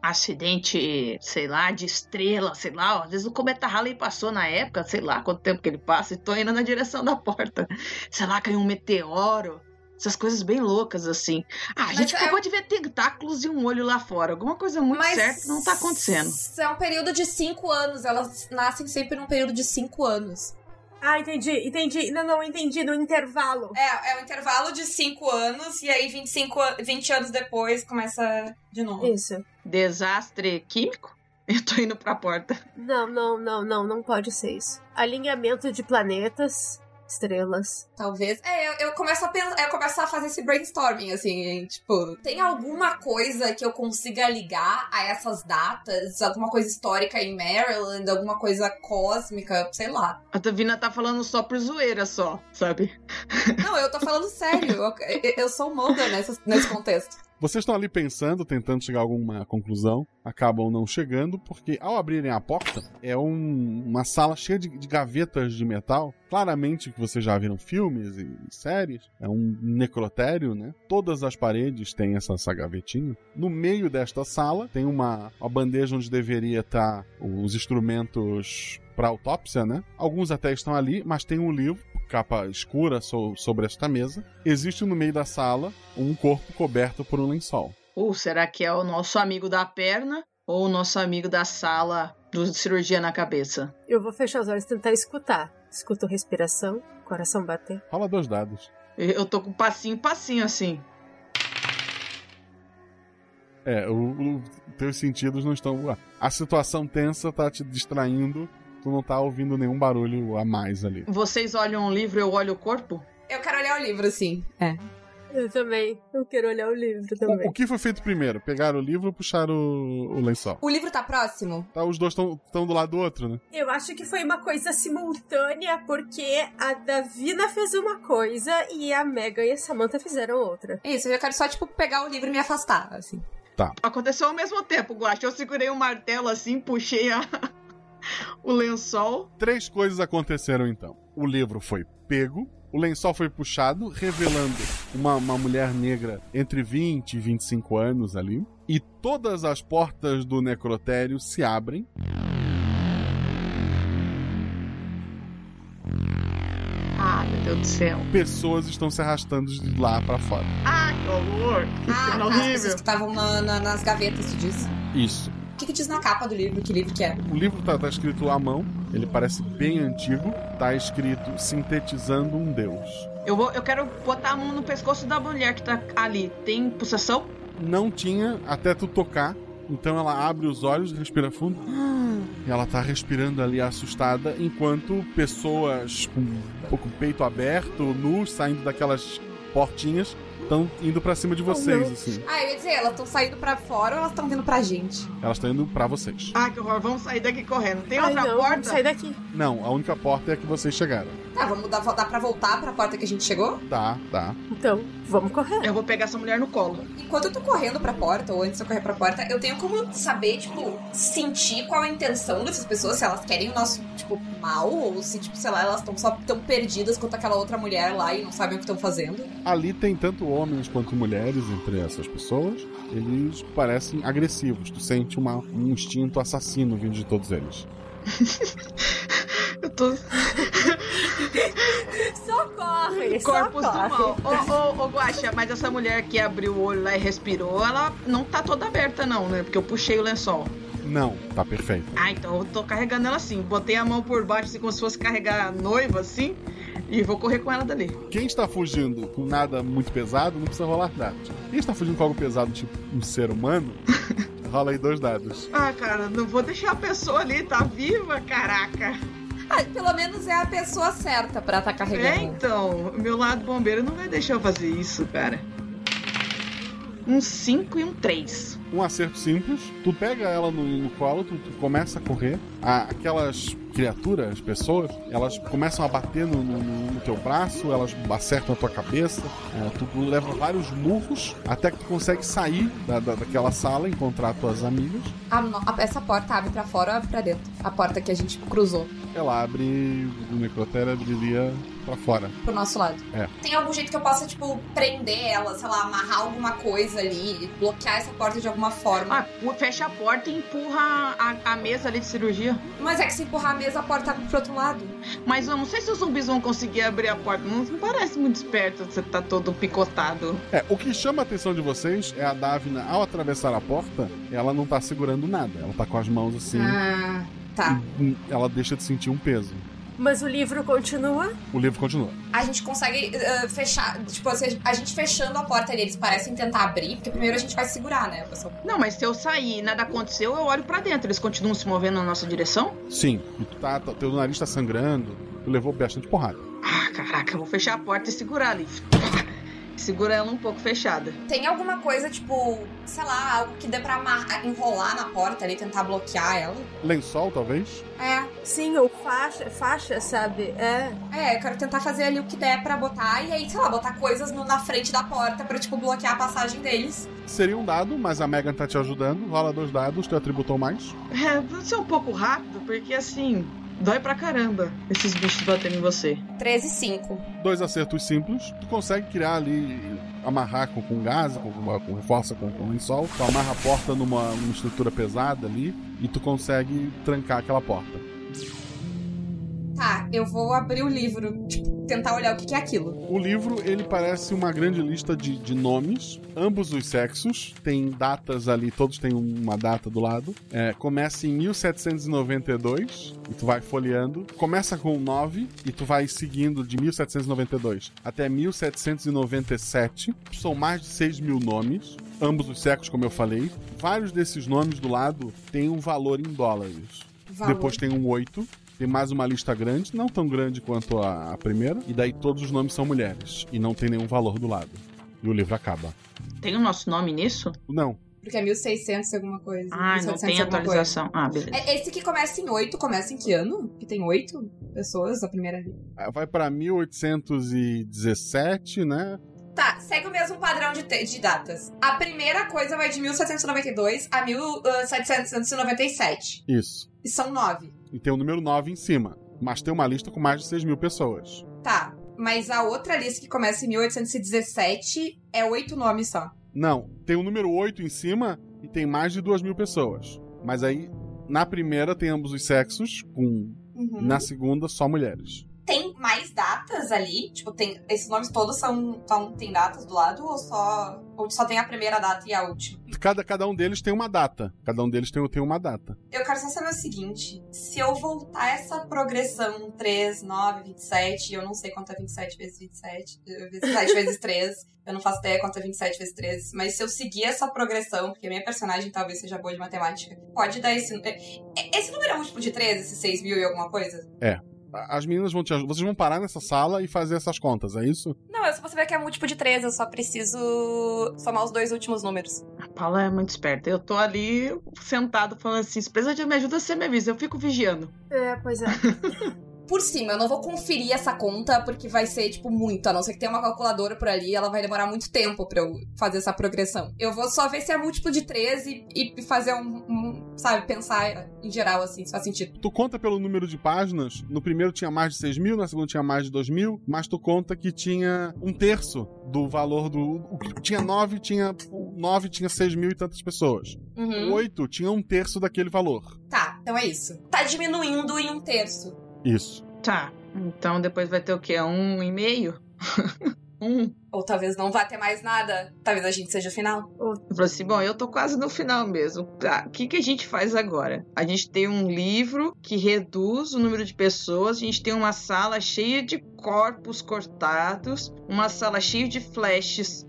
[SPEAKER 11] acidente, sei lá, de estrela, sei lá? ó, Às vezes o cometa Halley passou na época, sei lá quanto tempo que ele passa, e tô indo na direção da porta. Sei lá, caiu um meteoro. Essas coisas bem loucas, assim. Ah, a gente acabou de ver tentáculos e um olho lá fora. Alguma coisa muito certa não tá acontecendo.
[SPEAKER 14] Isso é um período de cinco anos, elas nascem sempre num período de cinco anos.
[SPEAKER 17] Ah, entendi, entendi. Não, não, entendi. No intervalo.
[SPEAKER 14] É, é um intervalo de 5 anos e aí 25, an- 20 anos depois começa de novo.
[SPEAKER 17] Isso.
[SPEAKER 11] Desastre químico? Eu tô indo pra porta.
[SPEAKER 17] Não, não, não, não, não pode ser isso. Alinhamento de planetas, estrelas.
[SPEAKER 14] Talvez. É, eu, eu começo a pensar, eu começo a fazer esse brainstorming, assim, em, tipo, tem alguma coisa que eu consiga ligar a essas datas? Alguma coisa histórica em Maryland, alguma coisa cósmica, sei lá.
[SPEAKER 11] A Davina tá falando só por zoeira, só, sabe?
[SPEAKER 14] Não, eu tô falando sério, eu, eu- eu sou molda nessa, nesse contexto.
[SPEAKER 1] Vocês estão ali pensando, tentando chegar a alguma conclusão, acabam não chegando, porque ao abrirem a porta, é um- uma sala cheia de, de gavetas de metal. Claramente que vocês já viram filmes e séries, é um necrotério, né? Todas as paredes têm essa, essa gavetinha. No meio desta sala tem uma, uma bandeja onde deveria estar os instrumentos para autópsia, né? Alguns até estão ali, mas tem um livro, capa escura so- sobre esta mesa. Existe no meio da sala um corpo coberto por um lençol.
[SPEAKER 11] Ou será que é o nosso amigo da perna ou o nosso amigo da sala do cirurgia na cabeça?
[SPEAKER 17] Eu vou fechar os olhos e tentar escutar. Escuto respiração, coração bater.
[SPEAKER 1] Rola dois dados.
[SPEAKER 11] Eu eu tô com um passinho, passinho assim.
[SPEAKER 1] É, o, o- teus sentidos não estão. ah, A situação tensa tá te distraindo, tu não tá ouvindo nenhum barulho a mais ali.
[SPEAKER 11] Vocês olham o livro, eu olho o corpo?
[SPEAKER 14] Eu quero olhar o livro, sim. É.
[SPEAKER 17] Eu também. Eu quero olhar o livro também.
[SPEAKER 1] O que foi feito primeiro? Pegaram o livro ou puxaram o, o lençol?
[SPEAKER 14] O livro tá próximo?
[SPEAKER 1] Tá, os dois estão do lado do outro, né?
[SPEAKER 17] Eu acho que foi uma coisa simultânea, porque a Davina fez uma coisa e a Megan e a Samantha fizeram outra.
[SPEAKER 14] Isso, eu quero só, tipo, pegar o livro e me afastar, assim.
[SPEAKER 1] Tá.
[SPEAKER 11] Aconteceu ao mesmo tempo, Guacha. Eu segurei o martelo assim, puxei a... o lençol.
[SPEAKER 1] Três coisas aconteceram então. O livro foi pego, O lençol foi puxado, revelando uma, uma mulher negra entre 20 e 25 anos ali. E todas as portas do necrotério se abrem.
[SPEAKER 11] Ah, meu Deus do céu.
[SPEAKER 1] Pessoas estão se arrastando de lá pra fora.
[SPEAKER 11] Ah, que horror! Que cena
[SPEAKER 14] Ah, as pessoas
[SPEAKER 11] horrível!
[SPEAKER 14] que estavam na- na- nas gavetas, tu diz?
[SPEAKER 1] Isso.
[SPEAKER 14] O que, que diz na capa do livro? Que livro que é?
[SPEAKER 1] O livro tá, tá escrito à mão, ele parece bem antigo. Tá escrito sintetizando um deus.
[SPEAKER 11] Eu, vou, eu quero botar a mão no pescoço da mulher que tá ali. Tem pulsação?
[SPEAKER 1] Não tinha até tu tocar, então ela abre os olhos, respira fundo. E ela tá respirando ali assustada, enquanto pessoas com, com o peito aberto, nus, saindo daquelas portinhas, estão indo pra cima de vocês, assim.
[SPEAKER 14] Ah, eu ia dizer, elas estão saindo pra fora ou elas estão vindo pra gente?
[SPEAKER 1] Elas estão indo pra vocês.
[SPEAKER 11] Ah, que horror. Vamos sair daqui correndo. Tem
[SPEAKER 14] Ai,
[SPEAKER 11] outra
[SPEAKER 14] não,
[SPEAKER 11] porta?
[SPEAKER 14] vamos sair daqui.
[SPEAKER 1] Não, a única porta é a que vocês chegaram.
[SPEAKER 14] Tá, vamos dar, dá pra voltar pra porta que a gente chegou?
[SPEAKER 1] Tá, tá.
[SPEAKER 15] Então, vamos correr.
[SPEAKER 11] Eu vou pegar essa mulher no colo.
[SPEAKER 14] Enquanto eu tô correndo pra porta, ou antes de eu correr pra porta, eu tenho como saber, tipo, sentir qual a intenção dessas pessoas, se elas querem o nosso, tipo, mal, ou se, tipo, sei lá, elas estão só tão perdidas quanto aquela outra mulher lá e não sabem o que estão fazendo.
[SPEAKER 1] Ali tem tanto homens quanto mulheres entre essas pessoas. Eles parecem agressivos. Tu sente uma- um instinto assassino vindo de todos eles.
[SPEAKER 11] Eu tô.
[SPEAKER 15] Socorre!
[SPEAKER 11] Corpos
[SPEAKER 15] socorre.
[SPEAKER 11] do mal. Ô, ô, ô, Guaxa, mas essa mulher que abriu o olho lá e respirou, ela não tá toda aberta, não, né? Porque eu puxei o lençol.
[SPEAKER 1] Não, tá perfeito.
[SPEAKER 11] Ah, então eu tô carregando ela assim. Botei a mão por baixo, assim, como se fosse carregar a noiva, assim. E vou correr com ela dali.
[SPEAKER 1] Quem está fugindo com nada muito pesado não precisa rolar dados. Quem está fugindo com algo pesado, tipo um ser humano, rola aí dois dados.
[SPEAKER 11] Ah, cara, não vou deixar a pessoa ali, tá viva, caraca.
[SPEAKER 14] Ah, pelo menos é a pessoa certa pra tá
[SPEAKER 11] É,
[SPEAKER 14] carregando.
[SPEAKER 11] então, meu lado bombeiro não vai deixar eu fazer isso, cara. Um 5 e um 3.
[SPEAKER 1] Um acerto simples, tu pega ela no, no colo, tu, tu começa a correr. A- aquelas criaturas, as pessoas, elas começam a bater no, no- no- no teu braço, elas acertam a tua cabeça, é, tu, tu leva vários murros até que tu consegue sair da, da- daquela sala, encontrar tuas amigas.
[SPEAKER 14] A no- a- essa porta abre pra fora ou abre pra dentro? A porta que a gente cruzou
[SPEAKER 1] Ela abre o necrotério abriria pra fora.
[SPEAKER 14] pro nosso lado.
[SPEAKER 1] É.
[SPEAKER 14] Tem algum jeito que eu possa, tipo, prender ela, sei lá, amarrar alguma coisa ali, bloquear essa porta de alguma forma?
[SPEAKER 11] Ah, pu- fecha a porta e empurra a, a mesa ali de cirurgia.
[SPEAKER 14] Mas é que se empurrar a mesa, a porta abre pro outro lado.
[SPEAKER 11] Mas eu não sei se os zumbis vão conseguir abrir a porta. Não não parece muito esperto você tá todo picotado.
[SPEAKER 1] É, o que chama a atenção de vocês é a Davina, ao atravessar a porta, ela não tá segurando nada. Ela tá com as mãos assim.
[SPEAKER 14] Ah, tá.
[SPEAKER 1] e Ela deixa de sentir um peso.
[SPEAKER 15] Mas o livro continua?
[SPEAKER 1] O livro continua.
[SPEAKER 14] A gente consegue eh, fechar, tipo, assim, a gente fechando a porta ali, eles parecem tentar abrir, porque primeiro a gente vai segurar, né, pessoal?
[SPEAKER 11] Não, mas se eu sair e nada aconteceu, eu olho pra dentro. Eles continuam se movendo na nossa direção?
[SPEAKER 1] Sim, e tu tá, tá- teu nariz tá sangrando, tu levou bastante porrada.
[SPEAKER 11] Ah, caraca, eu vou fechar a porta e segurar ali. Segura ela um pouco fechada.
[SPEAKER 14] Tem alguma coisa, tipo, sei lá, algo que dê pra amar- enrolar na porta ali, tentar bloquear ela?
[SPEAKER 1] Lençol, talvez?
[SPEAKER 14] É.
[SPEAKER 15] Sim, ou faixa, faixa, sabe? É.
[SPEAKER 14] É, eu quero tentar fazer ali o que der pra botar, e aí, sei lá, botar coisas no- na frente da porta pra, tipo, bloquear a passagem deles.
[SPEAKER 1] Seria um dado, mas a Megan tá te ajudando. Rola dois dados, teu atributo ou mais.
[SPEAKER 11] É, precisa ser um pouco rápido, porque assim, dói pra caramba esses bichos batendo em você.
[SPEAKER 14] 13 e 5.
[SPEAKER 1] Dois acertos simples. Tu consegue criar ali, amarrar com, com gás, com, com, com força, com, com lençol. Tu amarra a porta numa, numa estrutura pesada ali e tu consegue trancar aquela porta.
[SPEAKER 14] Tá, eu vou abrir o livro, tipo, tentar olhar o que, que é aquilo.
[SPEAKER 1] O livro, ele parece uma grande lista de, de nomes, ambos os sexos, tem datas ali, todos têm uma data do lado. É, começa em 1792, e tu vai folheando. Começa com 9, e tu vai seguindo de 1792 até 1797. São mais de 6 mil nomes, ambos os sexos, como eu falei. Vários desses nomes do lado têm um valor em dólares.
[SPEAKER 18] Valor.
[SPEAKER 1] Depois tem um 8. Tem mais uma lista grande, não tão grande quanto a, a primeira. E daí todos os nomes são mulheres. E não tem nenhum valor do lado. E o livro acaba.
[SPEAKER 11] Tem o nosso nome nisso?
[SPEAKER 1] Não.
[SPEAKER 14] Porque é 1600 e alguma coisa.
[SPEAKER 11] Ah, não
[SPEAKER 14] 1700
[SPEAKER 11] tem
[SPEAKER 14] e alguma
[SPEAKER 11] atualização. Ah, beleza.
[SPEAKER 14] É esse que começa em 8, começa em que ano? Que tem 8 pessoas a primeira vez.
[SPEAKER 1] Ah, Vai pra 1817, né?
[SPEAKER 14] Tá, segue o mesmo padrão de, te- de datas. A primeira coisa vai de 1792 a ah, 1797.
[SPEAKER 1] Isso.
[SPEAKER 14] E são 9.
[SPEAKER 1] E tem o número 9 em cima. Mas tem uma lista com mais de 6 mil pessoas.
[SPEAKER 14] Tá. mas a outra lista que começa em 1817 é oito nomes só.
[SPEAKER 1] Não, tem o número 8 em cima e tem mais de duas mil pessoas. Mas aí, na primeira tem ambos os sexos, com.
[SPEAKER 14] Uhum.
[SPEAKER 1] Na segunda, só mulheres.
[SPEAKER 14] Tem mais datas ali? Tipo, tem. Esses nomes todos são. são tem datas do lado ou só. Ou só tem a primeira data e a última?
[SPEAKER 1] Cada, cada um deles tem uma data. Cada um deles tem, tem uma data.
[SPEAKER 14] Eu quero só saber o seguinte: se eu voltar essa progressão 3, 9, 27, eu não sei quanto é 27 vezes 27, eh, 27 vezes 3, eu não faço ideia quanto é 27 vezes 3, mas se eu seguir essa progressão, porque minha personagem talvez seja boa de matemática, pode dar esse. eh, eh, Esse número é múltiplo de 3, esse 6 mil e alguma coisa?
[SPEAKER 1] É. A- As meninas vão te ajudar. Vocês vão parar nessa sala e fazer essas contas, é isso?
[SPEAKER 14] Não, eu só posso ver que é múltiplo de 3, eu só preciso somar os dois últimos números.
[SPEAKER 11] A Paula é muito esperta. Eu tô ali sentado falando assim: se precisar de me ajuda, você me avisa. Eu fico vigiando.
[SPEAKER 17] É, pois é.
[SPEAKER 14] Por cima, eu não vou conferir essa conta porque vai ser, tipo, muito. A não ser que tenha uma calculadora por ali, ela vai demorar muito tempo pra eu fazer essa progressão. Eu vou só ver se é múltiplo de 13 e, e fazer um, um, Sabe, pensar em geral, assim, se faz sentido.
[SPEAKER 1] Tu conta pelo número de páginas. No primeiro tinha mais de 6 mil, na segunda tinha mais de 2 mil, mas tu conta que tinha um terço do valor do. o que Tinha 9, tinha. 9 tinha 6 mil e tantas pessoas.
[SPEAKER 14] Uhum.
[SPEAKER 1] 8 tinha um terço daquele valor.
[SPEAKER 14] Tá, então é isso. Tá diminuindo em um terço.
[SPEAKER 1] Isso.
[SPEAKER 11] Tá. Então depois vai ter o quê? Um e meio? um.
[SPEAKER 14] Ou talvez não vá ter mais nada. Talvez a gente seja o final.
[SPEAKER 11] Eu falei assim, bom, eu tô quase no final mesmo. Tá, o que, que a gente faz agora? A gente tem um livro que reduz o número de pessoas, a gente tem uma sala cheia de corpos cortados, uma sala cheia de flashes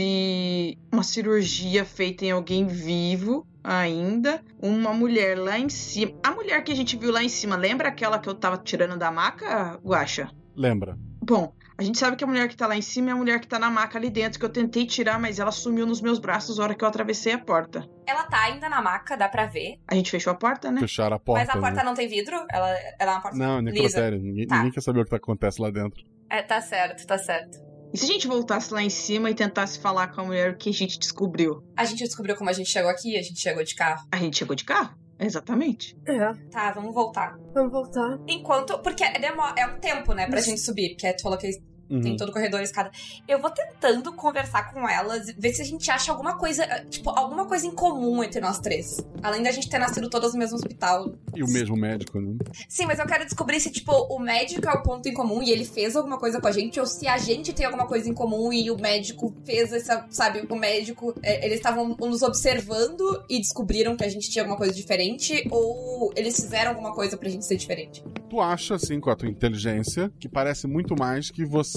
[SPEAKER 11] de uma cirurgia feita em alguém vivo ainda, uma mulher lá em cima. A mulher que a gente viu lá em cima, lembra aquela que eu tava tirando da maca, Guaxa?
[SPEAKER 1] Lembra?
[SPEAKER 11] Bom, a gente sabe que a mulher que tá lá em cima é a mulher que tá na maca ali dentro, que eu tentei tirar, mas ela sumiu nos meus braços na hora que eu atravessei a porta.
[SPEAKER 14] Ela tá ainda na maca, dá pra ver.
[SPEAKER 11] A gente fechou a porta, né?
[SPEAKER 1] Fecharam a porta.
[SPEAKER 14] mas a porta não tem vidro? Ela, ela é uma porta
[SPEAKER 1] Não, necrotério. Ninguém,
[SPEAKER 14] Tá.
[SPEAKER 1] ninguém quer saber o que tá- acontece lá dentro.
[SPEAKER 14] É, tá certo, tá certo.
[SPEAKER 11] E se a gente voltasse lá em cima e tentasse falar com a mulher o que a gente descobriu?
[SPEAKER 14] A gente descobriu como a gente chegou aqui, a gente chegou de carro.
[SPEAKER 11] A gente chegou de carro? Exatamente.
[SPEAKER 17] É.
[SPEAKER 14] Tá, vamos voltar.
[SPEAKER 17] Vamos voltar.
[SPEAKER 14] Enquanto. Porque é, demo- é um tempo, né, pra
[SPEAKER 17] Mas-
[SPEAKER 14] gente subir, porque tu falou que
[SPEAKER 17] Uhum.
[SPEAKER 14] tem todo o corredor e escada. Eu vou tentando conversar com elas, ver se a gente acha alguma coisa, eh, tipo, alguma coisa em comum entre nós três. Além da gente ter nascido todas no mesmo hospital.
[SPEAKER 1] E o mesmo médico, né?
[SPEAKER 14] Sim, mas eu quero descobrir se, tipo, o médico é o ponto em comum e ele fez alguma coisa com a gente, ou se a gente tem alguma coisa em comum e o médico fez essa, sabe, o médico, é, eles estavam nos observando e descobriram que a gente tinha alguma coisa diferente, ou eles fizeram alguma coisa pra gente ser diferente.
[SPEAKER 1] Tu acha, assim, com a tua inteligência, que parece muito mais que vocês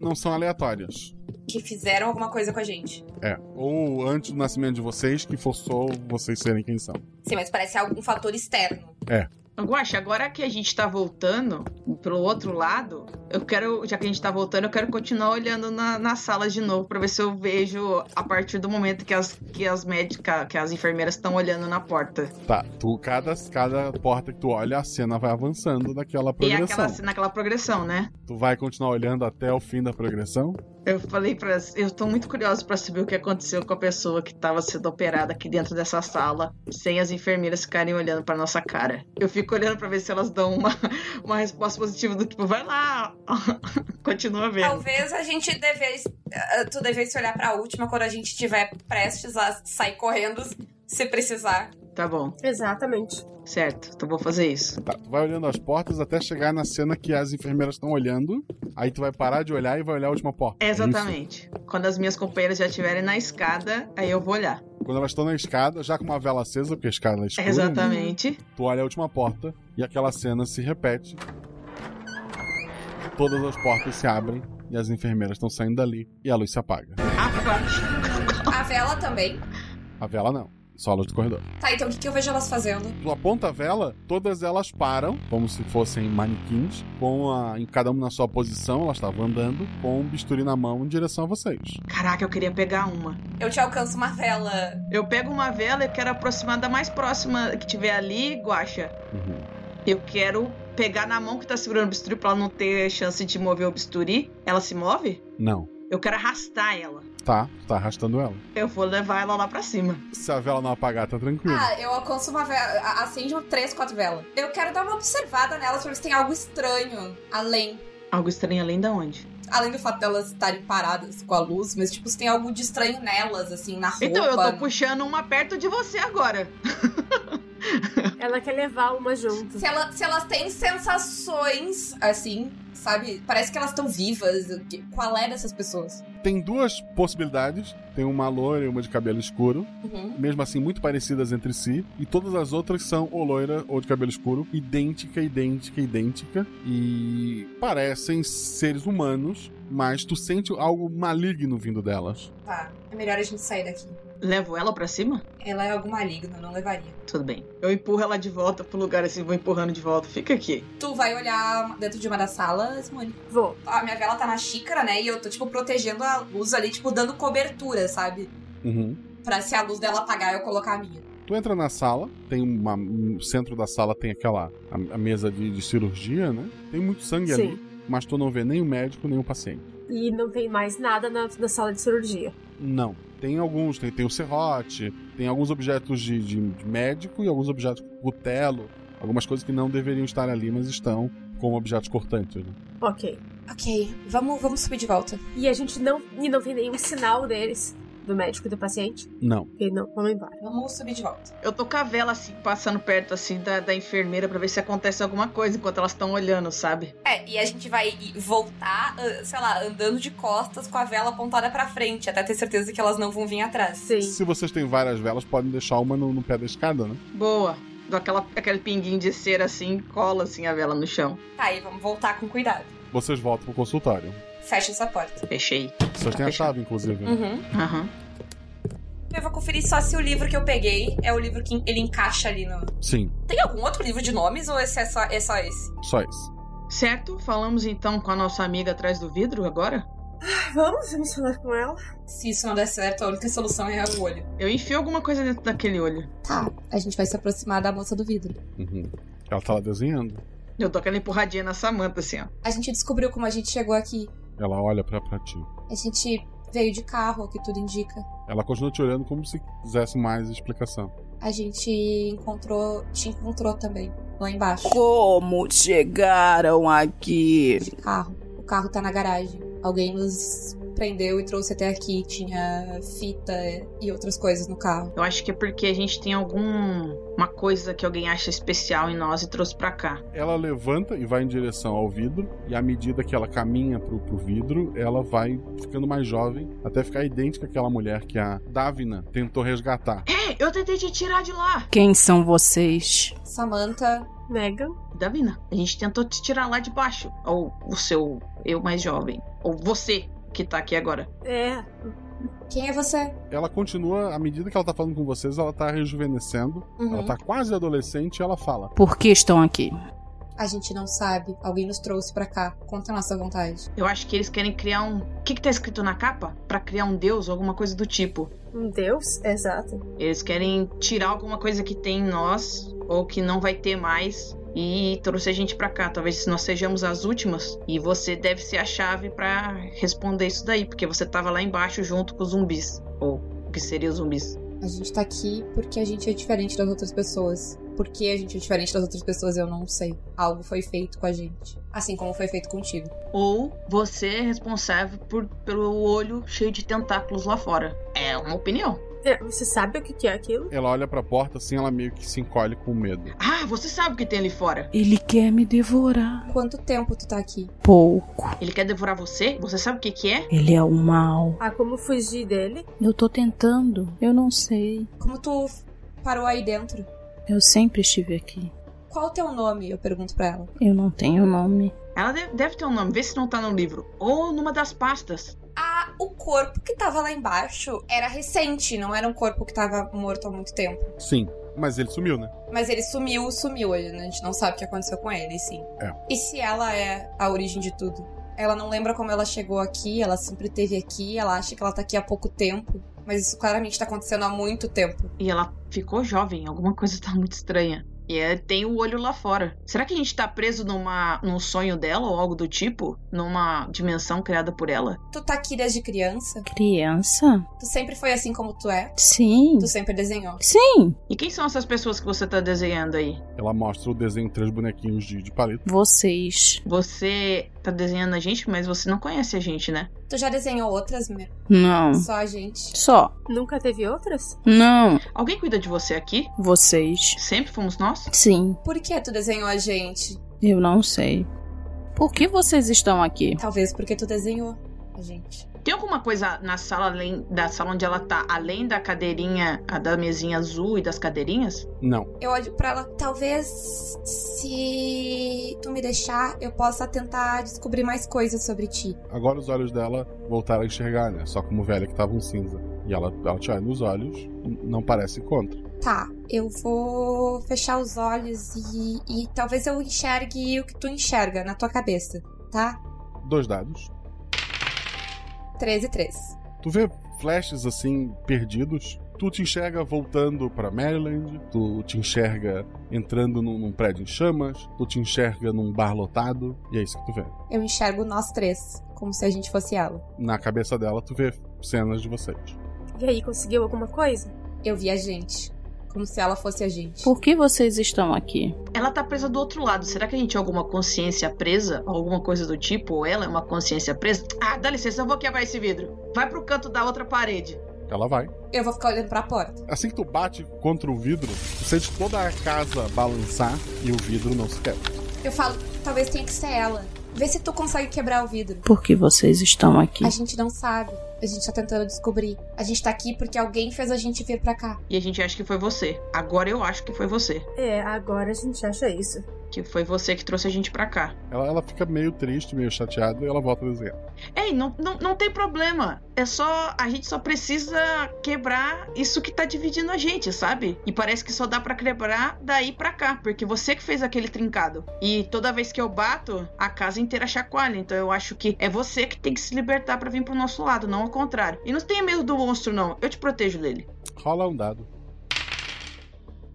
[SPEAKER 1] não são aleatórias.
[SPEAKER 14] Que fizeram alguma coisa com a gente.
[SPEAKER 1] É. Ou antes do nascimento de vocês, que forçou vocês serem quem são.
[SPEAKER 14] Sim, mas parece algum fator
[SPEAKER 11] Tá
[SPEAKER 14] externo.
[SPEAKER 1] É.
[SPEAKER 11] Guaxa, agora que a gente tá voltando pro outro lado, eu quero, já que a gente tá voltando, eu quero continuar olhando na, na sala de novo pra ver se eu vejo a partir do momento que as, que as médicas, que as enfermeiras estão olhando na porta.
[SPEAKER 1] Tá, tu, cada, cada porta que tu olha, a cena vai avançando daquela
[SPEAKER 11] E
[SPEAKER 1] progressão.
[SPEAKER 11] aquela, naquela progressão, né?
[SPEAKER 1] Tu vai continuar olhando até o fim da progressão?
[SPEAKER 11] Eu falei pra. Eu tô muito curiosa pra saber o que aconteceu com a pessoa que tava sendo operada aqui dentro dessa sala, sem as enfermeiras ficarem olhando pra nossa cara. Eu fico olhando pra ver se elas dão uma, uma resposta positiva do tipo, vai lá, continua vendo.
[SPEAKER 14] Talvez a gente devesse. eh, Tu devesse olhar pra última quando a gente estiver prestes a sair correndo se precisar.
[SPEAKER 11] Tá bom,
[SPEAKER 17] Exatamente.
[SPEAKER 11] certo, então vou fazer isso.
[SPEAKER 1] Tá, tu vai olhando as portas até chegar na cena que as enfermeiras estão olhando. Aí tu vai parar de olhar e vai olhar a última porta. é isso?
[SPEAKER 11] Exatamente. Quando as minhas companheiras já estiverem na escada, aí eu vou olhar.
[SPEAKER 1] Quando elas estão na escada, já com uma vela acesa, porque a escada é escura.
[SPEAKER 11] Exatamente.
[SPEAKER 1] Tu olha a última porta e aquela cena se repete. Todas as portas se abrem e as enfermeiras estão saindo dali e a luz se apaga.
[SPEAKER 14] A vela também.
[SPEAKER 1] A vela não, só a luz do corredor.
[SPEAKER 14] Tá, então o que, que eu vejo elas fazendo?
[SPEAKER 1] Tu aponta a vela, todas elas param, como se fossem manequins, com a, em cada uma na sua posição, elas estavam andando, com um bisturi na mão em direção a vocês.
[SPEAKER 11] Caraca, eu queria pegar uma.
[SPEAKER 14] Eu te alcanço uma vela.
[SPEAKER 11] Eu pego uma vela e quero aproximar da mais próxima que tiver ali, guacha.
[SPEAKER 1] Uhum.
[SPEAKER 11] Eu quero pegar na mão que tá segurando o bisturi pra ela não ter chance de mover o bisturi. Ela se move?
[SPEAKER 1] Não.
[SPEAKER 11] Eu quero arrastar ela.
[SPEAKER 1] Tá, tá arrastando ela.
[SPEAKER 11] Eu vou levar ela lá pra cima.
[SPEAKER 1] Se a vela não apagar, tá
[SPEAKER 11] Hum.
[SPEAKER 1] tranquilo.
[SPEAKER 14] Ah, eu alcanço uma vela. a- Acende um três, quatro velas. Eu quero dar uma observada nelas pra ver se tem algo estranho além.
[SPEAKER 11] Algo estranho além da onde?
[SPEAKER 14] Além do fato delas estarem paradas com a luz, mas, tipo, se tem algo de estranho nelas, assim, na roupa.
[SPEAKER 11] Então, eu tô puxando uma perto de você agora.
[SPEAKER 17] Ela quer levar uma junto.
[SPEAKER 14] Se, ela, se elas têm sensações, assim, sabe? Parece que elas estão vivas. Qual é dessas pessoas?
[SPEAKER 1] Tem duas possibilidades. Tem uma loira e uma de cabelo escuro.
[SPEAKER 14] Uhum.
[SPEAKER 1] Mesmo assim, muito parecidas entre si. E todas as outras são ou loira ou de cabelo escuro. Idêntica, idêntica, idêntica. E parecem seres humanos, mas tu sente algo maligno vindo delas.
[SPEAKER 14] Tá, é melhor a gente sair daqui.
[SPEAKER 11] Levo ela pra cima?
[SPEAKER 14] Ela é algo maligno, não levaria.
[SPEAKER 11] Tudo bem. Eu empurro ela de volta pro lugar assim, vou empurrando de volta. Fica aqui.
[SPEAKER 14] Tu vai olhar dentro de uma das salas, Mone?
[SPEAKER 17] Vou.
[SPEAKER 14] A minha vela tá na xícara, né? E eu tô, tipo, protegendo a luz ali, tipo, dando cobertura, sabe?
[SPEAKER 1] Uhum.
[SPEAKER 14] Pra se a luz dela apagar, eu colocar a minha.
[SPEAKER 1] Tu entra na sala, tem uma. No centro da sala tem aquela. a, a mesa de, de, cirurgia, né? Tem muito sangue
[SPEAKER 17] Sim.
[SPEAKER 1] ali. Mas tu não vê nem o médico, nem o paciente.
[SPEAKER 17] E não tem mais nada na, na sala de cirurgia.
[SPEAKER 1] Não. Tem alguns, tem, tem o serrote, tem alguns objetos de, de, de médico e alguns objetos cutelo, algumas coisas que não deveriam estar ali, mas estão como objetos cortantes. Né?
[SPEAKER 17] Ok.
[SPEAKER 14] Ok, vamos, vamos subir de volta.
[SPEAKER 17] E a gente não. E não tem nenhum sinal deles. Do médico e do paciente?
[SPEAKER 1] Não.
[SPEAKER 17] Ok, não, vamos embora.
[SPEAKER 14] Vamos subir de volta.
[SPEAKER 11] Eu tô com a vela assim, passando perto assim da, da enfermeira pra ver se acontece alguma coisa enquanto elas estão olhando, sabe?
[SPEAKER 14] É, e a gente vai voltar, ah, sei lá, andando de costas com a vela apontada pra frente, até ter certeza que elas não vão vir atrás.
[SPEAKER 17] Sim.
[SPEAKER 1] Se vocês têm várias velas, podem deixar uma no, no pé da escada, né?
[SPEAKER 11] Boa. Dou aquela, aquele pinguinho de cera assim, cola assim a vela no chão.
[SPEAKER 14] Tá, e vamos voltar com cuidado.
[SPEAKER 1] Vocês voltam pro consultório.
[SPEAKER 14] Fecha essa porta.
[SPEAKER 11] Fechei.
[SPEAKER 1] Vocês têm a chave, inclusive. né?
[SPEAKER 14] Uhum.
[SPEAKER 11] Uhum.
[SPEAKER 14] Eu vou conferir só se o livro que eu peguei é o livro que ele encaixa ali no.
[SPEAKER 1] Sim.
[SPEAKER 14] Tem algum outro livro de nomes ou esse é só, é só esse?
[SPEAKER 1] Só esse.
[SPEAKER 11] Certo, falamos então com a nossa amiga atrás do vidro agora?
[SPEAKER 17] Vamos, vamos falar com ela.
[SPEAKER 14] Se isso não der certo, a única solução é o olho.
[SPEAKER 11] Eu enfio alguma coisa dentro daquele olho.
[SPEAKER 14] Tá, a gente vai se aproximar da moça do vidro.
[SPEAKER 1] Uhum. Ela tá lá desenhando.
[SPEAKER 11] Eu tô aquela empurradinha na Samanta, assim, ó.
[SPEAKER 14] A gente descobriu como a gente chegou aqui.
[SPEAKER 1] Ela olha pra, pra ti.
[SPEAKER 14] A gente veio de carro, o que tudo indica.
[SPEAKER 1] Ela continua te olhando como se quisesse mais explicação.
[SPEAKER 14] A gente encontrou, te encontrou também, lá embaixo.
[SPEAKER 16] Como chegaram aqui?
[SPEAKER 14] tipo De carro. O carro tá na garagem. Alguém nos prendeu e trouxe até aqui. Tinha fita e outras coisas no carro.
[SPEAKER 11] Eu acho que é porque a gente tem alguma coisa que alguém acha especial em nós e trouxe para cá.
[SPEAKER 1] Ela levanta e vai em direção ao vidro, e à medida que ela caminha pro, pro vidro, ela vai ficando mais jovem, até ficar idêntica àquela mulher que a Davina tentou resgatar.
[SPEAKER 11] Ei, É, eu tentei te tirar de lá!
[SPEAKER 16] Quem são vocês?
[SPEAKER 14] Samantha,
[SPEAKER 17] Megan.
[SPEAKER 11] Davina, a gente tentou te tirar lá de baixo. Ou o seu eu mais jovem. Ou você, que tá aqui agora.
[SPEAKER 17] É.
[SPEAKER 14] Quem é você?
[SPEAKER 1] Ela continua, à medida que ela tá falando com vocês, ela tá rejuvenescendo.
[SPEAKER 14] Uhum.
[SPEAKER 1] Ela tá quase adolescente e ela fala.
[SPEAKER 16] Por que estão aqui?
[SPEAKER 14] A gente não sabe. Alguém nos trouxe para cá contra a nossa vontade.
[SPEAKER 11] Eu acho que eles querem criar um. O que, que tá escrito na capa? Para criar um deus ou alguma coisa do tipo.
[SPEAKER 17] Um deus? Exato.
[SPEAKER 11] Eles querem tirar alguma coisa que tem em nós ou que não vai ter mais e trouxe a gente para cá. Talvez nós sejamos as últimas e você deve ser a chave para responder isso daí, porque você tava lá embaixo junto com os zumbis ou o que seria os zumbis.
[SPEAKER 14] A gente tá aqui porque a gente é diferente das outras pessoas. Por que a gente é diferente das outras pessoas, eu não sei. Algo foi feito com a gente. Assim como foi feito contigo.
[SPEAKER 11] Ou você é responsável por, pelo olho cheio de tentáculos lá fora. É uma opinião.
[SPEAKER 17] É, você sabe o que é aquilo?
[SPEAKER 1] Ela olha pra porta assim, ela meio que se encolhe com medo.
[SPEAKER 11] Ah, você sabe o que tem ali fora.
[SPEAKER 16] Ele quer me devorar.
[SPEAKER 14] Quanto tempo tu tá aqui?
[SPEAKER 16] Pouco.
[SPEAKER 11] Ele quer devorar você? Você sabe o que, que é?
[SPEAKER 16] Ele é o mal.
[SPEAKER 17] Ah, como fugir dele?
[SPEAKER 16] Eu tô tentando. Eu não sei.
[SPEAKER 14] Como tu parou aí dentro?
[SPEAKER 16] Eu sempre estive aqui.
[SPEAKER 14] Qual o teu nome? Eu pergunto pra ela.
[SPEAKER 16] Eu não tenho nome.
[SPEAKER 11] Ela deve ter um nome, vê se não tá no livro. Ou numa das pastas.
[SPEAKER 14] Ah, o corpo que tava lá embaixo era recente, não era um corpo que tava morto há muito tempo.
[SPEAKER 1] Sim, mas ele sumiu, né?
[SPEAKER 14] Mas ele sumiu, sumiu, a gente não sabe o que aconteceu com ele, sim.
[SPEAKER 1] É.
[SPEAKER 14] E se ela é a origem de tudo? Ela não lembra como ela chegou aqui, ela sempre esteve aqui, ela acha que ela tá aqui há pouco tempo. Mas isso claramente tá acontecendo há muito tempo.
[SPEAKER 11] E ela ficou jovem, alguma coisa tá muito estranha. E é- tem o olho lá fora. Será que a gente tá preso numa, num sonho dela ou algo do tipo? Numa dimensão criada por ela?
[SPEAKER 14] Tu tá aqui desde criança?
[SPEAKER 16] Criança?
[SPEAKER 14] Tu sempre foi assim como tu é?
[SPEAKER 16] Sim.
[SPEAKER 14] Tu sempre desenhou?
[SPEAKER 16] Sim.
[SPEAKER 11] E quem são essas pessoas que você tá desenhando aí?
[SPEAKER 1] Ela mostra o desenho de três bonequinhos de, de palito.
[SPEAKER 16] Vocês.
[SPEAKER 11] Você tá desenhando a gente, mas você não conhece a gente, né?
[SPEAKER 14] Tu já desenhou outras, Mer?
[SPEAKER 16] Não.
[SPEAKER 14] Só a gente.
[SPEAKER 16] Só.
[SPEAKER 17] Nunca teve outras?
[SPEAKER 16] Não.
[SPEAKER 11] Alguém cuida de você aqui?
[SPEAKER 16] Vocês.
[SPEAKER 11] Sempre fomos nós?
[SPEAKER 16] Sim.
[SPEAKER 14] Por que tu desenhou a gente?
[SPEAKER 16] Eu não sei. Por que vocês estão aqui?
[SPEAKER 14] Talvez porque tu desenhou a gente.
[SPEAKER 11] Tem alguma coisa na sala além da sala onde ela tá, além da cadeirinha, a da mesinha azul e das cadeirinhas?
[SPEAKER 1] Não.
[SPEAKER 14] Eu olho pra ela. Talvez se tu me deixar, eu possa tentar descobrir mais coisas sobre ti.
[SPEAKER 1] Agora os olhos dela voltaram a enxergar, né? Só como velha que tava um cinza. E ela, ela te olha nos olhos, n- não parece contra.
[SPEAKER 14] Tá, eu vou fechar os olhos e, e talvez eu enxergue o que tu enxerga na tua cabeça, tá?
[SPEAKER 1] Dois dados.
[SPEAKER 14] 13 e 3.
[SPEAKER 1] Tu vê flashes assim perdidos. Tu te enxerga voltando pra Maryland, tu te enxerga entrando num, num prédio em chamas, tu te enxerga num bar lotado, e é isso que tu vê.
[SPEAKER 14] Eu enxergo nós três, como se a gente fosse ela.
[SPEAKER 1] Na cabeça dela, tu vê cenas de vocês.
[SPEAKER 17] E aí, conseguiu alguma coisa?
[SPEAKER 14] Eu vi a gente, como se ela fosse a gente.
[SPEAKER 16] Por que vocês estão aqui?
[SPEAKER 11] Ela tá presa do outro lado. Será que a gente é alguma consciência presa? Alguma coisa do tipo? Ou ela é uma consciência presa? Ah, dá licença, eu vou quebrar esse vidro. Vai pro canto da outra parede.
[SPEAKER 1] Ela vai.
[SPEAKER 14] Eu vou ficar olhando pra porta.
[SPEAKER 1] Assim que tu bate contra o vidro, tu sente toda a casa balançar e o vidro não se quebra.
[SPEAKER 14] Eu falo, talvez tenha que ser ela. Vê se tu consegue quebrar o vidro.
[SPEAKER 16] Por que vocês estão aqui?
[SPEAKER 14] A gente não sabe. A gente tá tentando descobrir. A gente tá aqui porque alguém fez a gente vir pra cá.
[SPEAKER 11] E a gente acha que foi você. Agora eu acho que foi você.
[SPEAKER 17] É, agora a gente acha isso.
[SPEAKER 11] Que foi você que trouxe a gente pra cá.
[SPEAKER 1] Ela, ela fica meio triste, meio chateada e ela volta a desenhar.
[SPEAKER 11] Ei, não, não, não tem problema. É só. A gente só precisa quebrar isso que tá dividindo a gente, sabe? E parece que só dá pra quebrar daí pra cá. Porque você que fez aquele trincado. E toda vez que eu bato, a casa inteira chacoalha. Então eu acho que é você que tem que se libertar pra vir pro nosso lado, não ao contrário. E não tenha medo do monstro, não. Eu te protejo dele.
[SPEAKER 1] Rola um dado.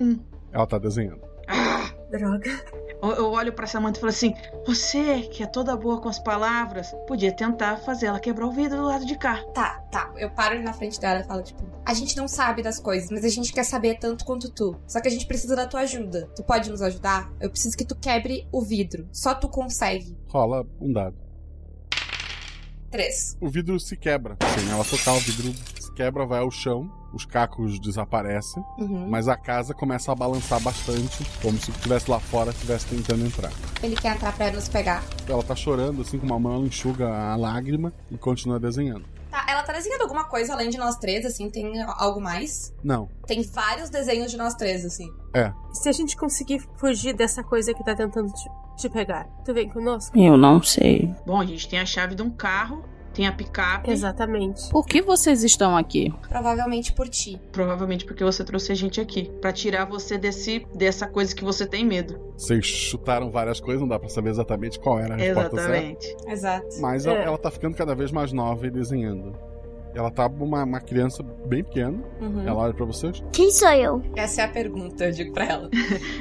[SPEAKER 11] Hum.
[SPEAKER 1] Ela tá desenhando.
[SPEAKER 17] Droga.
[SPEAKER 11] Ah, Eu, eu olho pra Samantha e falo assim: Você, que é toda boa com as palavras, podia tentar fazer ela quebrar o vidro do lado de cá.
[SPEAKER 14] Tá, tá. Eu paro ali na frente dela e falo, tipo, a gente não sabe das coisas, mas a gente quer saber tanto quanto tu. Só que a gente precisa da tua ajuda. Tu pode nos ajudar? Eu preciso que tu quebre o vidro. Só tu consegue.
[SPEAKER 1] Rola um dado.
[SPEAKER 14] Três.
[SPEAKER 1] O vidro se quebra. Sem ela tocar, o vidro se quebra, vai ao chão, os cacos desaparecem,
[SPEAKER 14] Uhum.
[SPEAKER 1] mas a casa começa a balançar bastante, como se estivesse lá fora, estivesse tentando entrar.
[SPEAKER 14] Ele quer entrar pra nos pegar.
[SPEAKER 1] Ela tá chorando, assim, com uma mão, ela enxuga a lágrima e continua desenhando.
[SPEAKER 14] Tá, ela tá desenhando alguma coisa além de nós três, assim, tem algo mais?
[SPEAKER 1] Não,
[SPEAKER 14] Tem vários desenhos de nós três, assim.
[SPEAKER 1] é.
[SPEAKER 17] Se a gente conseguir fugir dessa coisa que tá tentando te, te pegar, tu vem conosco?
[SPEAKER 16] Eu não sei.
[SPEAKER 11] Bom, a gente tem a chave de um carro, tem a picape.
[SPEAKER 17] Exatamente.
[SPEAKER 16] Por que vocês estão aqui?
[SPEAKER 14] Provavelmente por ti.
[SPEAKER 11] Provavelmente porque você trouxe a gente aqui. Pra tirar você desse, dessa coisa que você tem medo.
[SPEAKER 1] Vocês chutaram várias coisas, não dá pra saber exatamente qual era a resposta certa.
[SPEAKER 11] Exatamente.
[SPEAKER 14] Exato.
[SPEAKER 1] Mas ela, ela tá ficando cada vez mais nova e desenhando. Ela tá uma, uma criança bem pequena.
[SPEAKER 14] Uhum.
[SPEAKER 1] Ela olha pra vocês.
[SPEAKER 13] Quem sou eu?
[SPEAKER 14] Essa é a pergunta, eu digo pra ela.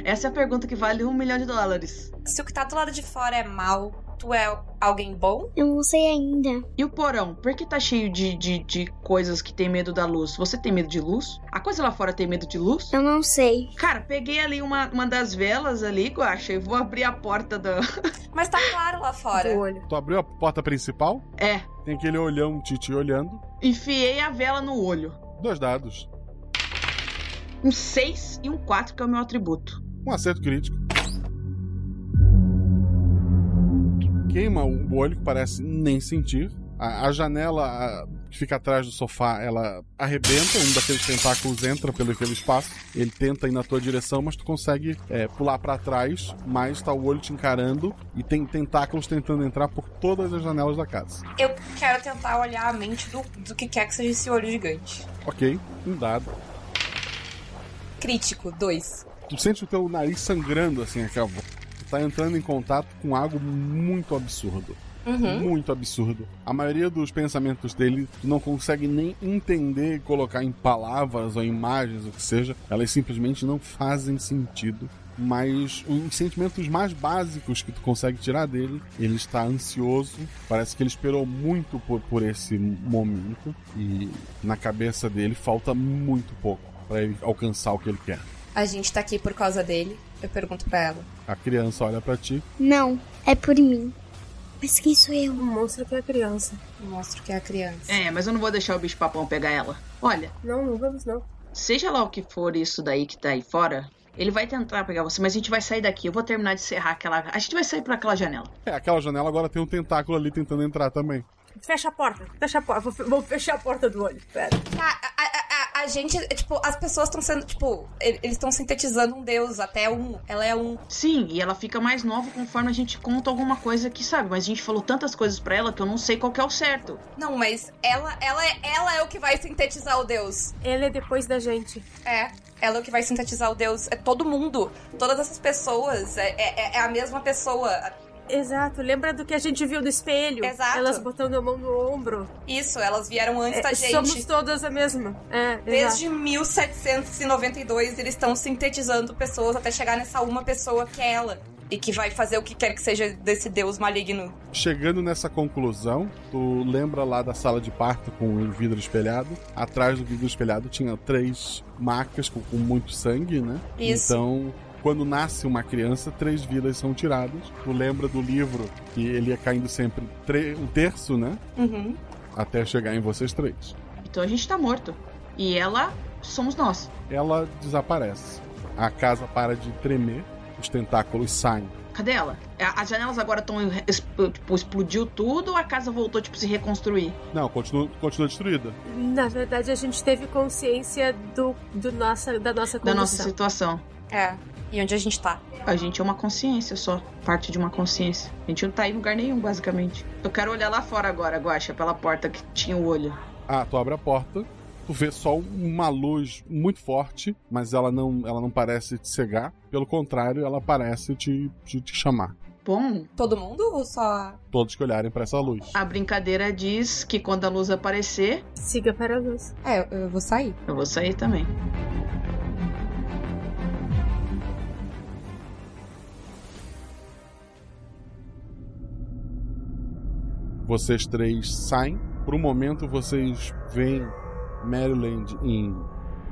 [SPEAKER 11] Essa é a pergunta que vale um milhão de dólares.
[SPEAKER 14] Se o que tá do lado de fora é mal, tu é alguém bom?
[SPEAKER 13] Eu não sei ainda.
[SPEAKER 11] E o porão? Por que tá cheio de, de, de coisas que tem medo da luz? Você tem medo de luz? A coisa lá fora tem medo de luz?
[SPEAKER 13] Eu não sei.
[SPEAKER 11] Cara, peguei ali uma, uma das velas ali, Guaxa, e vou abrir a porta da.
[SPEAKER 14] Mas tá claro lá fora.
[SPEAKER 17] Do um olho.
[SPEAKER 1] Tu abriu a porta principal,
[SPEAKER 11] É,
[SPEAKER 1] tem aquele olhão Titi olhando.
[SPEAKER 11] enfiei a vela no olho.
[SPEAKER 1] Dois dados.
[SPEAKER 11] Um 6 e um 4, que é o meu atributo.
[SPEAKER 1] Um acerto crítico. Queima o olho que parece nem sentir. A, a janela a- que fica atrás do sofá, ela arrebenta, um daqueles tentáculos entra pelo aquele espaço. Ele tenta ir na tua direção, mas tu consegue é, pular pra trás, mas tá o olho te encarando e tem tentáculos tentando entrar por todas as janelas da casa.
[SPEAKER 14] Eu quero tentar olhar a mente do, do que quer que seja esse olho gigante.
[SPEAKER 1] Ok, um dado.
[SPEAKER 14] Crítico, dois.
[SPEAKER 1] Tu sente o teu nariz sangrando assim, acabou. Tu tá entrando em contato com algo muito absurdo.
[SPEAKER 14] Uhum.
[SPEAKER 1] muito absurdo. A maioria dos pensamentos dele tu não consegue nem entender e colocar em palavras ou imagens, o que seja. Elas simplesmente não fazem sentido. Mas os sentimentos mais básicos que tu consegue tirar dele, ele está ansioso, parece que ele esperou muito por, por esse momento e na cabeça dele falta muito pouco para ele alcançar o que ele quer.
[SPEAKER 14] A gente tá aqui por causa dele. Eu pergunto pra ela.
[SPEAKER 1] A criança olha pra ti,
[SPEAKER 13] Não, é por mim. Mas quem sou eu? O
[SPEAKER 17] um
[SPEAKER 15] monstro que é a criança.
[SPEAKER 14] O monstro que é a criança.
[SPEAKER 11] É, mas eu não vou deixar o bicho papão pegar ela. Olha,
[SPEAKER 15] Não, não vamos não.
[SPEAKER 11] seja lá o que for isso daí que tá aí fora, ele vai tentar pegar você, mas a gente vai sair daqui. Eu vou terminar de serrar aquela. A gente vai sair por aquela janela.
[SPEAKER 1] É, aquela janela agora tem um tentáculo ali tentando entrar também.
[SPEAKER 15] Fecha a porta, fecha a porta. Vou, fe- vou fechar a porta do olho. Pera.
[SPEAKER 14] Tá, a, a- a- a gente, é, tipo, as pessoas estão sendo, tipo, e- eles estão sintetizando um deus, até um. Ela é um.
[SPEAKER 11] Sim, e ela fica mais nova conforme a gente conta alguma coisa que sabe. Mas a gente falou tantas coisas pra ela que eu não sei qual que é o certo.
[SPEAKER 14] Não, mas ela, ela, é, ela é o que vai sintetizar o deus.
[SPEAKER 15] Ela é depois da gente.
[SPEAKER 14] É. Ela é o que vai sintetizar o deus. É todo mundo. Todas essas pessoas. É, é- é a mesma pessoa.
[SPEAKER 15] Exato, lembra do que a gente viu no espelho?
[SPEAKER 14] Exato.
[SPEAKER 15] Elas botando a mão no ombro.
[SPEAKER 14] Isso, elas vieram antes
[SPEAKER 15] É,
[SPEAKER 14] da gente.
[SPEAKER 15] Somos todas a mesma. É,
[SPEAKER 14] Desde
[SPEAKER 15] exato.
[SPEAKER 14] 1792, eles estão sintetizando pessoas até chegar nessa uma pessoa que é ela. E que vai fazer o que quer que seja desse deus maligno.
[SPEAKER 1] Chegando nessa conclusão, tu lembra lá da sala de parto com o vidro espelhado? Atrás do vidro espelhado tinha três marcas com, com muito sangue, né?
[SPEAKER 14] Isso.
[SPEAKER 1] Então, quando nasce uma criança, três vidas são tiradas. Tu lembra do livro que ele ia caindo sempre tre- um terço, né?
[SPEAKER 14] Uhum.
[SPEAKER 1] Até chegar em vocês três.
[SPEAKER 11] Então a gente tá morto. E ela somos nós.
[SPEAKER 1] Ela desaparece. A casa para de tremer, os tentáculos saem.
[SPEAKER 11] Cadê ela? A- As janelas agora estão. Tipo, explodiu tudo ou a casa voltou, tipo, se reconstruir?
[SPEAKER 1] Não, continua, continua destruída.
[SPEAKER 15] Na verdade, a gente teve consciência do, do nossa, da nossa
[SPEAKER 11] Da nossa
[SPEAKER 15] condição.
[SPEAKER 11] situação.
[SPEAKER 14] É. E onde a gente tá?
[SPEAKER 11] A gente é uma consciência só. Parte de uma consciência. A gente não tá em lugar nenhum, basicamente. Eu quero olhar lá fora agora, Guaxa, pela porta que tinha o olho.
[SPEAKER 1] Ah, tu abre a porta, tu vê só uma luz muito forte, mas ela não, ela não parece te cegar. Pelo contrário, ela parece te, te, te chamar.
[SPEAKER 11] Bom,
[SPEAKER 14] Todo mundo ou só.
[SPEAKER 1] Todos que olharem pra essa luz.
[SPEAKER 11] a brincadeira diz que quando a luz aparecer,
[SPEAKER 15] Siga para a luz.
[SPEAKER 14] É, eu- eu vou sair.
[SPEAKER 11] eu vou sair também.
[SPEAKER 1] Vocês três saem. Por um momento, vocês veem Maryland em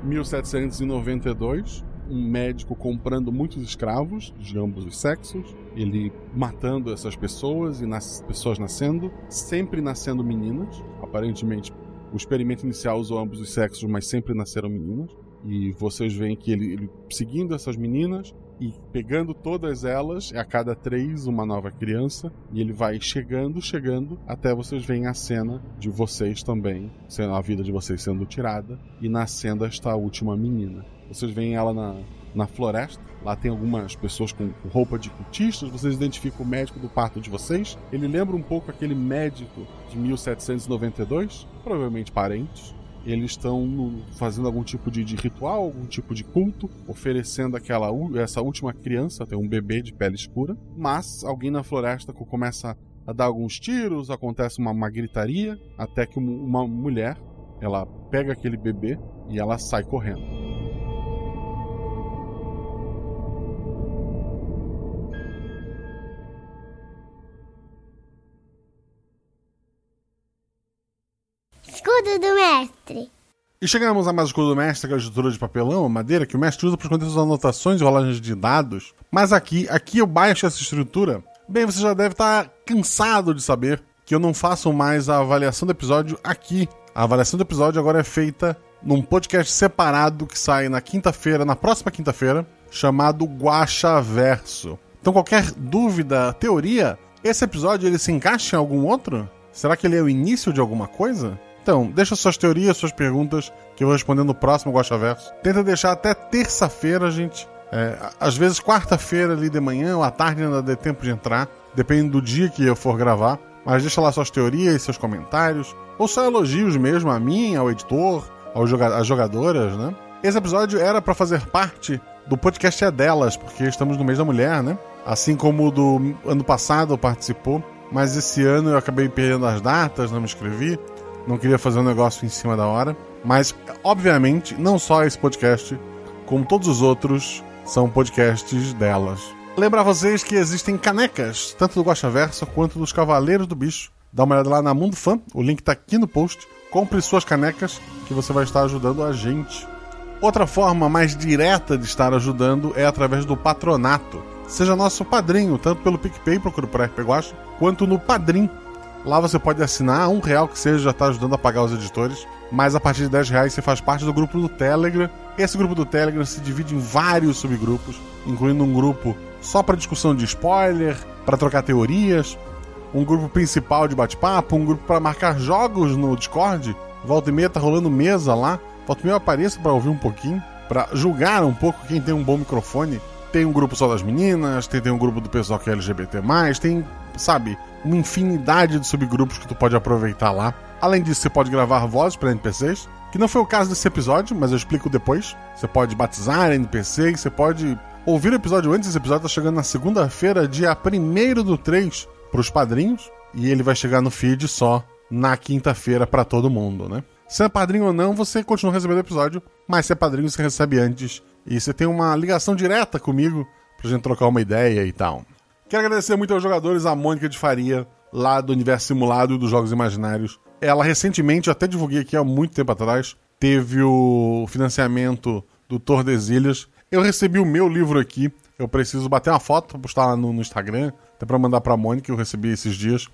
[SPEAKER 1] 1792. Um médico comprando muitos escravos de ambos os sexos. Ele matando essas pessoas e nas pessoas nascendo. Sempre nascendo meninas. Aparentemente, o experimento inicial usou ambos os sexos, mas sempre nasceram meninas. E vocês veem que ele, ele seguindo essas meninas e pegando todas elas, é a cada três uma nova criança, e ele vai chegando, chegando, até vocês veem a cena de vocês também, sendo a vida de vocês sendo tirada, e nascendo esta última menina. Vocês veem ela na, na floresta, lá tem algumas pessoas com com roupa de cultistas, vocês identificam o médico do parto de vocês, ele lembra um pouco aquele médico de 1792, provavelmente parentes, eles estão no- fazendo algum tipo de, de ritual, algum tipo de culto, oferecendo aquela u- essa última criança, tem um bebê de pele escura, mas alguém na floresta co- começa a dar alguns tiros, acontece uma, uma gritaria, até que um- uma mulher, ela pega aquele bebê e ela sai correndo.
[SPEAKER 13] Escudo do mestre.
[SPEAKER 1] E chegamos a mais escudo do mestre, que é a estrutura de papelão, a madeira, que o mestre usa para esconder suas anotações e rolagens de dados. Mas aqui, aqui eu baixo essa estrutura. Bem, você já deve estar cansado de saber que eu não faço mais a avaliação do episódio aqui. A avaliação do episódio agora é feita num podcast separado que sai na quinta-feira, na próxima quinta-feira, chamado Guacha Verso. Então qualquer dúvida, teoria, esse episódio ele se encaixa em algum outro? Será que ele é o início de alguma coisa? Então, deixa suas teorias, suas perguntas, que eu vou responder no próximo Guacha Verso. Tenta deixar até terça-feira, gente. É, a- às vezes quarta-feira ali de manhã ou à tarde ainda dê tempo de entrar, depende do dia que eu for gravar. Mas deixa lá suas teorias, seus comentários, ou só elogios mesmo a mim, ao editor, aos joga- às jogadoras, né? Esse episódio era para fazer parte do podcast É Delas, porque estamos no mês da mulher, né? Assim como o do ano passado participou mas esse ano eu acabei perdendo as datas, não me inscrevi, não queria fazer um negócio em cima da hora. Mas, obviamente, não só esse podcast, como todos os outros, são podcasts delas. Lembrar vocês que existem canecas, tanto do Guaxa Versa quanto dos Cavaleiros do Bicho. Dá uma olhada lá na Mundo Fã, o link tá aqui no post. Compre suas canecas, que você vai estar ajudando a gente. Outra forma mais direta de estar ajudando é através do patronato. Seja nosso padrinho, tanto pelo PicPay, procura por RP Guaxa, quanto no Padrim. Lá você pode assinar, um real que seja já está ajudando a pagar os editores, mas a partir de 10 reais você faz parte do grupo do Telegram. Esse grupo do Telegram se divide em vários subgrupos, incluindo um grupo só para discussão de spoiler, para trocar teorias, um grupo principal de bate-papo, um grupo para marcar jogos no Discord. Volta e meia tá rolando mesa lá. Volta e meia eu apareço para ouvir um pouquinho, para julgar um pouco quem tem um bom microfone. Tem um grupo só das meninas, tem, tem um grupo do pessoal que é LGBT+, tem, sabe, uma infinidade de subgrupos que tu pode aproveitar lá. Além disso, você pode gravar vozes para NPCs, que não foi o caso desse episódio, mas eu explico depois. Você pode batizar NPC, você pode ouvir o episódio antes. Esse episódio tá chegando na segunda-feira, dia 1 do 3, pros padrinhos, e ele vai chegar no feed só na quinta-feira para todo mundo, né? Se é padrinho ou não, você continua recebendo o episódio, mas se é padrinho, você recebe antes. E você tem uma ligação direta comigo pra gente trocar uma ideia e tal. Quero agradecer muito aos jogadores, a Mônica de Faria, lá do Universo Simulado e dos Jogos Imaginários. Ela recentemente, eu até divulguei aqui há muito tempo atrás, teve o financiamento do Tordesilhas. Eu recebi o meu livro aqui, eu preciso bater uma foto, postar lá no, no Instagram, até para mandar pra Mônica, eu recebi esses dias.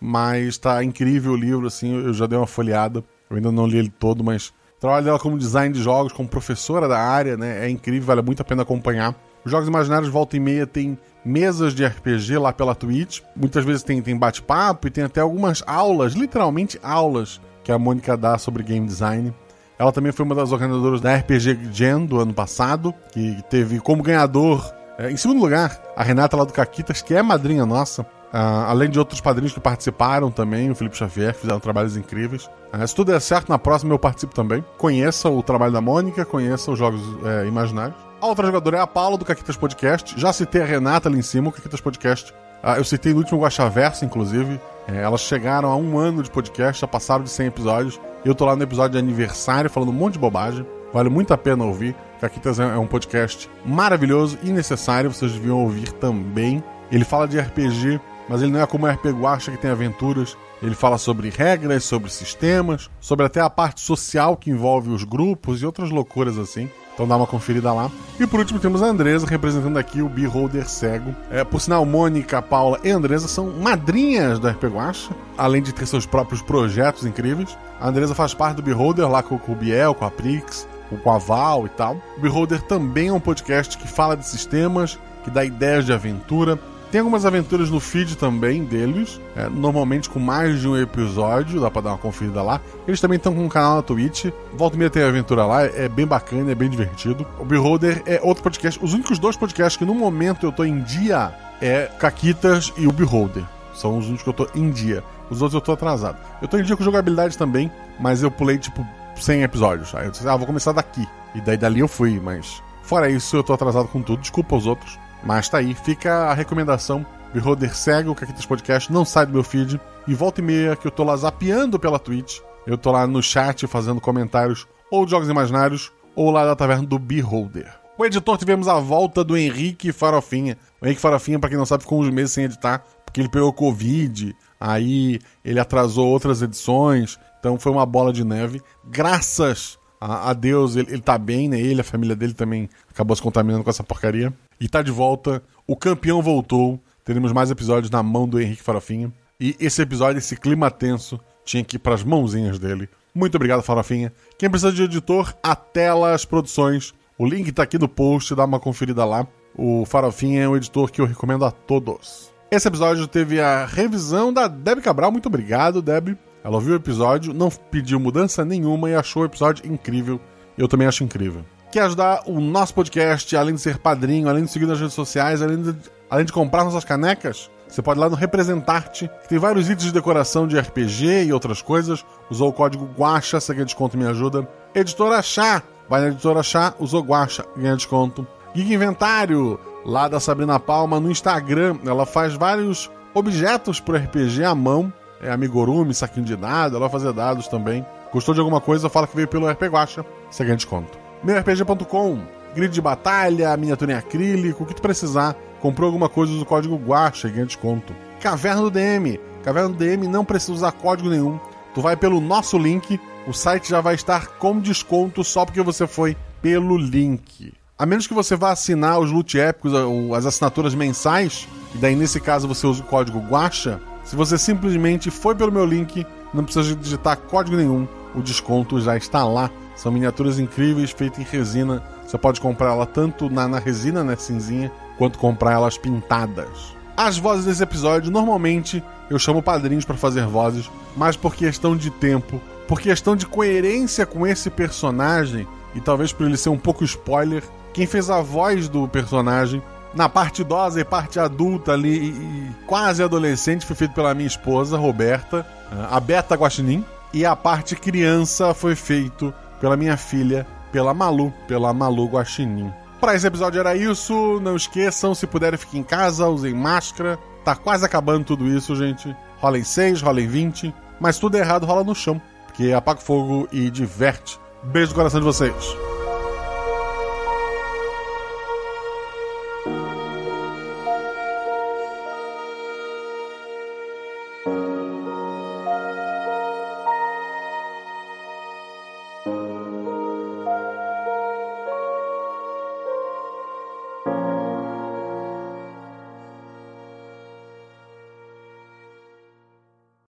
[SPEAKER 1] Mas tá incrível o livro, assim, eu já dei uma folheada, eu ainda não li ele todo, mas o trabalho dela como design de jogos, como professora da área, né, é incrível, vale muito a pena acompanhar. Os Jogos Imaginários volta e meia tem mesas de RPG lá pela Twitch. Muitas vezes tem, tem bate-papo e tem até algumas aulas, literalmente aulas, que a Mônica dá sobre game design. Ela também foi uma das organizadoras da RPG Gen do ano passado, que teve como ganhador, é, em segundo lugar, a Renata lá do Caquitas, que é madrinha nossa. Ah, além de outros padrinhos que participaram também, o Felipe Xavier, que fizeram trabalhos incríveis. Ah, se tudo der certo, na próxima eu participo também. Conheça o trabalho da Mônica, conheça os Jogos é, Imaginários. A outra jogadora é a Paula do Caquitas Podcast. Já citei a Renata ali em cima, o Caquitas Podcast. Ah, eu citei no último Guaxaverso, inclusive. É, elas chegaram a um ano de podcast, já passaram de 100 episódios. Eu tô lá no episódio de aniversário falando um monte de bobagem. Vale muito a pena ouvir. Caquitas é um podcast maravilhoso e necessário, vocês deviam ouvir também. Ele fala de RPG, mas ele não é como o RPG Guaxa que tem aventuras. Ele fala sobre regras, sobre sistemas, sobre até a parte social que envolve os grupos e outras loucuras assim. Então dá uma conferida lá. E por último temos a Andresa representando aqui o Beholder cego. É, por sinal, Mônica, Paula e Andresa são madrinhas da RP Guacha, além de ter seus próprios projetos incríveis. A Andresa faz parte do Beholder lá com, com o Biel, com a Prix, com a Val e tal. O Beholder também é um podcast que fala de sistemas, que dá ideias de aventura. Tem algumas aventuras no feed também deles, é, normalmente com mais de um episódio, dá pra dar uma conferida lá. Eles também estão com um canal na Twitch. Volta e meia tem aventura lá, é bem bacana, é bem divertido. O Beholder é outro podcast. Os únicos dois podcasts que no momento eu tô em dia é Caquitas e o Beholder. São os únicos que eu tô em dia. Os outros eu tô atrasado. Eu tô em dia com jogabilidade também, mas eu pulei tipo 100 episódios. Aí eu disse, ah, vou começar daqui. E daí dali eu fui, mas. Fora isso, eu tô atrasado com tudo. Desculpa os outros. Mas tá aí, fica a recomendação. Beholder segue o Caquitas Podcast, não sai do meu feed. E volta e meia que eu tô lá zapeando pela Twitch. Eu tô lá no chat fazendo comentários ou de jogos imaginários ou lá da taverna do Beholder. O editor tivemos a volta do Henrique Farofinha. O Henrique Farofinha, para quem não sabe, ficou uns meses sem editar porque ele pegou Covid, aí ele atrasou outras edições, então foi uma bola de neve. Graças a, Deus, ele, ele tá bem, né? Ele, a família dele também acabou se contaminando com essa porcaria. E tá de volta. O campeão voltou. Teremos mais episódios na mão do Henrique Farofinha. E esse episódio, esse clima tenso, tinha que ir pras mãozinhas dele. Muito obrigado, Farofinha. Quem precisa de editor, a Telas Produções. O link tá aqui no post, dá uma conferida lá. O Farofinha é um editor que eu recomendo a todos. Esse episódio teve a revisão da Deb Cabral. Muito obrigado, Deb. Ela ouviu o episódio, não pediu mudança nenhuma e achou o episódio incrível. Eu também acho incrível. Quer ajudar o nosso podcast, além de ser padrinho, além de seguir nas redes sociais, além de, além de comprar nossas canecas? Você pode ir lá no Representarte, que tem vários itens de decoração de RPG e outras coisas. Usou o código GUACHA, você ganha desconto e me ajuda. Editora Chá, vai na Editora Chá, usou GUACHA, ganha desconto. Geek Inventário, lá da Sabrina Palma, no Instagram, ela faz vários objetos pro RPG à mão. É amigurumi, saquinho de dado, ela vai fazer dados também. Gostou de alguma coisa, fala que veio pelo RP Guacha. Você ganha é desconto. MeuRPG.com, grid de batalha, miniatura em acrílico, o que tu precisar. Comprou alguma coisa do código Guacha e ganha desconto. Caverna do DM. Caverna do DM não precisa usar código nenhum. Tu vai pelo nosso link, o site já vai estar com desconto só porque você foi pelo link. A menos que você vá assinar os loot épicos, as assinaturas mensais, e daí nesse caso você usa o código Guacha, se você simplesmente foi pelo meu link, não precisa digitar código nenhum, o desconto já está lá. São miniaturas incríveis feitas em resina. Você pode comprar ela tanto na, na resina, né, cinzinha, quanto comprar elas pintadas. As vozes desse episódio, normalmente eu chamo padrinhos para fazer vozes, mas por questão de tempo, por questão de coerência com esse personagem, e talvez por ele ser um pouco spoiler, quem fez a voz do personagem na parte idosa e parte adulta ali, e, e quase adolescente, foi feito pela minha esposa, Roberta, eh, a Beta Guaxinim, e a parte criança foi feito pela minha filha, pela Malu, pela Malu Guaxinim. Para esse episódio era isso. Não esqueçam, se puderem, fiquem em casa, usem máscara. Tá quase acabando tudo isso, gente. Rola em 6, rola em 20. Mas tudo errado rola no chão, porque apaga o fogo e diverte. Beijo no coração de vocês.